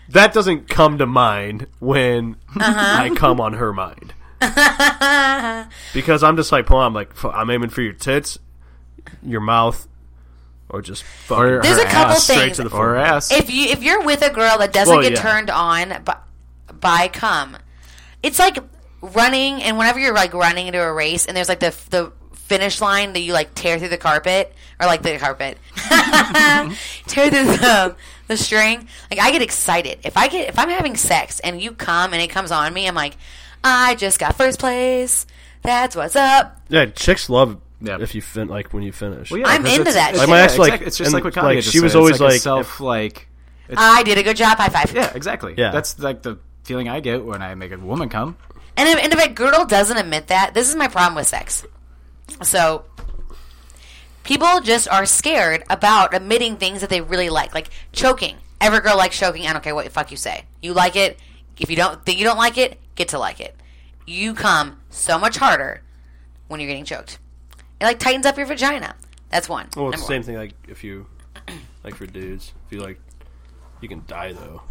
Speaker 2: that doesn't come to mind when I come on her mind. because I'm just like, pulling, I'm like, f- I'm aiming for your tits, your mouth, or just fucking
Speaker 5: There's a couple
Speaker 2: straight
Speaker 5: things.
Speaker 2: to the
Speaker 1: Or
Speaker 2: forehead.
Speaker 1: ass?
Speaker 5: If you if you're with a girl that doesn't
Speaker 2: Well,
Speaker 5: get
Speaker 2: yeah.
Speaker 5: turned on by, by cum, it's like running. And whenever you're like running into a race, and there's like the the finish line that you like tear through the carpet or like the carpet, [laughs] tear through the the string. Like I get excited if I get if I'm having sex and you come and it comes on me. I'm like, I just got first place. That's what's up.
Speaker 2: Yeah, chicks love
Speaker 1: Yeah.
Speaker 2: if you fin- like when you finish.
Speaker 1: Well, yeah,
Speaker 5: I'm
Speaker 1: 'cause
Speaker 5: into
Speaker 1: it's-
Speaker 5: that
Speaker 1: it's-
Speaker 5: shit.
Speaker 2: Like, my
Speaker 1: yeah,
Speaker 2: ex, like-
Speaker 1: exactly. it's just
Speaker 2: and,
Speaker 1: like what
Speaker 2: like,
Speaker 1: Kanye just
Speaker 2: she was
Speaker 1: said. It's
Speaker 2: always
Speaker 1: like, a
Speaker 2: like-
Speaker 1: self like. It's,
Speaker 5: I did a good job. High five.
Speaker 1: yeah, exactly.
Speaker 2: Yeah.
Speaker 1: that's like the feeling I get when I make a woman come.
Speaker 5: And if, and if a girl doesn't admit that, this is my problem with sex. So, people just are scared about admitting things that they really like, like choking. Every girl likes choking. I don't care what the fuck you say. You like it. If you don't think you don't like it, get to like it. You come so much harder when you're getting choked. It like tightens up your vagina. That's one.
Speaker 2: Well, it's
Speaker 5: Number
Speaker 2: the
Speaker 5: one.
Speaker 2: same thing. Like if you, like for dudes, if you like, you can die though.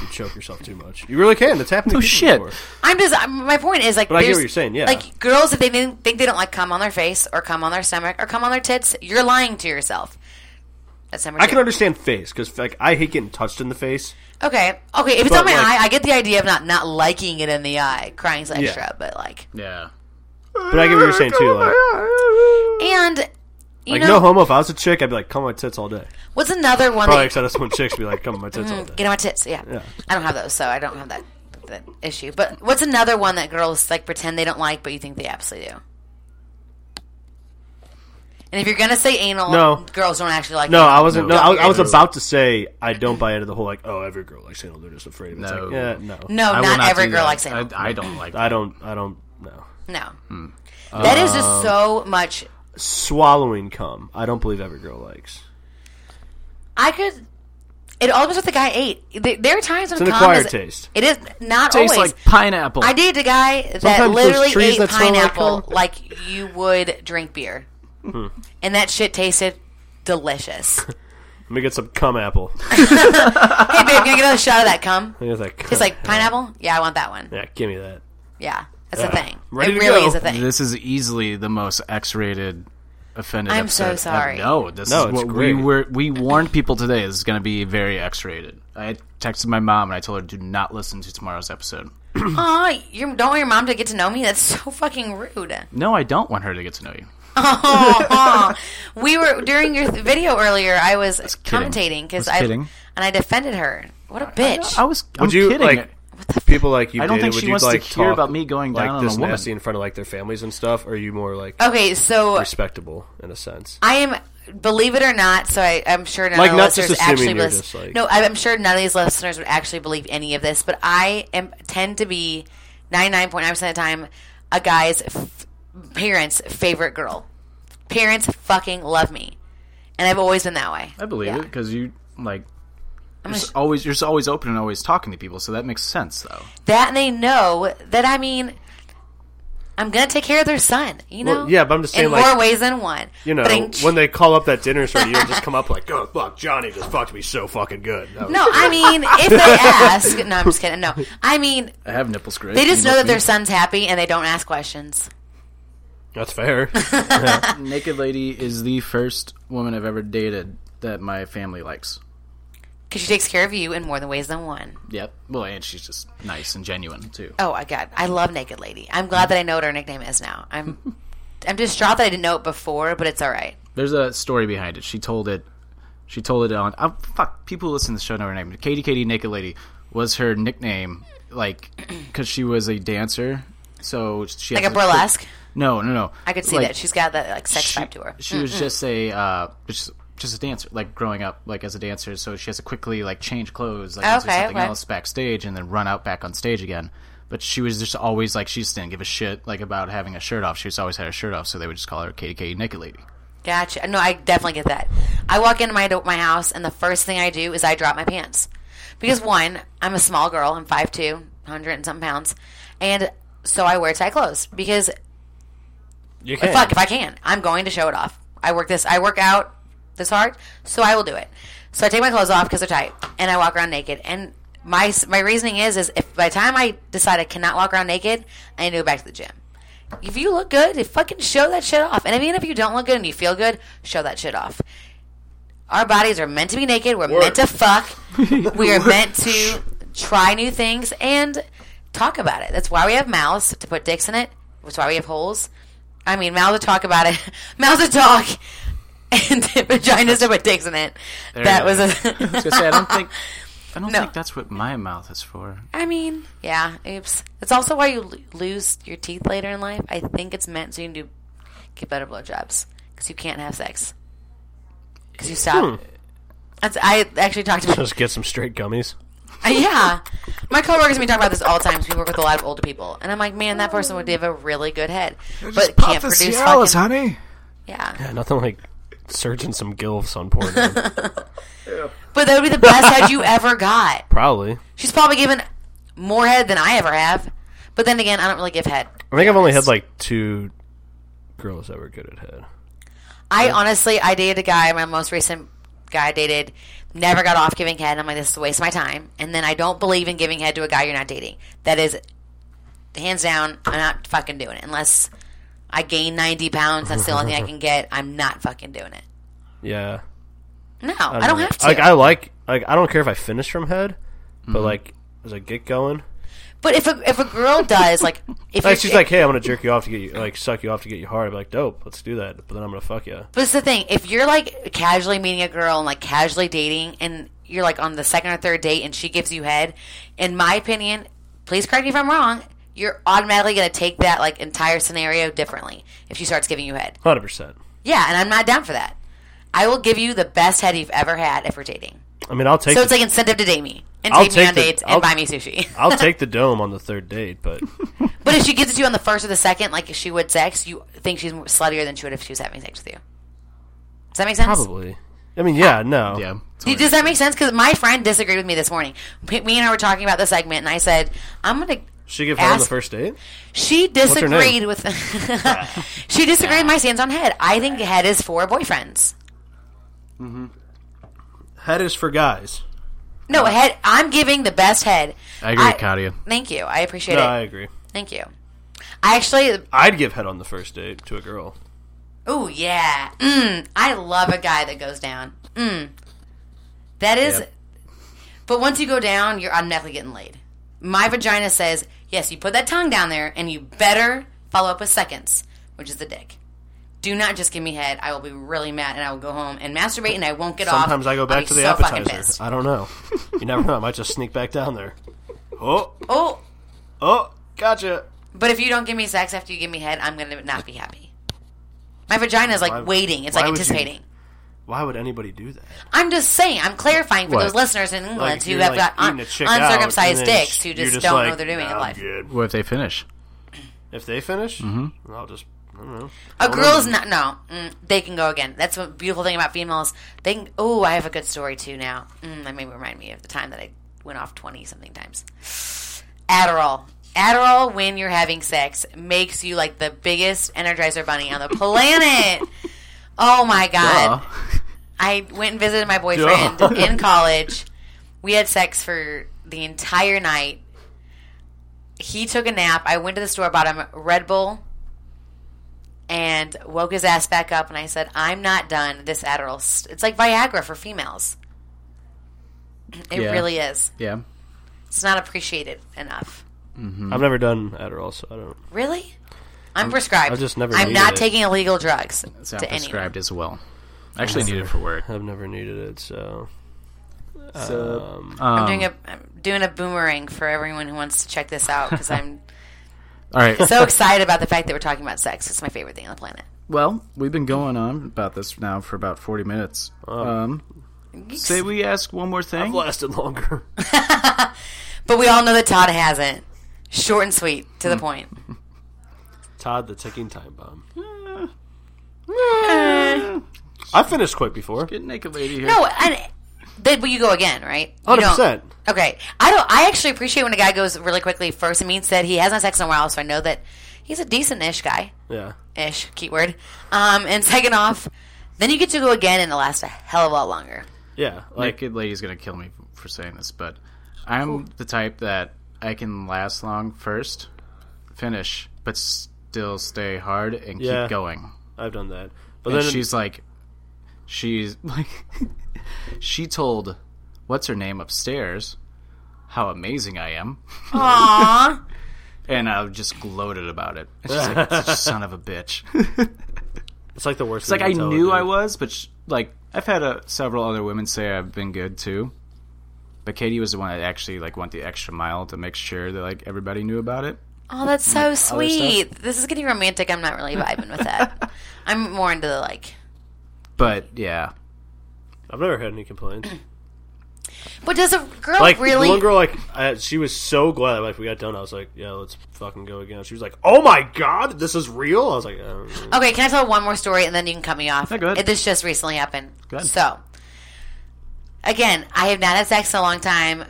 Speaker 2: You choke yourself too much. You really can. It's happened. To
Speaker 1: Oh,
Speaker 2: people
Speaker 1: shit.
Speaker 2: Before.
Speaker 5: I'm just I'm- my point is like
Speaker 2: But I get
Speaker 5: there's-
Speaker 2: what you're saying, yeah.
Speaker 5: like girls if they didn't think they don't like cum on their face or cum on their stomach or cum on their tits, you're lying to yourself. That's number.
Speaker 2: I
Speaker 5: two.
Speaker 2: can understand face because like I hate getting touched in the face.
Speaker 5: Okay, okay. If it's
Speaker 2: But,
Speaker 5: on my
Speaker 2: like-
Speaker 5: eye, I get the idea of not not liking it in the eye. Crying's extra,
Speaker 2: Yeah.
Speaker 5: but like,
Speaker 1: Yeah,
Speaker 2: But I get what you're saying too. Like,
Speaker 5: and you
Speaker 2: like
Speaker 5: know
Speaker 2: no homo. If I was a chick, I'd be like, "Come on my tits all day."
Speaker 5: what's another one?
Speaker 2: Probably
Speaker 5: That,
Speaker 2: except that's when chicks be like, "Come on my tits all
Speaker 5: Mm,
Speaker 2: day."
Speaker 5: get on my tits. Yeah. I don't have those, so I don't have that that issue. But what's another one that girls like pretend they don't like, but you think they absolutely do? And if you're gonna say anal,
Speaker 2: No.
Speaker 5: girls don't actually like.
Speaker 2: No,
Speaker 5: anal.
Speaker 2: I wasn't. No,
Speaker 5: Don't
Speaker 2: I, I was
Speaker 5: get it.
Speaker 2: about to say I don't buy into the whole like, "Oh, every girl likes anal. They're just afraid of it." It's
Speaker 1: No.
Speaker 2: like, yeah, no,
Speaker 5: No,
Speaker 1: I will
Speaker 5: not, every
Speaker 1: do
Speaker 5: girl
Speaker 1: that.
Speaker 5: likes anal.
Speaker 1: I, I don't like.
Speaker 2: I don't. I don't. No,
Speaker 5: no,
Speaker 2: Hmm.
Speaker 5: that is
Speaker 2: Um,
Speaker 5: just so much.
Speaker 2: swallowing cum. I don't believe every girl likes.
Speaker 5: I could. It all depends what the guy ate. Th- There are times
Speaker 2: It's
Speaker 5: when
Speaker 2: an
Speaker 5: cum
Speaker 2: acquired
Speaker 5: is-
Speaker 2: taste.
Speaker 5: It is not
Speaker 1: Tastes
Speaker 5: always.
Speaker 1: like pineapple.
Speaker 5: I dated a guy that
Speaker 2: Sometimes there's
Speaker 5: literally
Speaker 2: trees
Speaker 5: ate
Speaker 2: that smell like cum.
Speaker 5: pineapple
Speaker 2: Hmm.
Speaker 5: like, you would drink beer, and that shit tasted delicious. [laughs] hey
Speaker 2: Let me get some cum apple.
Speaker 5: [laughs] babe, can I get another shot of that cum?
Speaker 2: It's like,
Speaker 5: It's
Speaker 2: [laughs]
Speaker 5: like pineapple. Yeah, I want that one.
Speaker 2: Yeah, give me that.
Speaker 5: Yeah, that's a
Speaker 2: Yeah.
Speaker 5: thing.
Speaker 2: Ready
Speaker 5: it
Speaker 2: to
Speaker 5: really
Speaker 2: go.
Speaker 5: is a thing.
Speaker 1: This is easily the most X-rated offended.
Speaker 5: I'm so
Speaker 1: episode ever.
Speaker 5: sorry.
Speaker 1: No, this
Speaker 2: No,
Speaker 1: is
Speaker 2: it's
Speaker 1: what
Speaker 2: great.
Speaker 1: we were. We warned people today this is going to be very X-rated. I texted my mom and I told her do not listen to tomorrow's episode.
Speaker 5: Aw, you don't want your mom to get to know me. That's so fucking rude.
Speaker 1: No, I don't want her to get to know you.
Speaker 5: Aw. we were during your th- video earlier. I was
Speaker 1: kidding.
Speaker 5: commentating because
Speaker 1: Was
Speaker 5: I
Speaker 1: kidding.
Speaker 5: and I defended her. What a bitch!
Speaker 1: I was. I'm
Speaker 2: Would you
Speaker 1: kidding.
Speaker 2: like people like you?
Speaker 1: I don't
Speaker 2: dated,
Speaker 1: think
Speaker 2: would
Speaker 1: she
Speaker 2: you,
Speaker 1: wants to
Speaker 2: like,
Speaker 1: hear
Speaker 2: talk,
Speaker 1: about me going
Speaker 2: like
Speaker 1: down on
Speaker 2: this
Speaker 1: a woman.
Speaker 2: nasty in front of like their families and stuff? Or are you more like
Speaker 5: okay, so
Speaker 2: respectable in a sense?
Speaker 5: I am. Believe it or not, so I, I'm sure none
Speaker 2: Like,
Speaker 5: of the
Speaker 2: not just
Speaker 5: listeners
Speaker 2: assuming
Speaker 5: actually.
Speaker 2: you're
Speaker 5: lis-
Speaker 2: just, like-
Speaker 5: no, I- I'm sure none of these listeners would actually believe any of this. But I am tend to be 99.9 percent of the time a guy's f- parents' favorite girl. Parents fucking love me, and I've always been that way.
Speaker 1: I believe it 'cause it because you like. You're
Speaker 5: gonna
Speaker 1: s-
Speaker 5: sh-
Speaker 1: always you're s- always open and always talking to people, so that makes sense though.
Speaker 5: that and they know that I mean, I'm gonna take care of their son. You know,
Speaker 2: Well, yeah, but I'm just saying,
Speaker 5: in
Speaker 2: like,
Speaker 5: more ways than one.
Speaker 2: You know,
Speaker 5: Ba-ding.
Speaker 2: when they call up that
Speaker 5: [laughs]
Speaker 2: dinner show, you don't just come up like, "Oh fuck, Johnny just fucked me so fucking good." That was-
Speaker 5: no, I mean,
Speaker 2: [laughs]
Speaker 5: if they ask, no, I'm just kidding. No, I mean,
Speaker 1: I have nipples great.
Speaker 5: they just
Speaker 1: You
Speaker 5: know that
Speaker 1: me.
Speaker 5: their son's happy and they don't ask questions.
Speaker 2: That's
Speaker 5: [laughs]
Speaker 2: fair.
Speaker 1: Naked Lady is the first woman I've ever dated that my family likes.
Speaker 5: Because she takes care of you in more than ways than one.
Speaker 1: Yep. Well, and she's just nice and genuine too.
Speaker 5: Oh my god, I love Naked Lady. I'm glad that I know what her nickname is now. I'm, I'm distraught that I didn't know it before, but it's all right.
Speaker 1: There's a story behind it. She told it. She told it on. Oh, fuck, people who listen to the show know her name. Katie, Katie, Naked Lady was her nickname, like, [clears throat] because she was a dancer. So she
Speaker 5: Like
Speaker 1: has
Speaker 5: a burlesque?
Speaker 1: no, no, no.
Speaker 5: I Mm, could see
Speaker 1: Like,
Speaker 5: that she's got that like sex vibe to her.
Speaker 1: She was
Speaker 5: Mm-mm.
Speaker 1: just a uh, just just a dancer, like growing up, like as a dancer. So she has to quickly like change clothes, like into
Speaker 5: Okay,
Speaker 1: something
Speaker 5: okay.
Speaker 1: else backstage, and then run out back on stage again. But she was just always like she just didn't give a shit like about having a shirt off. She just always had her shirt off, so they would just call her Katie Katie Naked Lady.
Speaker 5: Gotcha. No, I definitely get that. I walk into my my house, and the first thing I do is I drop my pants because one, I'm a small girl. I'm 5'2", 100 and some pounds, and so I wear tight clothes because
Speaker 2: You
Speaker 5: But Fuck, if I can, I'm going to show it off. I work this. I work out this hard, so I will do it. So I take my clothes off because they're tight, and I walk around naked. And my my reasoning is is if by the time I decide I cannot walk around naked, I need to go back to the gym. If you look good, if fucking show that shit off. And even if you don't look good and you feel good, show that shit off. Our bodies are meant to be naked. We're meant to fuck. we are meant to try new things and talk about it. That's why we have mouths to put dicks in it. That's why we have holes. I mean, mouths to talk about it. [laughs] Mouths to talk. [laughs] And [laughs] vaginas to put dicks in it.
Speaker 1: There you
Speaker 5: that was
Speaker 1: go.
Speaker 5: a.
Speaker 1: I was gonna say, I don't think I
Speaker 5: [laughs]
Speaker 1: don't
Speaker 5: No.
Speaker 1: think that's what my mouth is for.
Speaker 5: I mean, yeah. Oops. It's also why you lo- lose your teeth later in life. I think it's meant so you can do get better blowjobs because you can't have sex because you stop. That's, I actually talked about
Speaker 2: Just get some straight gummies.
Speaker 5: Uh, [laughs] yeah. My coworkers me talk about this all the time. 'cause We work with a lot of older people, and I'm like, man, that person would have a really good head, but can't produce fucking.
Speaker 1: honey.
Speaker 5: Yeah,
Speaker 2: Yeah, nothing like surging some gilfs on porn.
Speaker 5: [laughs] but that would be the best head you ever got.
Speaker 2: Probably.
Speaker 5: She's probably given more head than I ever have. But then again, I don't really give head.
Speaker 2: I think I've only had like two girls that were good at head.
Speaker 5: I honestly, I dated a guy. My most recent guy I dated never got off giving head. I'm like, this is a waste of my time. And then I don't believe in giving head to a guy you're not dating. That is hands down. I'm not fucking doing it unless I gain 90 pounds. That's the only thing I can get. I'm not fucking doing it.
Speaker 2: Yeah.
Speaker 5: No, I don't,
Speaker 2: know.
Speaker 5: have to.
Speaker 2: Like I like like I don't care if I finish from head, but like as I get going,
Speaker 5: but if a if a girl does like
Speaker 2: [laughs]
Speaker 5: if
Speaker 2: like
Speaker 5: you-
Speaker 2: she's
Speaker 5: if-
Speaker 2: like, "Hey, I'm gonna jerk you off to get you, like suck you off to get you hard." I'm like, "Dope, let's do that." But then I'm gonna fuck you.
Speaker 5: But it's the thing, if you're like casually meeting a girl and like casually dating and you're like on the second or third date and she gives you head, in my opinion, please correct me if I'm wrong, you're automatically gonna take that like entire scenario differently if she starts giving you head.
Speaker 2: Hundred percent.
Speaker 5: Yeah, and I'm not down for that. I will give you the best head you've ever had if we're dating.
Speaker 2: I mean, I'll take.
Speaker 5: so
Speaker 2: the,
Speaker 5: it's like incentive to date me and
Speaker 2: I'll
Speaker 5: take me
Speaker 2: take
Speaker 5: on
Speaker 2: the-
Speaker 5: dates
Speaker 2: I'll-
Speaker 5: and buy me sushi. [laughs]
Speaker 2: I'll take the dome on the third date, but
Speaker 5: but if she gives it to you on the first or the second, like she would sex, you think she's more sluttier than she would if she was having sex with you. Does that make sense?
Speaker 2: probably. I mean, yeah, no,
Speaker 1: Yeah.
Speaker 5: Dude, does that make sense? Because my friend disagreed with me this morning. P- Me and I were talking about the segment, and I said, "I'm gonna."
Speaker 2: She give head on the
Speaker 5: Ask-
Speaker 2: first date.
Speaker 5: She
Speaker 2: What's her
Speaker 5: disagreed
Speaker 2: name? [laughs]
Speaker 5: with. [laughs] she disagreed with my stance on head. I think head is for boyfriends.
Speaker 2: Head is for guys.
Speaker 5: No head. I'm giving the best head.
Speaker 1: I agree, Katia.
Speaker 5: Thank you. I appreciate
Speaker 2: No,
Speaker 5: it.
Speaker 2: I agree.
Speaker 5: Thank you. I actually.
Speaker 2: I'd give head on the first date to a girl.
Speaker 5: Oh yeah. Mm, I love a guy that goes down. Mm. That is.
Speaker 2: Yep.
Speaker 5: But once you go down, you're automatically getting laid. My vagina says yes. You put that tongue down there, and you better follow up with seconds, which is the dick. Do not just give me head. I will be really mad, and I will go home and masturbate, and I won't get off.
Speaker 2: Sometimes I go
Speaker 5: I'll
Speaker 2: back
Speaker 5: be
Speaker 2: to the
Speaker 5: so fucking pissed.
Speaker 2: appetizer. Uh, I don't know. You never know. I might just sneak back down there. Oh,
Speaker 5: Oh,
Speaker 2: oh, gotcha.
Speaker 5: but if you don't give me sex after you give me head, I'm gonna not be happy. My vagina is like
Speaker 2: Why-
Speaker 5: waiting. It's
Speaker 2: why
Speaker 5: like
Speaker 2: would you-
Speaker 5: anticipating.
Speaker 2: Why would anybody do that?
Speaker 5: I'm just saying. I'm clarifying for
Speaker 1: What?
Speaker 5: those listeners in England
Speaker 2: Like,
Speaker 5: who
Speaker 2: you're,
Speaker 5: have
Speaker 2: like,
Speaker 5: got un-
Speaker 2: eating a chick out,
Speaker 5: uncircumcised
Speaker 2: and then
Speaker 5: dicks who
Speaker 2: you're
Speaker 5: just,
Speaker 2: just
Speaker 5: don't know
Speaker 2: like,
Speaker 5: what they're doing
Speaker 2: "Nah,
Speaker 5: in
Speaker 2: I'm
Speaker 5: life.
Speaker 2: good."
Speaker 1: What if they finish?
Speaker 2: If they finish, I'll just. I don't know.
Speaker 5: A girl's not no. Mm, they can go again. That's the beautiful thing about females. They can. Oh, I have a good story too now. Mm, that maybe remind me of the time that I went off twenty something times. Adderall. Adderall when you're having sex makes you like the biggest Energizer bunny on the planet. oh my god! I went and visited my boyfriend
Speaker 11: Duh.
Speaker 5: in college. We had sex for the entire night. He took a nap. I went to the store, bought him Red Bull, and woke his ass back up. And I said, "I'm not done. This Adderall. St- it's like Viagra for females. It
Speaker 2: Yeah.
Speaker 5: really is.
Speaker 1: Yeah.
Speaker 5: It's not appreciated enough.
Speaker 2: I've never done Adderall, so I don't.
Speaker 5: Really? I'm,
Speaker 2: I'm-
Speaker 5: prescribed.
Speaker 2: I've just never
Speaker 5: I'm
Speaker 2: needed
Speaker 5: not
Speaker 2: it.
Speaker 5: taking illegal drugs
Speaker 2: It's
Speaker 5: to anyone.
Speaker 1: as well. I actually need it for work.
Speaker 2: I've never needed it, so.
Speaker 1: So,
Speaker 2: um,
Speaker 5: I'm doing a I'm doing a boomerang for everyone who wants to check this out because I'm
Speaker 1: All right.
Speaker 5: [laughs] so excited about the fact that we're talking about sex. It's my favorite thing on the planet.
Speaker 1: Well, we've been going on about this now for about 40 minutes. Um, say we ask one more thing.
Speaker 2: [laughs]
Speaker 1: I've
Speaker 2: lasted longer.
Speaker 5: But we all know that Todd hasn't. Short and sweet to
Speaker 2: Mm.
Speaker 5: the point.
Speaker 2: Todd, the ticking time bomb.
Speaker 1: Eh.
Speaker 2: [laughs] I finished quick before.
Speaker 1: Get naked, lady. Here.
Speaker 5: No, and then but you go again, right? You
Speaker 2: hundred
Speaker 5: don't-
Speaker 2: percent.
Speaker 5: Okay, I don't. I actually appreciate when a guy goes really quickly first. It means that he hasn't had sex somewhere else, so I know that he's a decent-ish guy.
Speaker 2: Yeah.
Speaker 5: ish keyword. Um, and second off, then you get to go again, and it lasts a hell of a lot longer.
Speaker 2: Yeah,
Speaker 1: naked lady's gonna kill me for saying this, but I'm the type that I can last long first, finish, but still stay hard and
Speaker 2: Yeah.
Speaker 1: keep going.
Speaker 2: I've done that.
Speaker 1: But
Speaker 2: But
Speaker 1: and
Speaker 2: then-
Speaker 1: she's like, she's [laughs] like, she told what's her name upstairs how amazing I am.
Speaker 5: Aww.
Speaker 1: And I just gloated about it. And she's like, "Such a son of a [laughs] bitch.
Speaker 2: It's like the worst.
Speaker 1: It's like
Speaker 2: thing
Speaker 1: I
Speaker 2: you can tell a
Speaker 1: knew I
Speaker 2: dude.
Speaker 1: was, but sh- like I've had uh, several other women say I've been good too. But Katie was the one that actually like went the extra mile to make sure that like everybody knew about it.
Speaker 5: Oh, that's so
Speaker 1: Like, other stuff.
Speaker 5: sweet. This is getting romantic. I'm not really vibing with that. I'm more into the like.
Speaker 1: But yeah,
Speaker 2: I've never had any complaints.
Speaker 5: But does a girl
Speaker 2: like
Speaker 5: really?
Speaker 2: one girl, like I, she was so glad like we got done. I was like, "Yeah, let's fucking go again." She was like, "Oh my god, this is real." I was like, I don't know.
Speaker 5: Okay, can I tell one more story and then you can cut me off? It- This just recently happened.
Speaker 2: Good.
Speaker 5: So, again, I have not had sex in a long time.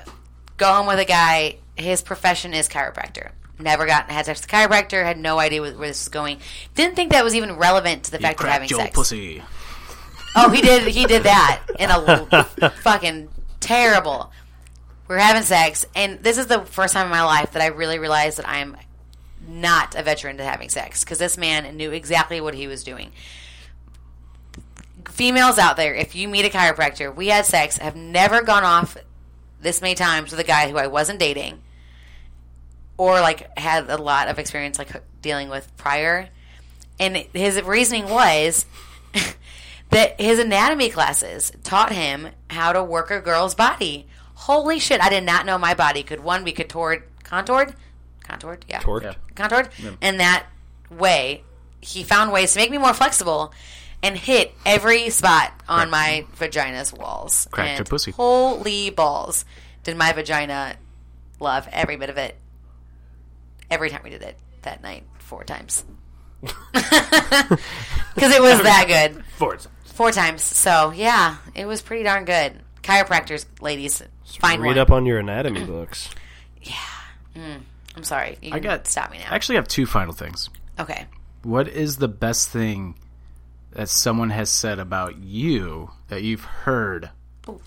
Speaker 5: Go home with a guy. His profession is chiropractor. Never gotten had sex with a chiropractor. Had no idea where, where this was going. Didn't think that was even relevant to the fact of having
Speaker 1: your
Speaker 5: sex.
Speaker 1: pussy.
Speaker 5: Oh, he did. He
Speaker 1: [laughs]
Speaker 5: did that in a l- fucking terrible. We're having sex, and this is the first time in my life that I really realized that I'm not a veteran to having sex because this man knew exactly what he was doing. Females out there, if you meet a chiropractor, we had sex, have never gone off this many times with a guy who I wasn't dating or like had a lot of experience like dealing with prior. And his reasoning was [laughs] that his anatomy classes taught him how to work a girl's body. Holy shit, I did not know my body could one be contoured, contoured, contoured, yeah,
Speaker 2: Torqued. Yeah.
Speaker 5: contoured,
Speaker 2: Yeah.
Speaker 5: and that way he found ways to make me more flexible and hit every spot on my vagina's walls.
Speaker 1: Cracked
Speaker 5: and
Speaker 1: her pussy.
Speaker 5: Holy balls! Did my vagina love every bit of it? Every time we did it that night, four times. [laughs] Because it was that good.
Speaker 2: Four times.
Speaker 5: Four times. So yeah, it was pretty darn good. Chiropractors, ladies, find
Speaker 2: Read
Speaker 5: one.
Speaker 2: up on your anatomy books.
Speaker 5: Mm, I'm sorry. You
Speaker 1: I
Speaker 5: can
Speaker 1: got-
Speaker 5: stop me now.
Speaker 1: I actually have two final things.
Speaker 5: Okay.
Speaker 1: What is the best thing that someone has said about you that you've heard
Speaker 5: Ooh.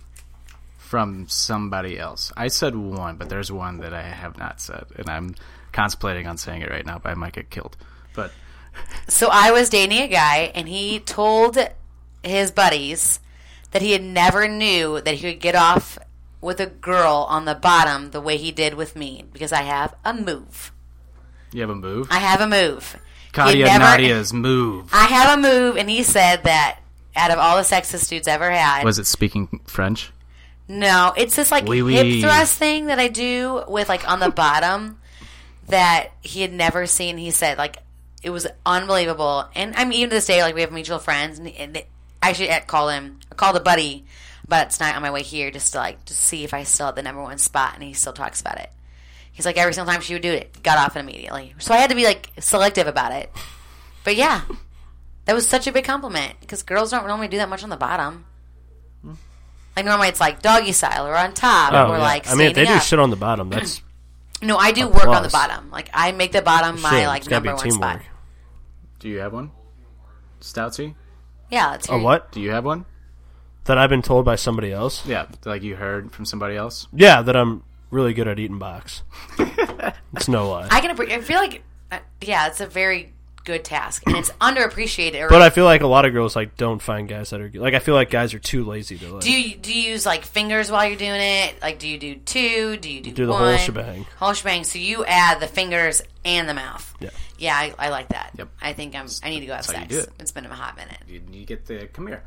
Speaker 1: from somebody else? I said one, but there's one that I have not said, and I'm contemplating on saying it right now, but I might get killed. But
Speaker 5: So I was dating a guy, and he told his buddies that he had never knew that he could get off with a girl on the bottom the way he did with me because I have a move.
Speaker 1: you have a move.
Speaker 5: I have a move. He
Speaker 1: Katia
Speaker 5: never-
Speaker 1: Nadia's move.
Speaker 5: I have a move, and he said that out of all the sexist dudes ever had,
Speaker 1: Was it speaking French?
Speaker 5: No, it's this like
Speaker 1: Oui, oui.
Speaker 5: hip thrust thing that I do with like on the bottom that he had never seen. He said like it was unbelievable, and I mean even to this day like we have mutual friends, and, and I should uh, call him, I called a buddy, but it's not on my way here just to like to see if I still had the number one spot, and he still talks about it. He's like every single time she would do it, got off it immediately. So I had to be like selective about it. But yeah, that was such a big compliment because girls don't normally do that much on the bottom. Like normally it's like doggy style or on top
Speaker 2: Oh,
Speaker 5: or
Speaker 2: yeah.
Speaker 5: like
Speaker 2: I mean, if they
Speaker 5: standing
Speaker 2: do
Speaker 5: up.
Speaker 2: shit on the bottom, that's
Speaker 5: No, I do work on the
Speaker 1: Applause.
Speaker 5: bottom. Like I make the bottom [clears throat] my
Speaker 1: Sure,
Speaker 5: like
Speaker 1: it's gotta be
Speaker 5: number one spot.
Speaker 1: teamwork. Do you have one, Stoutsy?
Speaker 5: Yeah, let's hear
Speaker 2: A
Speaker 5: you.
Speaker 2: what?
Speaker 1: Do you have one?
Speaker 2: That I've been told by somebody else.
Speaker 1: Yeah, like you heard from somebody else.
Speaker 2: Yeah, that I'm really good at eating [laughs] box. it's no lie.
Speaker 5: I can. appre- I feel like, uh, yeah, it's a very good task, and it's underappreciated. or-
Speaker 2: But I feel like a lot of girls like don't find guys that are like I feel like guys are too lazy to like
Speaker 5: do you do you use like fingers while you're doing it? Like, do you do two? Do you do
Speaker 2: Do the whole
Speaker 5: one?
Speaker 2: shebang.
Speaker 5: Whole shebang. So you add the fingers and the mouth.
Speaker 2: Yeah.
Speaker 5: Yeah, I, I like that. Yep. I think I'm. I need to go have
Speaker 1: That's how you
Speaker 5: sex.
Speaker 1: do it.
Speaker 5: has been a hot minute.
Speaker 1: You, you get the come here.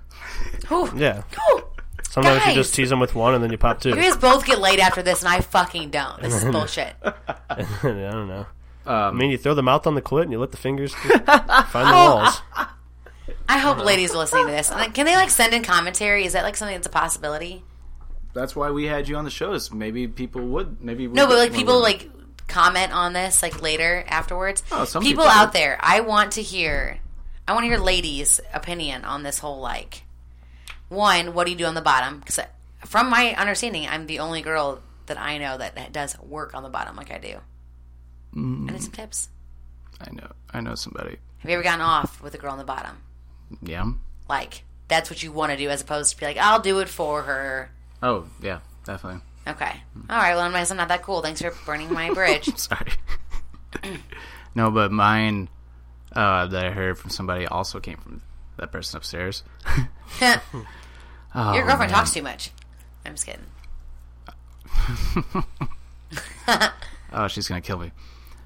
Speaker 5: Whew.
Speaker 2: Yeah.
Speaker 5: Whew.
Speaker 2: Sometimes
Speaker 5: Guys.
Speaker 2: you just tease them with one and then you pop two.
Speaker 5: You guys both get laid after this, and I fucking don't. This is bullshit.
Speaker 2: [laughs] I don't know. I mean, you throw the mouth on the clit and you let the [laughs] fingers find the [laughs] walls.
Speaker 5: I hope ladies are listening to this. And, like, Can they like send in commentary? Is that like something that's a possibility?
Speaker 1: That's why we had you on the shows. Maybe people would. Maybe we
Speaker 5: No, but
Speaker 1: would-
Speaker 5: like
Speaker 1: we
Speaker 5: people
Speaker 1: would-
Speaker 5: like comment on this like later afterwards.
Speaker 1: Oh, some
Speaker 5: people,
Speaker 1: people
Speaker 5: out
Speaker 1: would.
Speaker 5: there, I want to hear. I want to hear ladies' opinion on this whole like. One, what do you do on the bottom? Because from my understanding, I'm the only girl that I know that does work on the bottom like I do.
Speaker 1: Mm.
Speaker 5: I need some tips.
Speaker 1: I know. I know somebody.
Speaker 5: Have you ever gotten off with a girl on the bottom?
Speaker 1: Yeah.
Speaker 5: Like that's what you want to do, as opposed to be like, I'll do it for her.
Speaker 1: Oh yeah, definitely. [laughs]
Speaker 5: Okay.
Speaker 1: Hmm.
Speaker 5: All right. Well, anyways, I'm not that cool. Thanks for burning
Speaker 1: [laughs]
Speaker 5: my bridge.
Speaker 2: [coughs]
Speaker 1: Sorry. No, but mine uh, that I heard from somebody also came from that person upstairs. Oh,
Speaker 5: Your girlfriend
Speaker 1: man.
Speaker 5: talks too much. I'm just kidding.
Speaker 1: Oh, she's gonna kill me.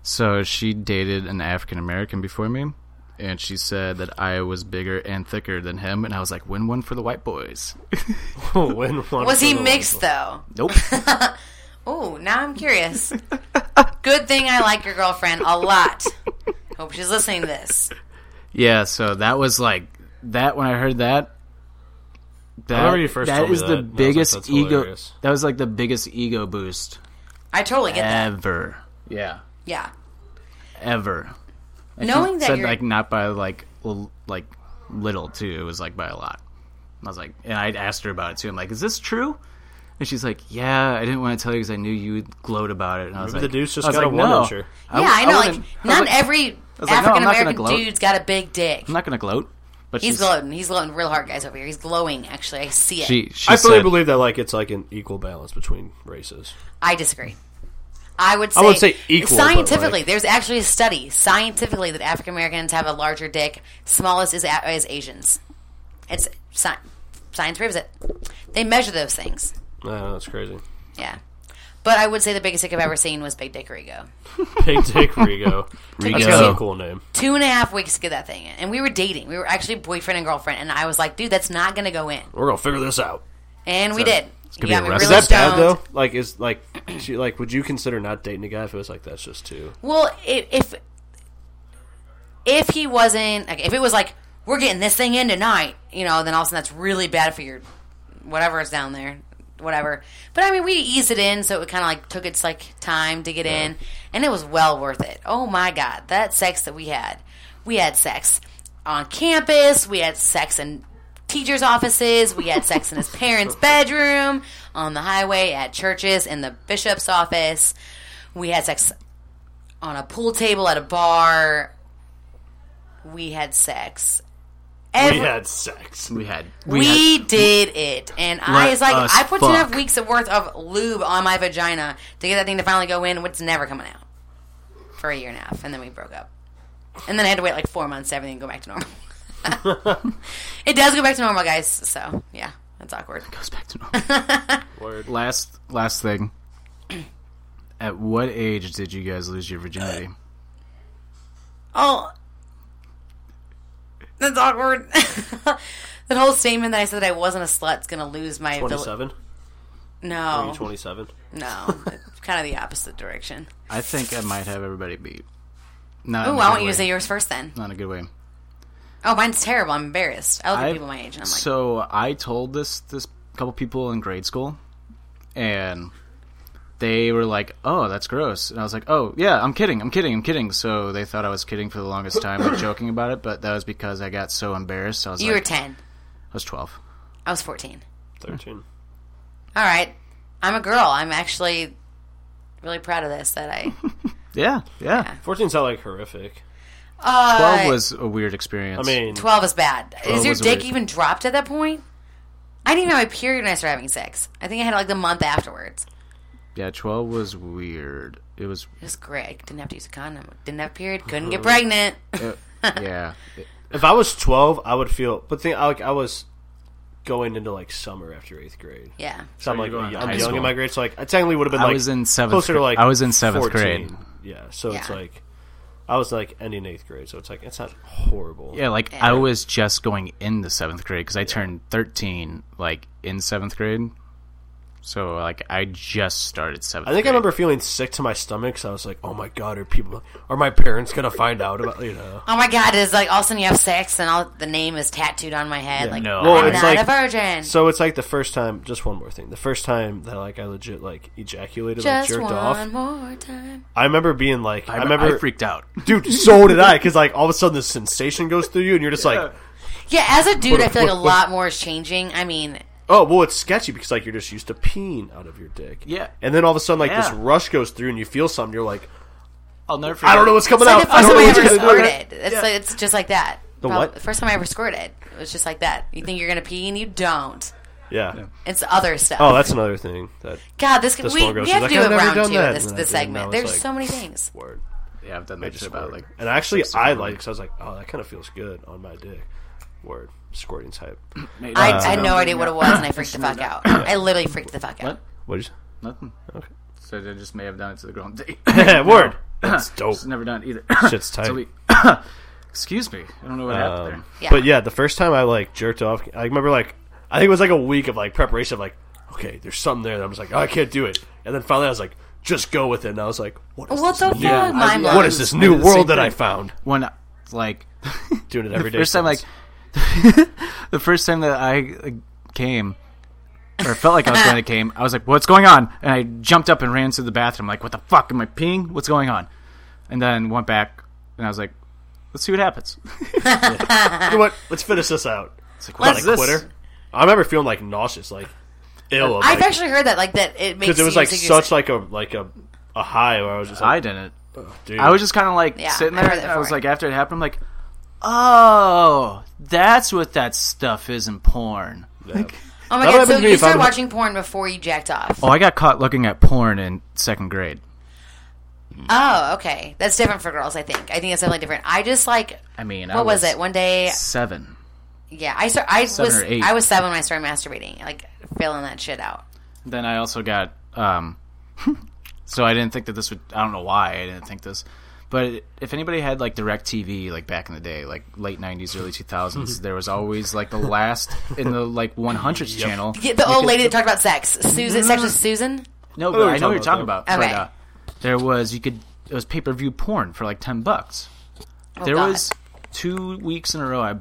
Speaker 1: So she dated an African American before me, and she said that I was bigger and thicker than him, and I was like, "Win one for the white boys."
Speaker 2: Win one.
Speaker 5: Was he mixed though?
Speaker 1: Nope.
Speaker 5: Oh, now I'm curious. Good thing I like your girlfriend a lot. Hope she's listening to this.
Speaker 1: [laughs] yeah. So that was like that when I heard that. That,
Speaker 2: remember you first
Speaker 1: that
Speaker 2: told me
Speaker 1: is
Speaker 2: that,
Speaker 1: the
Speaker 2: and I was like,
Speaker 1: biggest
Speaker 2: "That's
Speaker 1: ego.
Speaker 2: hilarious."
Speaker 1: That was like the biggest ego boost
Speaker 5: I totally get that.
Speaker 1: ever. Yeah,
Speaker 5: Yeah.
Speaker 1: ever. And she
Speaker 5: Knowing that
Speaker 1: said
Speaker 5: you're-
Speaker 1: like not by like l- like little too, it was like by a lot. And I was like, and I asked her about it too. I'm like, is this true? And she's like, yeah, I didn't want to tell you because I knew you would gloat about it. And I was
Speaker 2: Maybe
Speaker 1: like,
Speaker 2: the dude's just
Speaker 1: I was
Speaker 2: got a
Speaker 1: like,
Speaker 2: one
Speaker 1: no.
Speaker 2: incher.
Speaker 5: yeah,
Speaker 1: w-
Speaker 5: I know. like,
Speaker 1: wouldn't- I was
Speaker 5: not
Speaker 1: like,
Speaker 5: every
Speaker 1: I was like, no,
Speaker 5: African
Speaker 1: I'm not gonna
Speaker 5: American
Speaker 1: gloat.
Speaker 5: dude's got a big dick.
Speaker 1: I'm not gonna gloat, but
Speaker 5: He's
Speaker 1: she's,
Speaker 5: gloating. He's gloating real hard, guys, over here. He's glowing, actually. I see it.
Speaker 1: she she
Speaker 2: I
Speaker 1: said,
Speaker 2: fully believe that like it's like an equal balance between races.
Speaker 5: I disagree. I would say,
Speaker 2: I would say equal, but,
Speaker 5: scientifically.
Speaker 2: like-
Speaker 5: there's actually a study scientifically that African Americans have a larger dick. Smallest is a- is Asians. It's sci- science proves it. They measure those things.
Speaker 2: No, that's crazy.
Speaker 5: Yeah, but I would say the biggest dick I've ever seen was Big Dick Rigo.
Speaker 2: Big Dick [laughs] Rigo. That's
Speaker 1: Rigo.
Speaker 2: got a cool name.
Speaker 5: Two and a half weeks to get that thing in, and we were dating. We were actually boyfriend and girlfriend, and I was like, "Dude, that's not gonna go in."
Speaker 2: We're gonna figure this out.
Speaker 5: And we did.
Speaker 1: gonna be
Speaker 5: You got me
Speaker 1: a
Speaker 5: really
Speaker 1: rest-
Speaker 2: Is that bad
Speaker 5: stoned.
Speaker 2: though? Like, is like, [clears throat] she, like, would you consider not dating a guy if it was like that's just too?
Speaker 5: Well, if if, if he wasn't, like, if it was like we're getting this thing in tonight, you know, then all of a sudden that's really bad for your whatever is down there, whatever. But I mean, we eased it in, so it kind of like took its like time to get in, and it was well worth it. Oh my god, that sex that we had, we had sex on campus, we had sex in teachers' offices, we had sex
Speaker 2: [laughs]
Speaker 5: in his parents' bedroom, on the highway, at churches, in the bishop's office. We had sex on a pool table at a bar. We had sex. Every,
Speaker 2: we had sex.
Speaker 1: we had
Speaker 5: we, did it, and I
Speaker 1: Let
Speaker 5: was like,
Speaker 1: us
Speaker 5: I put two and a half
Speaker 1: fuck.
Speaker 5: weeks of worth of lube on my vagina to get that thing to finally go in. What's never coming out for a year and a half, and then we broke up, and then I had to wait like four months to everything go back to normal. [laughs] it does go back to normal, guys. So yeah, that's awkward.
Speaker 1: goes back to normal.
Speaker 5: [laughs]
Speaker 1: Last last thing. At what age did you guys lose your virginity?
Speaker 5: Oh, that's awkward. [laughs] that whole statement that I said that I wasn't a slut's gonna lose my vil-
Speaker 2: Twenty-seven. Are
Speaker 5: No,
Speaker 2: you twenty-seven?
Speaker 5: no, it's kind of the opposite direction.
Speaker 1: I think I might have everybody beat. Not
Speaker 5: Oh,
Speaker 1: in a
Speaker 5: I
Speaker 1: good
Speaker 5: want you
Speaker 1: way.
Speaker 5: to say yours first then.
Speaker 1: Not in a good way.
Speaker 5: Oh, mine's terrible. I'm embarrassed. I look at
Speaker 1: I-
Speaker 5: people my age and I'm like,
Speaker 1: so I told this this couple people in grade school, and they were like, "Oh, that's gross," and I was like, "Oh, yeah, I'm kidding, I'm kidding, I'm kidding." So they thought I was kidding for the longest time,
Speaker 5: [coughs]
Speaker 1: like joking about it, but that was because I got so embarrassed. I was
Speaker 5: you
Speaker 1: like,
Speaker 5: were 10.
Speaker 1: I was twelve.
Speaker 5: I was 14.
Speaker 2: Thirteen.
Speaker 5: All right. I'm a girl. I'm actually really proud of this that I.
Speaker 1: Yeah, yeah.
Speaker 2: 14's not like horrific.
Speaker 5: Uh,
Speaker 1: Twelve was a weird experience.
Speaker 2: I mean,
Speaker 5: 12 is bad.
Speaker 1: 12
Speaker 5: Is your
Speaker 1: was a
Speaker 5: dick
Speaker 1: weird-
Speaker 5: even dropped at that point? I didn't even have my period when I started having sex. I think I had it like the month afterwards.
Speaker 1: yeah, twelve was weird. It was.
Speaker 5: It was great. I didn't have to use a condom. Didn't have a period. Couldn't get pregnant.
Speaker 1: Uh, yeah.
Speaker 2: If I was 12, I would feel. But think, I, like, I was going into like summer after eighth grade.
Speaker 5: Yeah.
Speaker 2: So, I'm
Speaker 1: So
Speaker 2: like,
Speaker 1: you're going
Speaker 2: I'm
Speaker 1: to high
Speaker 2: young
Speaker 1: school.
Speaker 2: in my grade, so like, I technically would have been
Speaker 1: I
Speaker 2: like.
Speaker 1: was in seventh
Speaker 2: Closer to
Speaker 1: gra-
Speaker 2: like.
Speaker 1: I was in seventh
Speaker 2: 14.
Speaker 1: grade.
Speaker 2: Yeah. So it's
Speaker 5: Yeah.
Speaker 2: like. I was like ending eighth grade, so it's like, it's not horrible.
Speaker 1: Yeah, like I was just going into seventh grade because I turned thirteen, like in seventh grade. So like I just started seventh.
Speaker 2: I think I
Speaker 1: grade.
Speaker 2: remember feeling sick to my stomach, so I was like, "Oh my god, are people? Are my parents gonna find out about you know?"
Speaker 5: [laughs] Oh my god! It's like all of a sudden you have sex and all the name is tattooed on my head. Like
Speaker 1: No.
Speaker 5: I'm not a virgin.
Speaker 2: So it's like the first time. Just one more thing. The first time that like I legit like ejaculated,
Speaker 5: Just
Speaker 2: like jerked
Speaker 5: one
Speaker 2: off.
Speaker 5: more time.
Speaker 2: I remember being like, I,
Speaker 1: I
Speaker 2: remember
Speaker 1: freaked out.
Speaker 2: dude. So did I, because like all of a sudden the sensation goes through you, and you're just like,
Speaker 5: Yeah, as a dude,
Speaker 2: What-
Speaker 5: I feel like a
Speaker 2: what-
Speaker 5: lot more is changing. I mean,
Speaker 2: oh well, it's sketchy because like you're just used to peeing out of your dick.
Speaker 1: Yeah.
Speaker 2: and then all of a sudden like this
Speaker 1: Yeah.
Speaker 2: rush goes through, and you feel something. You're like,
Speaker 1: I'll never. Forget.
Speaker 2: I don't know what's
Speaker 5: it's
Speaker 2: coming
Speaker 5: like
Speaker 2: out.
Speaker 5: the
Speaker 2: I
Speaker 5: first
Speaker 2: don't
Speaker 5: time I
Speaker 2: know what's
Speaker 5: ever
Speaker 2: gonna do it."
Speaker 5: squirted. It's like it's just like that.
Speaker 2: The
Speaker 5: Prob-
Speaker 2: what?
Speaker 5: The first time I ever squirted, it was just like that. You think you're gonna pee and you don't.
Speaker 2: Yeah.
Speaker 5: It's other stuff.
Speaker 2: Oh, that's another thing. That
Speaker 5: God, this,
Speaker 2: this
Speaker 5: we,
Speaker 2: one goes,
Speaker 5: we have to
Speaker 2: she's
Speaker 5: do
Speaker 2: like,
Speaker 5: a
Speaker 2: "I've never
Speaker 5: round
Speaker 2: done
Speaker 5: two
Speaker 2: that,"
Speaker 5: of this,
Speaker 2: and I
Speaker 5: this
Speaker 2: did, and I
Speaker 5: segment.
Speaker 2: was
Speaker 5: There's
Speaker 2: like,
Speaker 5: so many things.
Speaker 2: word.
Speaker 1: Yeah, I've done
Speaker 2: I
Speaker 1: that
Speaker 2: just
Speaker 1: shit about
Speaker 2: squirt.
Speaker 1: like.
Speaker 2: and actually
Speaker 1: six
Speaker 2: I
Speaker 1: different
Speaker 2: like
Speaker 1: ones.
Speaker 2: because I was like, oh, that kind of feels good on my dick. Word, squirting type.
Speaker 1: Made
Speaker 5: I,
Speaker 1: up.
Speaker 5: I had no idea what it was, and I freaked the fuck
Speaker 2: [laughs]
Speaker 5: out. I literally freaked the fuck out.
Speaker 1: What?
Speaker 2: What is?
Speaker 1: Nothing. Okay. So I just may have done it to the ground.
Speaker 2: [laughs] [coughs] Word.
Speaker 1: [coughs]
Speaker 2: That's dope.
Speaker 1: Just never done it either.
Speaker 2: Shit's tight.
Speaker 1: So we- [coughs] Excuse me. I don't know what
Speaker 2: Um,
Speaker 1: happened
Speaker 5: Yeah.
Speaker 2: But yeah, the first time I like jerked off, I remember like I think it was like a week of like preparation. Of, like, okay, there's something there. That I'm just like, oh, I can't do it. And then finally, I was like, just go with it. And I was like, what is
Speaker 5: What
Speaker 2: this?
Speaker 5: the fuck?
Speaker 2: new-
Speaker 1: I-
Speaker 5: Mind
Speaker 1: yeah.
Speaker 5: blowing.
Speaker 2: what is this new
Speaker 1: It's the same
Speaker 2: world that I
Speaker 1: thing.
Speaker 2: found?
Speaker 1: there. When, like,
Speaker 2: Doing it every day.
Speaker 1: first time, like,
Speaker 2: since.
Speaker 1: [laughs] the first time that I like, came, or felt like I was going to came, I was like, "What's going on?" And I jumped up and ran to the bathroom, like, "What the fuck? Am I peeing? What's going on?" And then went back, and I was like, "Let's see what happens."
Speaker 2: you know what? Let's finish this out. It's like,
Speaker 5: Let's-
Speaker 2: what a quitter. I remember feeling like nauseous, like ill. Of,
Speaker 5: I've
Speaker 2: like,
Speaker 5: actually heard that, like that. It makes
Speaker 2: because it was
Speaker 5: you
Speaker 2: like
Speaker 5: think you're
Speaker 2: such
Speaker 5: sick.
Speaker 2: like a like a a high where I was just
Speaker 1: [laughs] I
Speaker 2: like,
Speaker 1: didn't.
Speaker 2: dude,
Speaker 1: I was just kind of like
Speaker 5: Yeah,
Speaker 1: sitting
Speaker 5: I
Speaker 1: there.
Speaker 5: heard
Speaker 1: and I
Speaker 5: that
Speaker 1: was
Speaker 5: before.
Speaker 1: like, after it happened, I'm like, "Oh, that's what that stuff is in porn." Like,
Speaker 5: Oh my
Speaker 2: That
Speaker 5: god!
Speaker 2: happened
Speaker 5: So
Speaker 2: to me
Speaker 5: you
Speaker 2: if I
Speaker 5: started
Speaker 2: was-
Speaker 5: watching porn before you jacked off.
Speaker 1: oh, I got caught looking at porn in second grade.
Speaker 5: Oh, okay. That's different for girls, I think. I think it's definitely different. I just like
Speaker 1: I mean, I
Speaker 5: what was, it? One day
Speaker 1: Seven.
Speaker 5: yeah, I start, I
Speaker 1: Seven
Speaker 5: was
Speaker 1: or eight.
Speaker 5: I was seven when I started masturbating, like filling that shit out.
Speaker 1: Then I also got um [laughs] so I didn't think that this would I don't know why I didn't think this. But if anybody had like direct TV like back in the day, like late 90s early 2000s,
Speaker 2: Hmm.
Speaker 1: there was always like the last in the like 100s channel.
Speaker 5: Yeah, the old lady that talked about sex. Susan sex with Susan?
Speaker 1: No,
Speaker 2: know
Speaker 1: but
Speaker 2: what
Speaker 1: I know what
Speaker 2: you're
Speaker 1: you're
Speaker 2: talking
Speaker 1: talking about.
Speaker 5: Okay.
Speaker 1: But, uh, there was you could it was pay-per-view porn for like 10 bucks. there
Speaker 5: Oh, God.
Speaker 1: was 2 weeks in a row I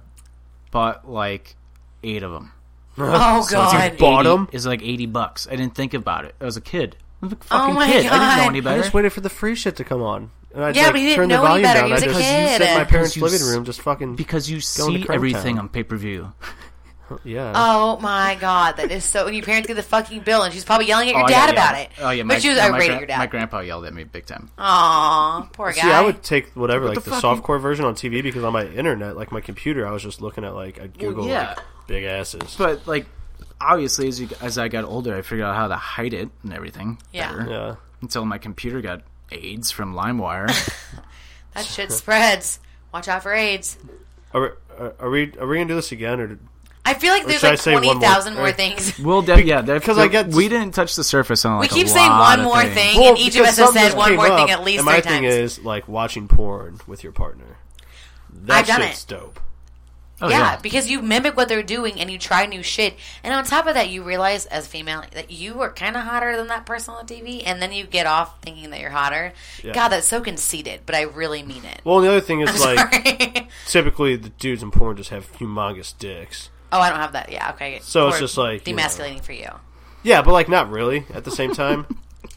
Speaker 1: bought like 8 of them.
Speaker 5: Oh god.
Speaker 2: bought 'em?
Speaker 1: Is like 80 bucks. I didn't think about it. I was a kid. I was a
Speaker 5: Oh
Speaker 1: fucking
Speaker 5: my
Speaker 1: kid. I didn't
Speaker 5: God.
Speaker 1: know any
Speaker 2: I
Speaker 1: better.
Speaker 2: just waited for the free shit to come on. And I'd,
Speaker 5: Yeah,
Speaker 2: like,
Speaker 5: but he didn't
Speaker 2: turn the
Speaker 5: know any
Speaker 2: volume
Speaker 5: better.
Speaker 2: Down.
Speaker 5: He was
Speaker 2: I
Speaker 5: a
Speaker 2: just
Speaker 5: kid.
Speaker 2: sit in my parents'
Speaker 1: Because you
Speaker 2: living room, just fucking.
Speaker 1: because you
Speaker 2: going to
Speaker 1: see
Speaker 2: Craigtown.
Speaker 1: everything on pay per view.
Speaker 2: yeah,
Speaker 5: Oh my god, that is so. And your parents get the fucking bill, and she's probably yelling at your dad about it.
Speaker 1: Oh yeah, my,
Speaker 5: but she was
Speaker 1: yeah, my,
Speaker 5: irate
Speaker 1: gran-
Speaker 5: at your dad. Oh.
Speaker 1: my grandpa yelled at me big time.
Speaker 5: Aw, poor guy.
Speaker 2: See, I would take whatever, like
Speaker 1: the
Speaker 2: the,
Speaker 1: fucking-
Speaker 2: softcore version on TV, because on my internet, like my computer, I was just looking at like I'd Google
Speaker 1: yeah.
Speaker 2: like, big asses.
Speaker 1: But like, obviously, as you, as I got older, I figured out how to hide it and everything.
Speaker 5: Yeah.
Speaker 1: better,
Speaker 2: yeah,
Speaker 1: Until my computer got AIDS from LimeWire.
Speaker 5: [laughs] that shit spreads. Watch out for AIDS.
Speaker 2: are, we- are, are we are we gonna do this again or?
Speaker 5: I feel like there's
Speaker 2: should I
Speaker 5: like
Speaker 2: say one more?
Speaker 5: twenty thousand more
Speaker 2: Or-
Speaker 5: things.
Speaker 1: well, de- yeah, because
Speaker 2: Because I get-
Speaker 1: we didn't touch the surface on.
Speaker 5: We
Speaker 1: Like, a
Speaker 5: keep saying
Speaker 1: lot
Speaker 5: one
Speaker 1: of
Speaker 5: more
Speaker 1: things.
Speaker 5: thing, and each of
Speaker 2: because
Speaker 5: us has
Speaker 2: something
Speaker 5: said one
Speaker 2: came
Speaker 5: more thing
Speaker 2: up,
Speaker 5: at least
Speaker 2: And my
Speaker 5: three
Speaker 2: thing
Speaker 5: times.
Speaker 2: is like watching porn with your partner. That
Speaker 5: I've done
Speaker 2: shit's
Speaker 5: it.
Speaker 2: dope.
Speaker 1: Oh,
Speaker 5: yeah,
Speaker 1: yeah.
Speaker 5: because you mimic what they're doing and you try new shit. And on top of that, you realize as a female that you are kind of hotter than that person on the TV, and then you get off thinking that you're hotter. God, that's so conceited, but I really mean [laughs] it.
Speaker 2: Well, and the other thing is like
Speaker 5: Sorry.
Speaker 2: typically the dudes in porn just have humongous dicks.
Speaker 5: oh, I don't have that. Yeah, okay.
Speaker 2: So it's
Speaker 5: Or
Speaker 2: just like, you know.
Speaker 5: demasculating for you.
Speaker 2: Yeah, but like not really. At the same time,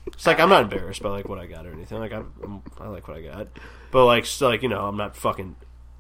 Speaker 2: it's like I'm not embarrassed by like what I got or anything. Like I'm, I'm I like what I got, but like still like you know I'm not fucking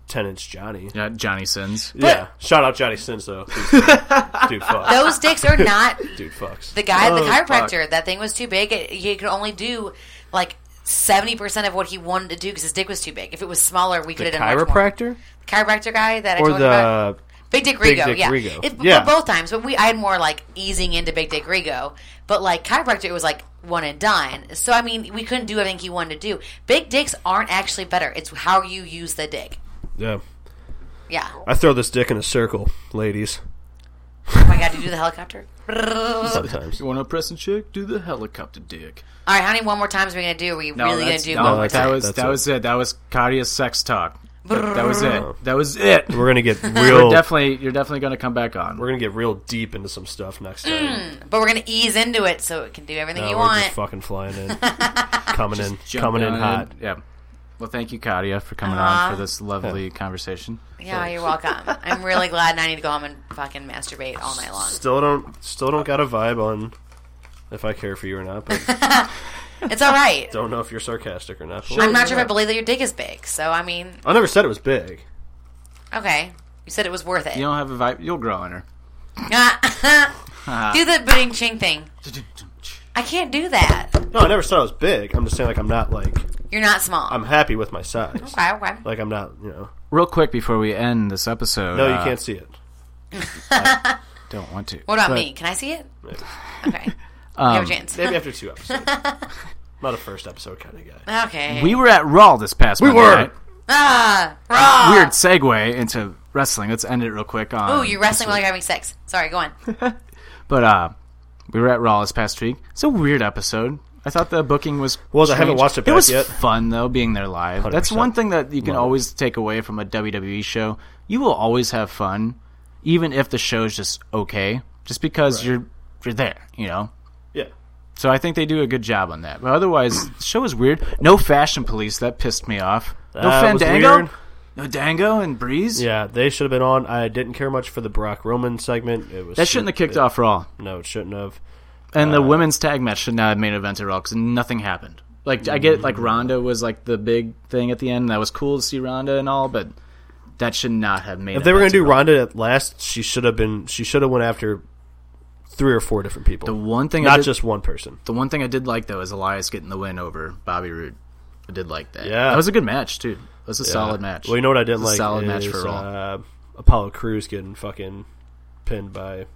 Speaker 2: Ten Inch Johnny.
Speaker 1: Yeah, Johnny Sins.
Speaker 2: yeah, shout out Johnny Sins though. Dude, dude fucks.
Speaker 5: Those
Speaker 2: [laughs]
Speaker 5: dicks are not-
Speaker 2: dude fucks.
Speaker 5: The guy, the
Speaker 2: Oh,
Speaker 5: chiropractor,
Speaker 2: fuck.
Speaker 5: that thing was too big. It- He could only do like seventy percent of what he wanted to do because his dick was too big. If it was smaller, we could
Speaker 2: The
Speaker 5: have done much more.
Speaker 2: chiropractor
Speaker 5: The chiropractor guy that I
Speaker 2: or
Speaker 5: told you about.
Speaker 2: the
Speaker 5: Big Dick Rigo,
Speaker 2: Dick
Speaker 5: yeah.
Speaker 2: Rigo.
Speaker 5: It, but
Speaker 2: Yeah.
Speaker 5: both times, but we I had more like easing into Big Dick Rigo, but like chiropractor, it was like one and done. So I mean, we couldn't do everything he wanted to do. Big dicks aren't actually better. It's how you use the dick.
Speaker 2: Yeah.
Speaker 5: Yeah.
Speaker 2: uh, I throw this dick in a circle, ladies.
Speaker 5: Oh my god, did you do the helicopter?
Speaker 1: [laughs]
Speaker 2: Sometimes.
Speaker 1: You want to press and chick? Do the helicopter dick.
Speaker 5: All right, honey, one more time is we gonna do? Are we really gonna
Speaker 1: that's-
Speaker 5: do
Speaker 1: no,
Speaker 5: one more
Speaker 1: that
Speaker 5: time?
Speaker 1: was
Speaker 2: That's
Speaker 1: that
Speaker 2: it.
Speaker 1: was it. That was Kadia's sex talk. That, that was it. That was it.
Speaker 2: We're gonna get
Speaker 1: We're
Speaker 2: real.
Speaker 1: definitely you're definitely gonna come back on.
Speaker 2: We're gonna get real deep into some stuff next time.
Speaker 5: Mm, but we're gonna ease into it so it can do everything
Speaker 2: No,
Speaker 5: you
Speaker 2: we're
Speaker 5: want.
Speaker 2: just fucking flying in, coming in,
Speaker 1: Just jump
Speaker 2: coming in
Speaker 1: down
Speaker 2: hot.
Speaker 1: Yeah. Well, thank you, Kadia, for coming
Speaker 5: Uh-huh.
Speaker 1: on for this lovely conversation.
Speaker 5: yeah,
Speaker 1: [laughs]
Speaker 5: you're welcome. I'm really glad. I need to go home and fucking masturbate all night long.
Speaker 2: Still don't, still don't got a vibe on if I care for you or not.
Speaker 5: [laughs]
Speaker 2: But
Speaker 5: It's all right.
Speaker 2: don't know if you're sarcastic or not.
Speaker 5: I'm not sure if I believe that your dick is big. So I mean,
Speaker 2: I never said it was big.
Speaker 5: okay, you said it was worth it.
Speaker 1: You don't have a vibe. You'll grow
Speaker 2: [laughs]
Speaker 1: on her.
Speaker 5: [laughs] do the bing ching thing. I can't do that.
Speaker 2: No, I never said I was big. I'm just saying, like, I'm not like
Speaker 5: You're not small.
Speaker 2: I'm happy with my size.
Speaker 5: okay, okay.
Speaker 2: Like, I'm not, you know.
Speaker 1: Real quick before we end this episode.
Speaker 2: No, you
Speaker 1: uh,
Speaker 2: can't see it.
Speaker 1: Don't want to.
Speaker 5: What about
Speaker 1: But-
Speaker 5: me? Can I
Speaker 1: [laughs]
Speaker 5: see it? Okay.
Speaker 1: Um,
Speaker 5: you have a chance.
Speaker 2: Maybe after
Speaker 5: [laughs]
Speaker 2: two episodes. Not a first episode kind of guy.
Speaker 5: okay.
Speaker 1: We were at Raw this past
Speaker 2: We
Speaker 1: Monday
Speaker 2: were.
Speaker 1: night.
Speaker 5: Ah, raw.
Speaker 1: Weird segue into wrestling. Let's end it real quick on.
Speaker 5: Ooh, you're wrestling while you're having sex. Sorry, go
Speaker 1: [laughs]
Speaker 5: on.
Speaker 1: But uh, we were at Raw this past week. It's a weird episode. I thought the booking was
Speaker 2: Was, I haven't
Speaker 1: strange.
Speaker 2: watched it
Speaker 1: It
Speaker 2: back
Speaker 1: was
Speaker 2: yet.
Speaker 1: fun though, being there live. That's
Speaker 2: 100%.
Speaker 1: one thing that you can
Speaker 2: Love it.
Speaker 1: always take away from a WWE show. You will always have fun, even if the show's just okay, just because you're you're there. You know.
Speaker 2: Yeah.
Speaker 1: So I think they do a good job on that. But otherwise, [clears throat] the show is weird. No Fashion Police. That pissed me off. no
Speaker 2: That was
Speaker 1: Fandango.
Speaker 2: weird.
Speaker 1: No Dango and Breeze.
Speaker 2: Yeah, they should have been on. I didn't care much for the Brock Roman segment. It was
Speaker 1: That shouldn't have kicked
Speaker 2: it-
Speaker 1: off Raw.
Speaker 2: No, it shouldn't have.
Speaker 1: And
Speaker 2: Uh,
Speaker 1: the women's tag match should not have made an event at all because nothing happened. Like I get, like Ronda was like the big thing at the end. and That was cool to see Ronda and all, but that should not have made.
Speaker 2: If they were
Speaker 1: going
Speaker 2: gonna
Speaker 1: to
Speaker 2: do Ronda at last, she should have been. She should have went after three or four different people.
Speaker 1: the one thing, I
Speaker 2: not
Speaker 1: did,
Speaker 2: just one person.
Speaker 1: the one thing I did like though is Elias getting the win over Bobby Roode. I did like that.
Speaker 2: Yeah.
Speaker 1: that was a good match too. That was a
Speaker 2: Yeah.
Speaker 1: solid match.
Speaker 2: Well, you know what I
Speaker 1: It
Speaker 2: didn't
Speaker 1: was
Speaker 2: like?
Speaker 1: A solid
Speaker 2: is,
Speaker 1: match for Raw.
Speaker 2: uh, Apollo Crews getting fucking pinned by.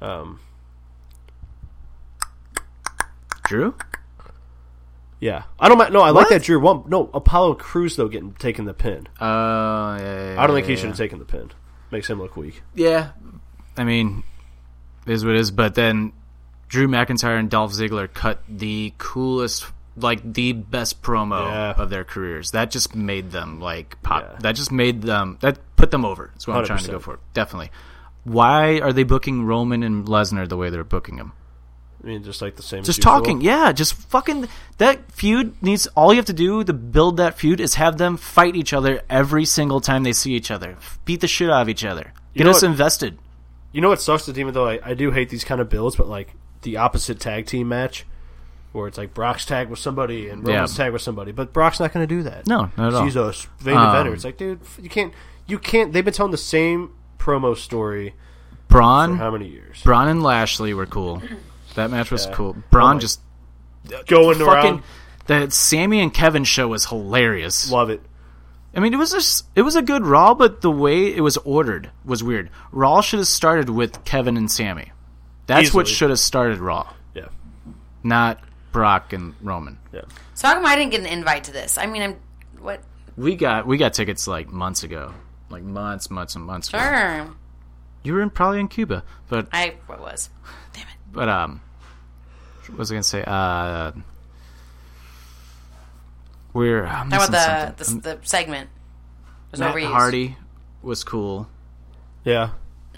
Speaker 2: Um.
Speaker 1: Drew.
Speaker 2: Yeah, I don't. mi- No, I
Speaker 1: What?
Speaker 2: like that Drew. One, no, Apollo Crews though getting taking the pin.
Speaker 1: Oh yeah, yeah, yeah,
Speaker 2: I don't think he
Speaker 1: Oh, yeah.
Speaker 2: should have taken the pin. Makes him look weak.
Speaker 1: Yeah, I mean, it is what it is. But then Drew McIntyre and Dolph Ziggler cut the coolest, like the best promo
Speaker 2: Yeah.
Speaker 1: of their careers. That just made them like pop.
Speaker 2: Yeah.
Speaker 1: That just made them that put them over. That's what i am trying to go
Speaker 2: 100%.
Speaker 1: for. Definitely. Why are they booking Roman and Lesnar the way they're booking them?
Speaker 2: I mean, just like the same. as
Speaker 1: Just
Speaker 2: usual.
Speaker 1: talking, yeah. Just fucking that feud needs. All you have to do to build that feud is have them fight each other every single time they see each other. Beat the shit out of each other.
Speaker 2: You
Speaker 1: Get
Speaker 2: know
Speaker 1: us
Speaker 2: what-
Speaker 1: invested.
Speaker 2: You know what sucks the demon though? I, I do hate these kind of builds, but like the opposite tag team match, where it's like Brock's tag with somebody and Roman's
Speaker 1: Yeah.
Speaker 2: tag with somebody, but Brock's not going to do that.
Speaker 1: No, not at all.
Speaker 2: She's a s- vain
Speaker 1: Um,
Speaker 2: inventor. It's like, dude, f- you can't, you can't. They've been telling the same promo story for
Speaker 1: Braun,
Speaker 2: how many years?
Speaker 1: Braun and Lashley were cool. That match was
Speaker 2: Yeah.
Speaker 1: cool. Braun
Speaker 2: my-
Speaker 1: just
Speaker 2: Going
Speaker 1: fucking
Speaker 2: around,
Speaker 1: that Sammy and Kevin show was hilarious.
Speaker 2: love it.
Speaker 1: I mean, it was just it was a good Raw, but the way it was ordered was weird. Raw should have started with Kevin and Sammy. That's what
Speaker 2: Easily.
Speaker 1: should have started Raw,
Speaker 2: Yeah,
Speaker 1: not Brock and Roman.
Speaker 2: yeah.
Speaker 5: So how come I didn't get an invite to this? I mean, I'm what?
Speaker 1: We got we got tickets like months ago, like months, months, and months. ago.
Speaker 5: Sure.
Speaker 1: You were in, probably in Cuba, but
Speaker 5: I what was?
Speaker 1: but um, what was I gonna say? Uh, we're I'm
Speaker 5: How
Speaker 1: missing
Speaker 5: about the,
Speaker 1: something.
Speaker 5: the the segment? It was
Speaker 1: Matt
Speaker 5: overused.
Speaker 1: Hardy was cool.
Speaker 2: Yeah,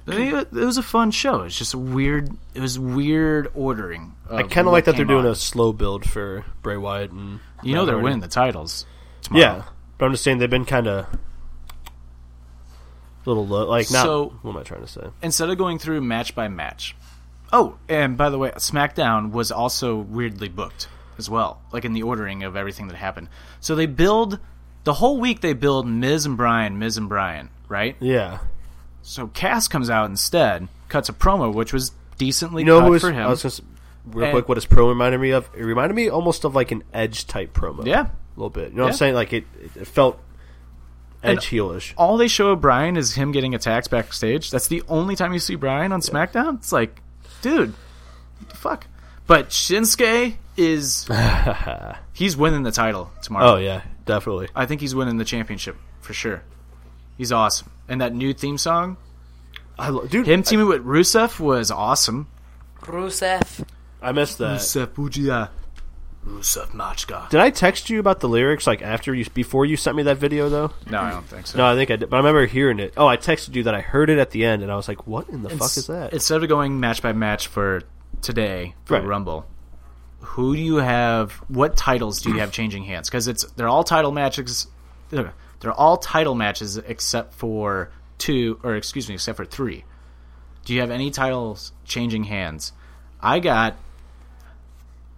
Speaker 1: I mean, It it was a fun show. It's just weird. It was weird ordering.
Speaker 2: I kind of like that they're doing a slow build for Bray Wyatt and
Speaker 1: You know
Speaker 2: Matt
Speaker 1: they're
Speaker 2: Hardy.
Speaker 1: winning the titles. Tomorrow.
Speaker 2: Yeah, but I'm just saying they've been kind of little low. Like, not
Speaker 1: So-
Speaker 2: what am I trying to say?
Speaker 1: Instead of going through match by match. Oh, and by the way, SmackDown was also weirdly booked as well, like in the ordering of everything that happened. So they build the whole week they build Miz and Brian, Miz and Brian, right?
Speaker 2: Yeah.
Speaker 1: So Cass comes out instead, cuts a promo, which was decently
Speaker 2: You know
Speaker 1: cut
Speaker 2: who is?
Speaker 1: for him.
Speaker 2: I was just real
Speaker 1: And-
Speaker 2: quick. What his promo reminded me of? It reminded me almost of like an Edge type promo.
Speaker 1: Yeah.
Speaker 2: a little bit. You know what
Speaker 1: Yeah.
Speaker 2: I'm saying? Like it, it felt
Speaker 1: And-
Speaker 2: Edge heelish.
Speaker 1: All they show of Brian is him getting attacked backstage. That's the only time you see Brian on SmackDown. It's like, dude, what the fuck. But Shinsuke
Speaker 2: [laughs]
Speaker 1: is he's winning the title tomorrow.
Speaker 2: Oh yeah, definitely.
Speaker 1: I think he's winning the championship for sure. He's awesome. And that new theme song,
Speaker 2: I lo- dude,
Speaker 1: him teaming with Rusev was awesome.
Speaker 5: Rusev.
Speaker 2: I missed that.
Speaker 1: Rusev Ujia. Rusev Machka.
Speaker 2: Did I text you about the lyrics like after you before you sent me that video though?
Speaker 1: No, I don't think so.
Speaker 2: No, I think I did, but I remember hearing it. Oh, I texted you that I heard it at the end, and I was like, "What in the fuck
Speaker 1: Ins-
Speaker 2: is that?"
Speaker 1: Instead of going match by match for today for
Speaker 2: Right.
Speaker 1: Rumble, who do you have? What titles do you have changing hands? Because it's they're all title matches. They're they're all title matches except for two, or excuse me, except for three. Do you have any titles changing hands? I got.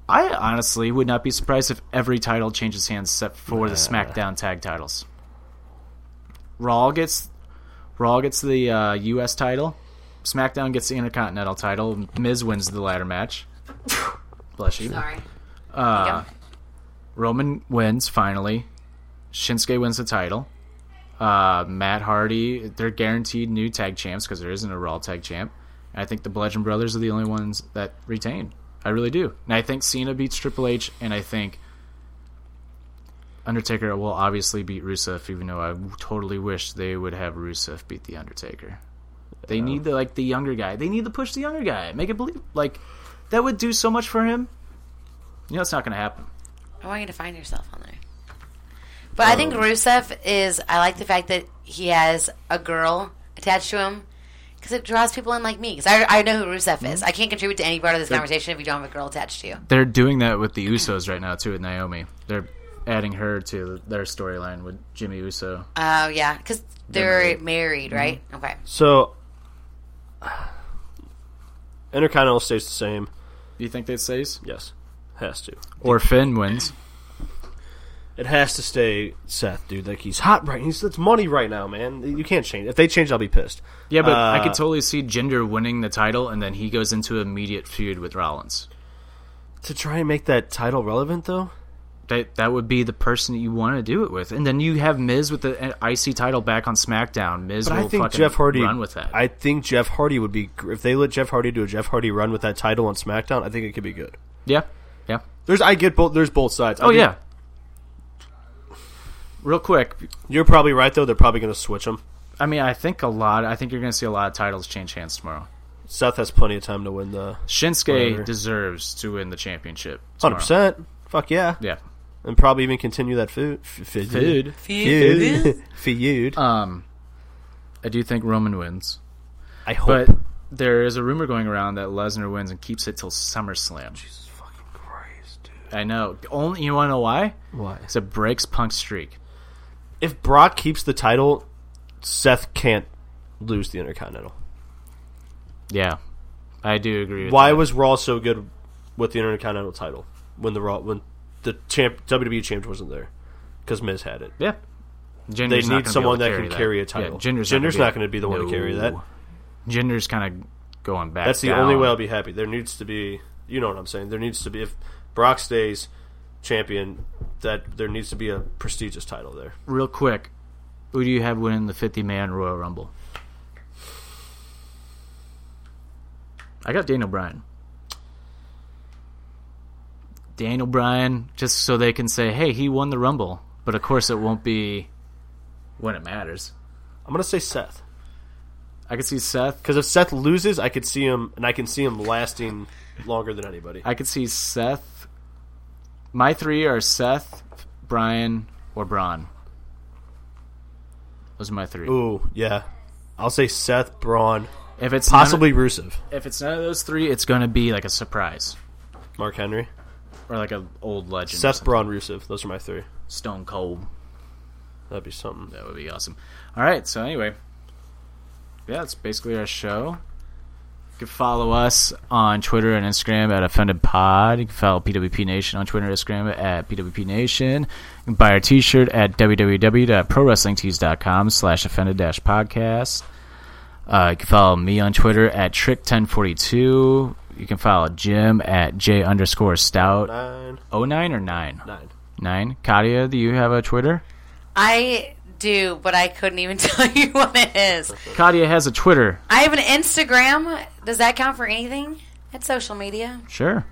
Speaker 1: I honestly would not be surprised if every title changes hands except for the SmackDown tag titles. Raw gets Raw gets the uh, U.S. title. SmackDown gets the Intercontinental title. Miz wins the ladder match. Bless you.
Speaker 5: Sorry.
Speaker 1: Uh, Roman wins finally. Shinsuke wins the title. Uh, Matt Hardy, they're guaranteed new tag champs because there isn't a Raw tag champ. And I think the Bludgeon Brothers are the only ones that retain. I really do. And I think Cena beats Triple H, and I think Undertaker will obviously beat Rusev, even though I totally wish they would have Rusev beat the Undertaker. They need the like the younger guy. They need to push the younger guy. Make it believe like that would do so much for him. You know it's not going to happen.
Speaker 5: I want you to find yourself on there. But I think Rusev is. I like the fact that he has a girl attached to him because it draws people in like me. Because I, I know who Rusev is. I can't contribute to any part of this conversation if you don't have a girl attached to you.
Speaker 1: They're doing that with the Usos right now too with Naomi. They're adding her to their storyline with Jimmy Uso.
Speaker 5: Oh yeah, Mm-hmm. because they're, married, right? Okay.
Speaker 2: So, [sighs] Intercontinental stays the same.
Speaker 1: Do you think that stays?
Speaker 2: Yes, has to.
Speaker 1: Or Finn wins.
Speaker 2: It has to stay Seth, dude. Like he's hot right. He's that's money right now, man. You can't change. If they change, I'll be pissed.
Speaker 1: Yeah, but I
Speaker 2: Uh,
Speaker 1: could totally see Jinder winning the title and then he goes into immediate feud with Rollins.
Speaker 2: to try and make that title relevant though.
Speaker 1: That that would be the person that you want to do it with. And then you have Miz with the IC title back on SmackDown. Miz
Speaker 2: But
Speaker 1: will
Speaker 2: I think
Speaker 1: fucking
Speaker 2: Jeff Hardy
Speaker 1: run with that.
Speaker 2: I think Jeff Hardy would be gr- if they let Jeff Hardy do a Jeff Hardy run with that title on SmackDown. I think it could be good.
Speaker 1: yeah. Yeah.
Speaker 2: There's I get both. There's both sides. I
Speaker 1: Oh
Speaker 2: think-
Speaker 1: yeah. Real quick,
Speaker 2: you're probably right though. They're probably going to switch them.
Speaker 1: I mean, I think a lot. I think you're going to see a lot of titles change hands tomorrow.
Speaker 2: Seth has plenty of time to win the
Speaker 1: Shinsuke
Speaker 2: Whatever.
Speaker 1: deserves to win the championship.
Speaker 2: hundred
Speaker 1: tomorrow.
Speaker 2: percent. Fuck yeah,
Speaker 1: Yeah.
Speaker 2: and probably even continue that food f- feud
Speaker 1: Feud.
Speaker 2: feud [laughs] Uh, feud.
Speaker 1: Um, I do think Roman wins,
Speaker 2: I hope.
Speaker 1: but there is a rumor going around that Lesnar wins and keeps it till SummerSlam. Jesus fucking Christ, dude! I know. Only you want to know why?
Speaker 2: Why?
Speaker 1: It's a breaks Punk's streak.
Speaker 2: If Brock keeps the title, Seth can't lose the Intercontinental.
Speaker 1: Yeah, I do agree. With
Speaker 2: Why
Speaker 1: that.
Speaker 2: was Raw so good with the Intercontinental title when the Raw when the champ WWE champ wasn't there? Because Miz had it.
Speaker 1: yeah?
Speaker 2: They
Speaker 1: Ginger's not gonna
Speaker 2: need
Speaker 1: be
Speaker 2: someone
Speaker 1: able
Speaker 2: that
Speaker 1: to
Speaker 2: can carry a
Speaker 1: Yeah,
Speaker 2: title.
Speaker 1: Ginger's,
Speaker 2: Ginger's not going to be the
Speaker 1: able-
Speaker 2: one to carry that.
Speaker 1: No. Ginger's kind of going back.
Speaker 2: That's the
Speaker 1: down.
Speaker 2: only way I'll be happy. There needs to be, you know what I'm saying. There needs to be if Brock stays champion, that there needs to be a prestigious title there.
Speaker 1: real quick, who do you have winning the 50 man Royal Rumble? I got Daniel Bryan. Daniel Bryan, just so they can say, hey, he won the Rumble. But of course, it won't be when it matters.
Speaker 2: I'm gonna say Seth
Speaker 1: I could see Seth.
Speaker 2: because if Seth loses, I could see him, and I can see him lasting longer than anybody.
Speaker 1: I could see Seth. My three are Seth, Bryan, or Braun. Those are my three.
Speaker 2: Ooh, yeah. I'll say Seth Braun,
Speaker 1: if it's none of-
Speaker 2: possibly Rusev,
Speaker 1: if it's none of those three, it's going to be like a surprise.
Speaker 2: Mark Henry,
Speaker 1: or like an old legend.
Speaker 2: Seth Braun, Rusev. Those are my three.
Speaker 1: Stone Cold.
Speaker 2: That'd be something.
Speaker 1: That would be awesome. All right. So anyway, yeah, that's basically our show. You can follow us on Twitter and Instagram at Offended Pod. You can follow PWP Nation on Twitter and Instagram at PWP Nation. You can buy our t-shirt at www.prowrestlingtees.com slash offended dash podcast. Uh, you can follow me on Twitter at Trick1042. You can follow Jim at J underscore Stout.
Speaker 2: Nine.
Speaker 1: Oh, nine or nine?
Speaker 2: Nine.
Speaker 1: Nine. Katia, do you have a Twitter?
Speaker 5: I do, but I couldn't even [laughs] tell you what it is.
Speaker 1: Katia has a Twitter.
Speaker 5: I have an Instagram. Does that count for anything? It's social media.
Speaker 1: Sure.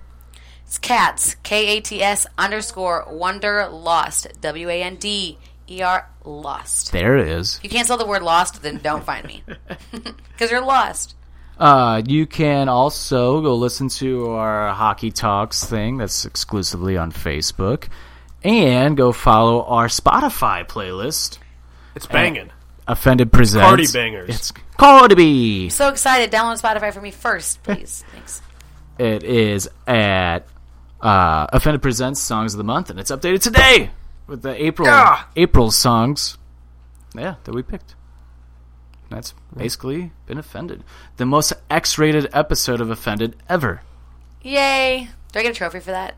Speaker 5: It's cats. K A T S underscore wonder lost. W A N D E R lost.
Speaker 1: There it is.
Speaker 5: If you can't spell the word lost, then don't find me [laughs] because you're lost.
Speaker 1: Uh, you can also go listen to our hockey talks thing that's exclusively on Facebook, and go follow our Spotify playlist.
Speaker 2: It's banging.
Speaker 1: Offended presents
Speaker 2: Cardi bangers.
Speaker 1: It's Cardi B.
Speaker 5: So excited! Download Spotify for me
Speaker 1: [laughs]
Speaker 5: first, please. Thanks.
Speaker 1: It is at uh, Offended presents songs of the month, and it's updated today with the April
Speaker 2: Yeah.
Speaker 1: April songs. Yeah, that we picked. That's basically been offended. The most X-rated episode of Offended ever.
Speaker 5: Yay! Do I get a trophy for that?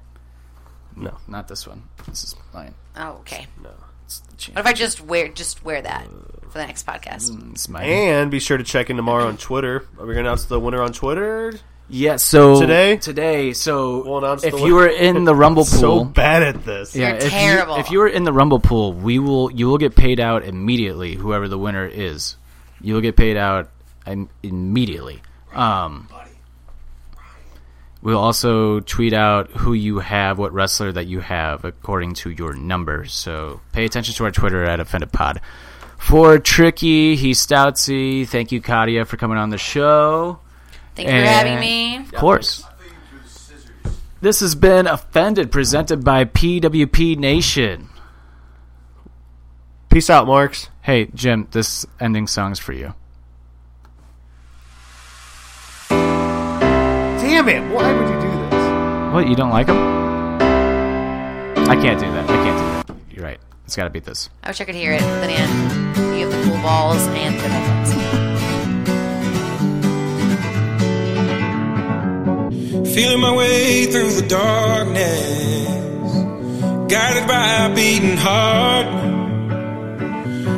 Speaker 1: No, not this one. This is mine.
Speaker 5: Oh, okay.
Speaker 1: No, it's the
Speaker 5: What if I just wear just wear that for the next podcast?
Speaker 1: Mm.
Speaker 2: And be sure to check in tomorrow on Twitter. Are we going to announce the winner on Twitter?
Speaker 1: Yeah, so
Speaker 2: Today?
Speaker 1: today. So
Speaker 2: We'll announce
Speaker 1: if
Speaker 2: the
Speaker 1: you were in the Rumble pool,
Speaker 2: So bad at this.
Speaker 1: Yeah, if you- if you were in the Rumble pool, we will you will get paid out immediately. Whoever the winner is, you will get paid out im- immediately. Um, we'll also tweet out who you have, what wrestler that you have, according to your number. So pay attention to our Twitter at Offended Pod. For Tricky, he's Stoutsy. Thank you, Katia, for coming on the show.
Speaker 5: Thank you for
Speaker 1: Eh.
Speaker 5: having me.
Speaker 1: Of course. This has been Offended, presented by PWP Nation.
Speaker 2: Peace out, Marks.
Speaker 1: Hey, Jim, this ending song's for you.
Speaker 2: Damn it. Why would you do this?
Speaker 1: What, you don't like him? I can't do that. I can't do that. You're right. It's got to beat this.
Speaker 5: I wish I could hear it. But yeah, you have the cool balls and the headphones.
Speaker 12: Feeling my way through the darkness, guided by a beating heart.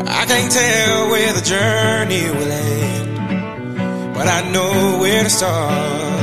Speaker 12: I can't tell where the journey will end, but I know where to start.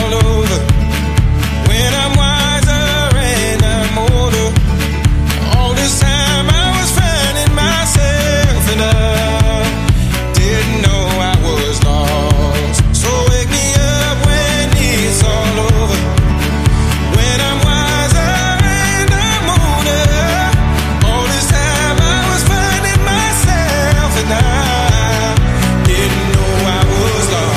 Speaker 12: over. When I'm wiser and I'm older. All this time I was finding myself and I didn't know I was lost. So wake me up when it's all over. When I'm wiser and I'm older. All this time I was finding myself and I didn't know I was lost.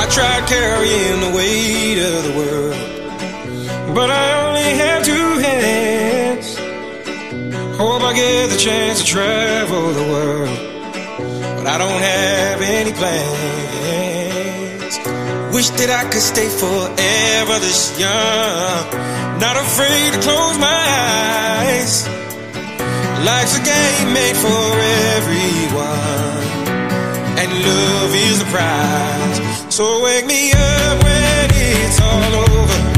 Speaker 12: I tried carrying the weight of the world, but I only have two hands. Hope I get the chance to travel the world, but I don't have any plans. Wish that I could stay forever this young, not afraid to close my eyes. Life's a game made for everyone and love is the prize. So wake me up when it's all over.